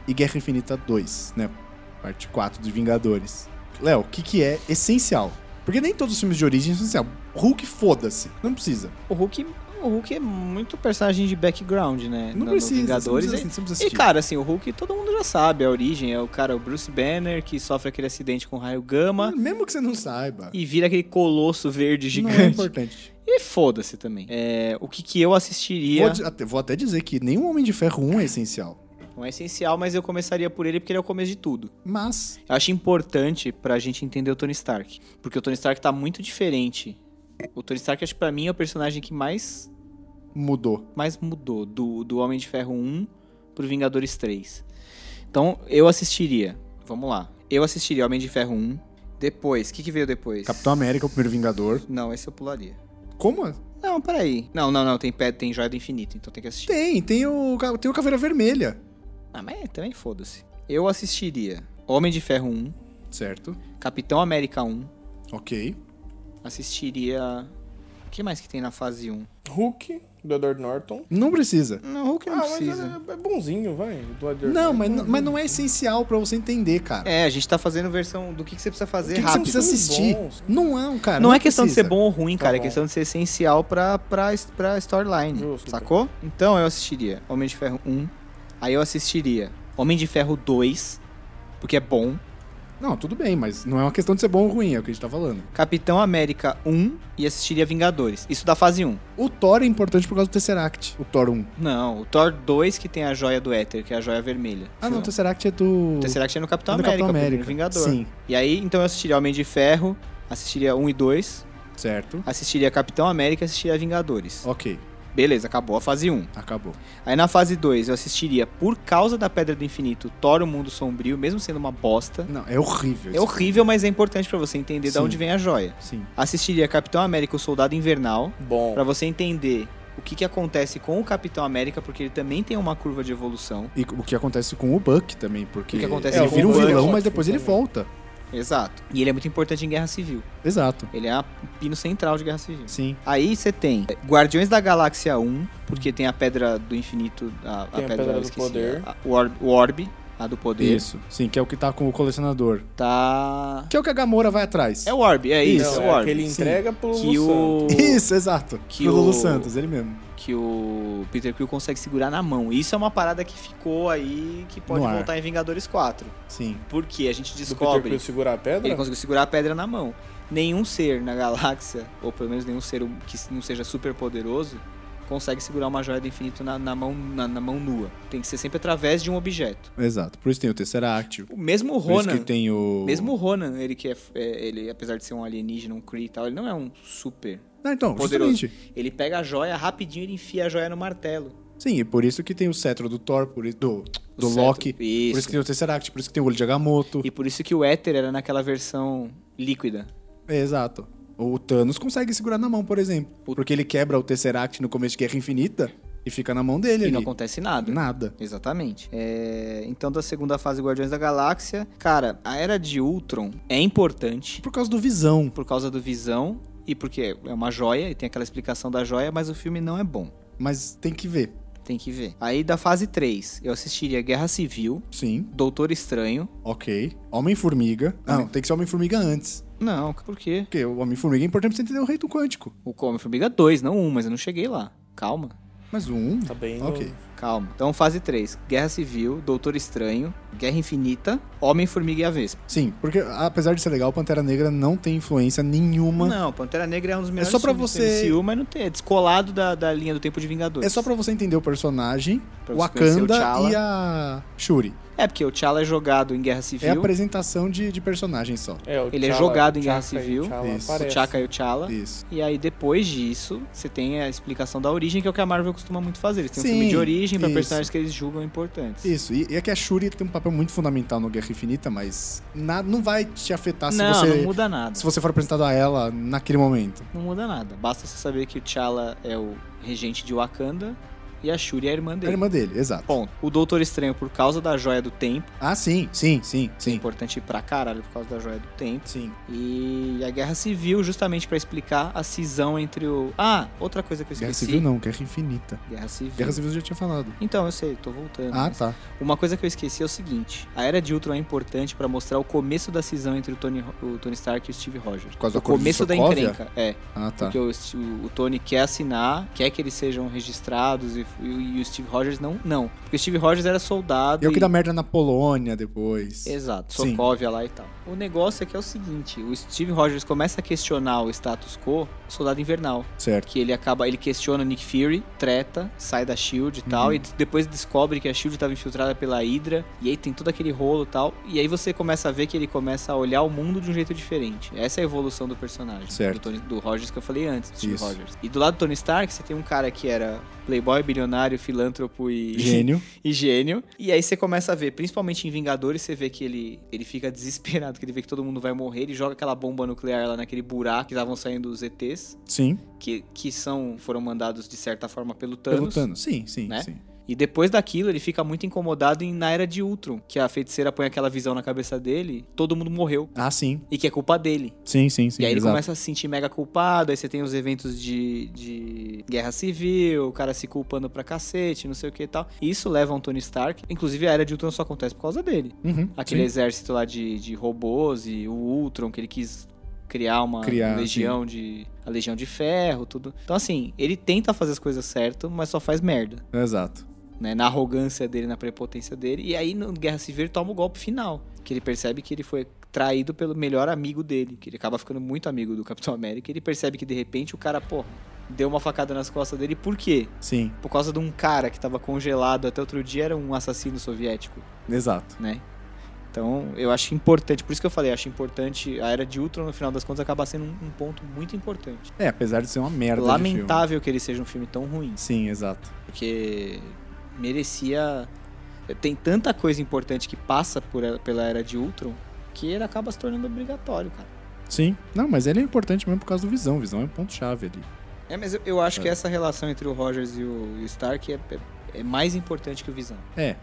S1: e Guerra Infinita 2, né? Parte 4 dos Vingadores. Léo, o que, que é essencial? Porque nem todos os filmes de origem são essencial. Hulk, foda-se. Não precisa.
S3: O Hulk, o Hulk é muito personagem de background, né?
S1: Não
S3: No- no
S1: precisa.
S3: Vingadores.
S1: não precisa, assim, não precisa
S3: E,
S1: assistir.
S3: cara, assim, o Hulk todo mundo já sabe a origem. É o cara, o Bruce Banner, que sofre aquele acidente com raio gama
S1: Mesmo que você não saiba.
S3: e vira aquele colosso verde
S1: Não é
S3: gigante.
S1: importante.
S3: e foda-se também. É, o que, que eu assistiria
S1: Vou, di- até, vou até dizer que nenhum Homem de Ferro 1 é essencial.
S3: não é essencial, mas eu começaria por ele porque ele é o começo de tudo.
S1: Mas
S3: Eu acho importante pra gente entender o Tony Stark. Porque o Tony Stark tá muito diferente. O Tony Stark, acho que pra mim, é o personagem que mais,
S1: mudou.
S3: mais mudou. Do, do Homem de Ferro 1 pro Vingadores 3. Então, eu assistiria. Vamos lá. Eu assistiria Homem de Ferro 1. Depois, o que, que veio depois?
S1: Capitão América, o primeiro Vingador.
S3: Não, esse eu pularia.
S1: Como?
S3: Não, peraí. Não, não, não. Tem, pé- tem Joia do Infinito, então tem que assistir.
S1: Tem, tem o, ca- tem o Caveira Vermelha.
S3: Ah, mas também foda-se. Eu assistiria Homem de Ferro 1,
S1: Certo.
S3: Capitão América 1,
S1: Ok.
S3: assistiria. O que mais que tem na fase 1?
S2: Hulk, do Edward Norton.
S1: Não precisa.
S3: Não, Hulk
S2: ah,
S3: não
S2: mas
S3: precisa.
S2: é, é bonzinho, vai. Do Edward
S1: Não,
S2: Norton.
S1: mas, n- mas não é essencial pra você entender, cara.
S3: É, a gente tá fazendo versão do que, que você precisa
S1: O
S3: fazer
S1: que, que você
S3: rápido.
S1: precisa assistir?
S2: Bons.
S1: Não é um cara.
S3: não, é questão de
S1: precisa.
S3: ser bom ou ruim,
S2: Tá
S3: cara. É
S2: bom.
S3: questão de ser essencial pra, pra, pra storyline.
S2: Justo.
S3: Sacou? Então eu assistiria Homem de Ferro 1. Aí eu assistiria Homem de Ferro 2, porque é bom.
S1: Não, tudo bem, mas não é uma questão de ser bom ou ruim, é o que a gente tá falando.
S3: Capitão América 1 e assistiria Vingadores. Isso da fase 1.
S1: O Thor é importante por causa do Tesseract. O Thor 1.
S3: Não, o Thor 2 que tem a joia do Éter, que é a joia vermelha.
S1: Ah, não, o
S3: o
S1: Tesseract é do.
S3: Tesseract é no Capitão
S1: é do
S3: América,
S1: Capitão
S3: o primeiro
S1: América.
S3: Vingador.
S1: Sim,
S3: E aí, então eu assistiria Homem de Ferro, assistiria 1 e 2,
S1: certo.
S3: assistiria Capitão América e assistiria Vingadores.
S1: Ok,
S3: Beleza, acabou a fase 1.
S1: acabou.
S3: Aí na fase 2 eu assistiria, por causa da Pedra do Infinito, Thor o Mundo Sombrio, mesmo sendo uma bosta.
S1: Não, é horrível.
S3: É
S1: isso.
S3: horrível, mas é importante pra você entender de
S1: Sim.
S3: onde vem a joia.
S1: Sim.
S3: Assistiria Capitão América o Soldado Invernal,
S2: Bom.
S3: Pra você entender o que, que acontece com o Capitão América, porque ele também tem uma curva de evolução.
S1: E o que acontece com o Buck também, porque
S3: O que acontece
S1: ele
S3: com
S1: vira
S3: o
S1: um
S3: Buck?
S1: vilão, mas depois ele volta.
S3: Exato. E ele é muito importante em Guerra Civil.
S1: Exato.
S3: Ele é a pino central de Guerra Civil.
S1: Sim.
S3: Aí você tem Guardiões da Galáxia 1, porque tem a Pedra do Infinito, a,
S2: Tem a
S3: pedra,
S2: Pedra
S3: eu
S2: do
S3: esqueci,
S2: Poder.
S3: a- o, orb, o Orbe, a do poder,
S1: Isso, sim, que é o que tá com o colecionador.
S3: tá...
S1: Que é o que a Gamora vai atrás.
S3: É o Orb, é isso,
S2: Não,
S3: é o
S2: é
S3: Orb.
S2: que ele
S1: sim.
S2: entrega pro
S3: Que
S2: Lulu
S3: o...
S1: Isso, exato.
S3: Que
S1: o Lulu
S3: o-
S1: Santos, ele mesmo.
S3: que o Peter Quill consegue segurar na mão. Isso é uma parada que ficou aí, que pode
S1: No ar.
S3: voltar em Vingadores 4.
S1: Sim.
S3: Porque a gente
S2: Santos. Do Peter
S3: descobre
S2: Quill segurar a
S3: Ele
S2: pedra?
S3: conseguiu segurar a pedra na mão. Nenhum ser na galáxia, ou pelo menos nenhum ser que não seja super poderoso, consegue segurar uma joia do infinito na, na mão, na, na mão nua. Tem que ser sempre através de um objeto.
S1: Exato. Por isso tem o Tesseract.
S3: O mesmo
S1: Por isso
S3: Ronan.
S1: que tem o.
S3: Mesmo o Ronan, ele que é, é, ele, apesar de ser um alienígena, um Kree e tal, ele não é um super.
S1: Ah, então,
S3: Poderoso.
S1: justamente.
S3: Ele pega a joia rapidinho e enfia a joia no martelo.
S1: Sim, e por isso que tem o cetro do Thor, por isso, do,
S3: O
S1: do
S3: cetro.
S1: Loki.
S3: Isso.
S1: Por isso que tem o Tesseract, por isso que tem o olho de Agamotto.
S3: E por isso que o éter era naquela versão líquida.
S1: É, exato. O Thanos consegue segurar na mão, por exemplo.
S3: O-
S1: Porque ele quebra o Tesseract no começo de Guerra Infinita e fica na mão dele.
S3: E não
S1: ali.
S3: acontece nada.
S1: é Nada.
S3: Exatamente. É, então, da segunda fase Guardiões da Galáxia, cara, a era de Ultron é importante
S1: Por causa do Visão.
S3: por causa do Visão e porque é uma joia e tem aquela explicação da joia, mas o filme não é bom.
S1: Mas tem que ver.
S3: Tem que ver. Aí, da fase 3, eu assistiria Guerra Civil,
S1: Sim,
S3: Doutor Estranho.
S1: ok. Homem-Formiga. Ah, Não, tem que ser Homem-Formiga antes.
S3: Não, por quê?
S1: Porque o Homem-Formiga é importante pra você entender o Reino Quântico.
S3: O Homem-Formiga 2, não 1, mas eu não cheguei lá. Calma,
S1: Mas o um...
S2: Tá bem.
S1: Ok.
S3: calma. Então, fase 3, Guerra Civil, Doutor Estranho, Guerra Infinita, Homem-Formiga e a Vespa.
S1: Sim, porque apesar de ser legal, Pantera Negra não tem influência nenhuma.
S3: Não, Pantera Negra é um dos melhores
S1: só pra
S3: filmes do
S1: você-
S3: MCU, mas não tem, é descolado da, da linha do tempo de Vingadores.
S1: É só pra você entender o personagem,
S3: Pra
S1: o
S3: você conhecer o
S1: Wakanda
S3: T'Challa.
S1: e a Shuri.
S3: É, porque o T'Challa é jogado em Guerra
S1: É a
S3: Civil,
S1: apresentação de, de personagem só.
S2: É, o
S3: Ele é
S2: T'Challa-
S3: jogado em Guerra
S2: T'Chaka e
S3: Civil.
S2: T'Challa
S1: Isso.
S3: o
S2: aparece.
S3: T'Chaka e o T'Challa.
S1: Isso.
S3: E aí, depois disso, você tem a explicação da origem, que é o que a Marvel costuma muito fazer. Eles têm
S1: Sim,
S3: um filme de origem pra
S1: isso.
S3: personagens que eles julgam importantes.
S1: Isso. E, e é que a Shuri tem um papel muito fundamental no Guerra Infinita, mas na- não vai te afetar
S3: não,
S1: se
S3: não
S1: você.
S3: muda nada.
S1: se você for apresentado a ela naquele momento.
S3: Não muda nada. Basta você saber que o T'Challa é o regente de Wakanda e a Shuri é a irmã
S1: É
S3: dele.
S1: a irmã dele, exato.
S3: Ponto. O Doutor Estranho, por causa da Joia do Tempo,
S1: Ah, sim, sim, sim, sim.
S3: importante pra caralho por causa da Joia do Tempo.
S1: Sim.
S3: E a Guerra Civil, justamente pra explicar a cisão entre o. Ah, outra coisa que eu
S1: Guerra
S3: esqueci.
S1: Civil não, Guerra Infinita.
S3: Guerra Civil.
S1: Guerra Civil eu já tinha falado.
S3: Então, eu sei, tô voltando.
S1: Ah,
S3: mas-
S1: tá.
S3: Uma coisa que eu esqueci é o seguinte: a Era de Ultron é importante pra mostrar o começo da cisão entre o Tony, o Tony Stark e o Steve Rogers.
S1: causa
S3: o
S1: do Acordo de
S3: começo da
S1: Sokovia?
S3: encrenca, é.
S1: Ah, tá.
S3: Porque o, Sti- o Tony quer assinar, quer que eles sejam registrados e, e o- e o Steve Rogers não, não. Porque o Steve Rogers era soldado.
S1: E é o que
S3: e-
S1: dá merda na Polônia depois.
S3: Exato,
S1: Sim.
S3: Sokovia lá e tal. O negócio é que é o seguinte, o Steve Rogers começa a questionar o status quo, Soldado Invernal,
S1: Certo.
S3: que ele acaba, ele questiona o Nick Fury, treta, sai da Shield e
S1: Uhum.
S3: tal, e d- depois descobre que a Shield estava infiltrada pela Hydra, e aí tem todo aquele rolo e tal, e aí você começa a ver que ele começa a olhar o mundo de um jeito diferente. Essa é a evolução do personagem,
S1: Certo.
S3: do, Tony, do Rogers que eu falei antes, do Steve
S1: Isso.
S3: Rogers. E do lado do Tony Stark, você tem um cara que era playboy, bilionário, filântropo e
S1: Gênio.
S3: e gênio. E aí você começa a ver, principalmente em Vingadores, você vê que ele, ele fica desesperado, que ele vê que todo mundo vai morrer, ele joga aquela bomba nuclear lá naquele buraco que estavam saindo os ETs,
S1: Sim.
S3: que, que são foram mandados de certa forma pelo Thanos.
S1: Pelo Thanos. Sim, sim,
S3: Né?
S1: sim.
S3: E depois daquilo, ele fica muito incomodado em na era de Ultron, que a feiticeira põe aquela visão na cabeça dele, todo mundo morreu.
S1: Ah, sim.
S3: E que é culpa dele.
S1: Sim, sim, sim.
S3: e aí ele
S1: exato.
S3: começa a se sentir mega culpado, aí você tem os eventos de, de guerra civil, o cara se culpando pra cacete, não sei o que e tal. E isso leva a um Tony Stark. Inclusive, a era de Ultron só acontece por causa dele.
S1: Uhum,
S3: Aquele
S1: sim.
S3: exército lá de, de robôs e o Ultron, que ele quis criar uma
S1: Criar,
S3: legião de. A legião de ferro, tudo. Então, assim, ele tenta fazer as coisas certo, mas só faz merda.
S1: Exato.
S3: Né? Na arrogância dele, na prepotência dele. E aí, no Guerra Civil, ele toma o golpe final. Que ele percebe que ele foi traído pelo melhor amigo dele. Que ele acaba ficando muito amigo do Capitão América. Ele percebe que, de repente, o cara, pô, deu uma facada nas costas dele. Por quê?
S1: Sim,
S3: Por causa de um cara que tava congelado até outro dia, era um assassino soviético
S1: exato.
S3: né? Então, eu acho importante, por isso que eu falei, eu acho importante, a Era de Ultron, no final das contas, acaba sendo um, um ponto muito importante.
S1: É, apesar de ser uma merda. de filme.
S3: Lamentável que ele seja um filme tão ruim,
S1: Sim, exato.
S3: porque merecia... Tem tanta coisa importante que passa por, ela- pela Era de Ultron, que ele acaba se tornando obrigatório, cara.
S1: Sim. Não, mas ele é importante mesmo por causa do Visão. Visão é um ponto-chave ali.
S3: É, mas eu, eu acho
S1: É.
S3: que essa relação entre o Rogers e o, e o Stark é, é- é mais importante que o Visão.
S1: É.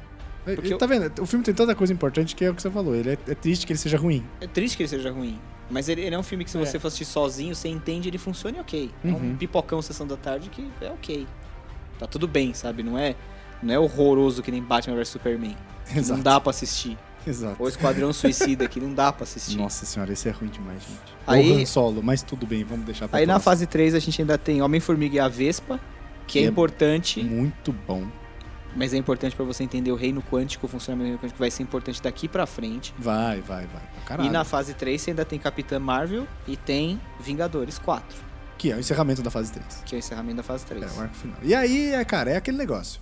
S1: E-
S3: Porque
S1: e
S3: eu-
S1: Tá vendo? O filme tem tanta coisa importante que é o que você falou. Ele é, é triste que ele seja ruim.
S3: É triste que ele seja ruim. Mas ele, ele é um filme que se
S2: É.
S3: você for assistir sozinho, você entende, ele funciona e ok. É um
S1: Uhum.
S3: pipocão sessão da tarde que é ok. Tá tudo bem, sabe? Não é, não é horroroso que nem Batman vs Superman. Não
S1: Exato.
S3: dá pra assistir.
S1: Exato.
S3: Ou Esquadrão Suicida, que não dá pra assistir.
S1: Nossa senhora, esse é ruim demais, gente.
S3: Aí-
S1: Ou Han Solo, mas tudo bem, vamos deixar pra
S3: Aí na
S1: próxima.
S3: fase 3 a gente ainda tem Homem-Formiga e a Vespa, que é,
S1: Que é-
S3: importante,
S1: Muito bom.
S3: mas é importante pra você entender o reino quântico, o funcionamento do reino quântico, que vai ser importante daqui pra frente.
S1: Vai, vai, vai. pra Caralho.
S3: E na fase 3 você ainda tem Capitã Marvel e tem Vingadores 4,
S1: Que é o encerramento da fase 3.
S3: que é o encerramento da fase 3.
S1: É, o arco final. E aí, é, cara, é aquele negócio.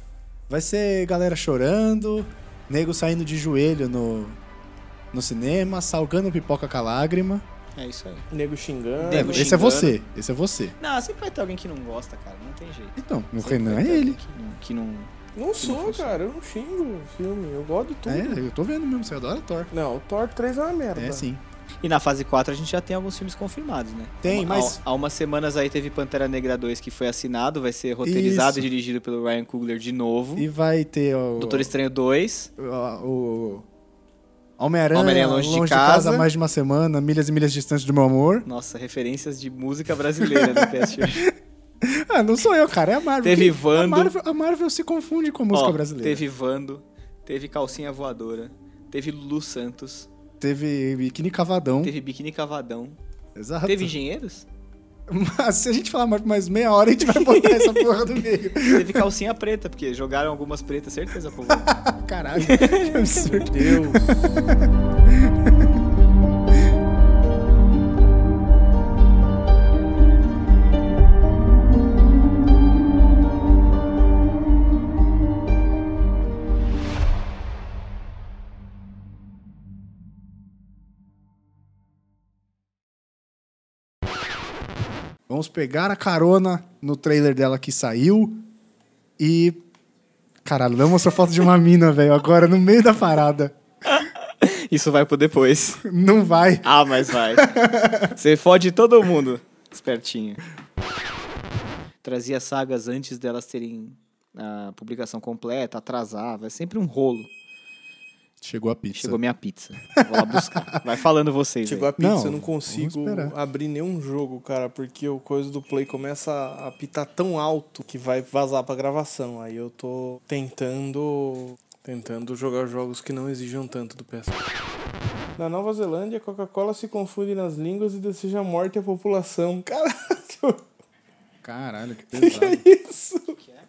S1: Vai ser galera chorando, nego saindo de joelho no, no cinema, salgando pipoca com a lágrima.
S3: É isso aí.
S2: Nego xingando.
S3: Nego
S1: Esse é
S3: xingando.
S1: você, esse é você.
S3: Não, sempre vai ter alguém que não gosta, cara. Não tem jeito.
S1: Então, o
S3: Sempre
S1: Renan
S3: vai
S1: é
S3: ter alguém
S1: ele.
S3: Que não, que não-
S2: Não sou, cara. Eu não xingo o filme. Eu gosto de tudo.
S1: É, eu tô vendo mesmo, você adora Thor.
S2: Não, o Thor 3 é uma merda.
S1: É, sim.
S3: E na fase 4 a gente já tem alguns filmes confirmados, né?
S1: Tem,
S3: Há-
S1: mas-
S3: Há, umas semanas aí teve Pantera Negra 2 que foi assinado, vai ser roteirizado e
S1: Isso.
S3: dirigido pelo Ryan Coogler de novo.
S1: E vai ter o...
S3: Doutor Estranho 2.
S1: o- Ah, o Homem-Aranha
S3: Homem-Aranha
S1: longe, de casa, mais de uma semana, milhas e milhas distante do meu amor.
S3: Nossa, referências de música brasileira no cast hoje.
S1: Ah, não sou eu, cara, é a Marvel.
S3: Teve
S1: Que-
S3: Vando.
S1: A Marvel, a Marvel se confunde com a música
S3: Ó,
S1: brasileira.
S3: Teve Vando, teve Calcinha Voadora, teve Lulu Santos,
S1: Teve Biquíni Cavadão.
S3: teve Biquíni Cavadão,
S1: Hum? Exato.
S3: teve Engenheiros,
S1: Mas se a gente falar mais, mais meia hora, a gente vai botar essa porra no meio.
S3: teve Calcinha Preta, porque jogaram algumas pretas, certeza, povo.
S1: Caralho, que absurdo.
S2: Deus.
S1: Vamos pegar a carona no trailer dela que saiu e. Caralho, não mostrou foto de uma mina, velho, agora no meio da parada.
S3: Isso vai pro depois.
S1: Não vai.
S3: Ah, mas vai. Você fode todo mundo. Espertinho. Trazia sagas antes delas terem a publicação completa, atrasava. É sempre um rolo.
S1: Chegou a pizza.
S3: Chegou minha pizza. Vou lá buscar. Vai falando vocês.
S2: Chegou
S3: aí.
S2: a pizza,
S1: Não,
S2: eu não
S1: vamos
S2: consigo
S1: esperar.
S2: abrir nenhum jogo, cara, porque o coisa do Play começa a pitar tão alto que vai vazar pra gravação. Aí eu tô tentando. Tentando jogar jogos que não exijam tanto do PS. Na Nova Zelândia, a Coca-Cola se confunde nas línguas e deseja morte à população. Caralho!
S1: Caralho, que pesado.
S2: Que isso?
S3: é?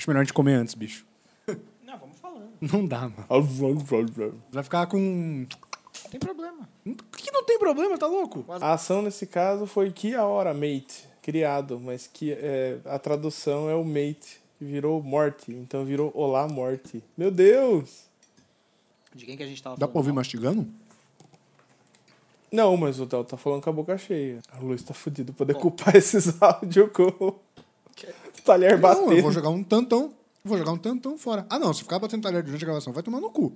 S1: Acho melhor a gente comer antes, bicho.
S3: Não, vamos falando.
S1: Não dá, mano. Vai ficar com. um Hum,
S3: Não tem problema.
S1: Que não tem problema, tá louco?
S2: A ação nesse caso foi que a hora mate, criado, mas que é, a tradução é o mate, que virou morte, então virou olá morte. Meu Deus!
S3: De quem que a gente tava
S1: Dá pra ouvir mastigando?
S2: Não, mas o Del tá falando com a boca cheia. A Luiz tá fudido pra decupar esses áudios com o talher
S1: Não, eu vou
S2: batendo.
S1: jogar um tantão. Vou jogar um tantão fora. Ah, não. Se ficar batendo talher durante a gravação, vai tomar no cu.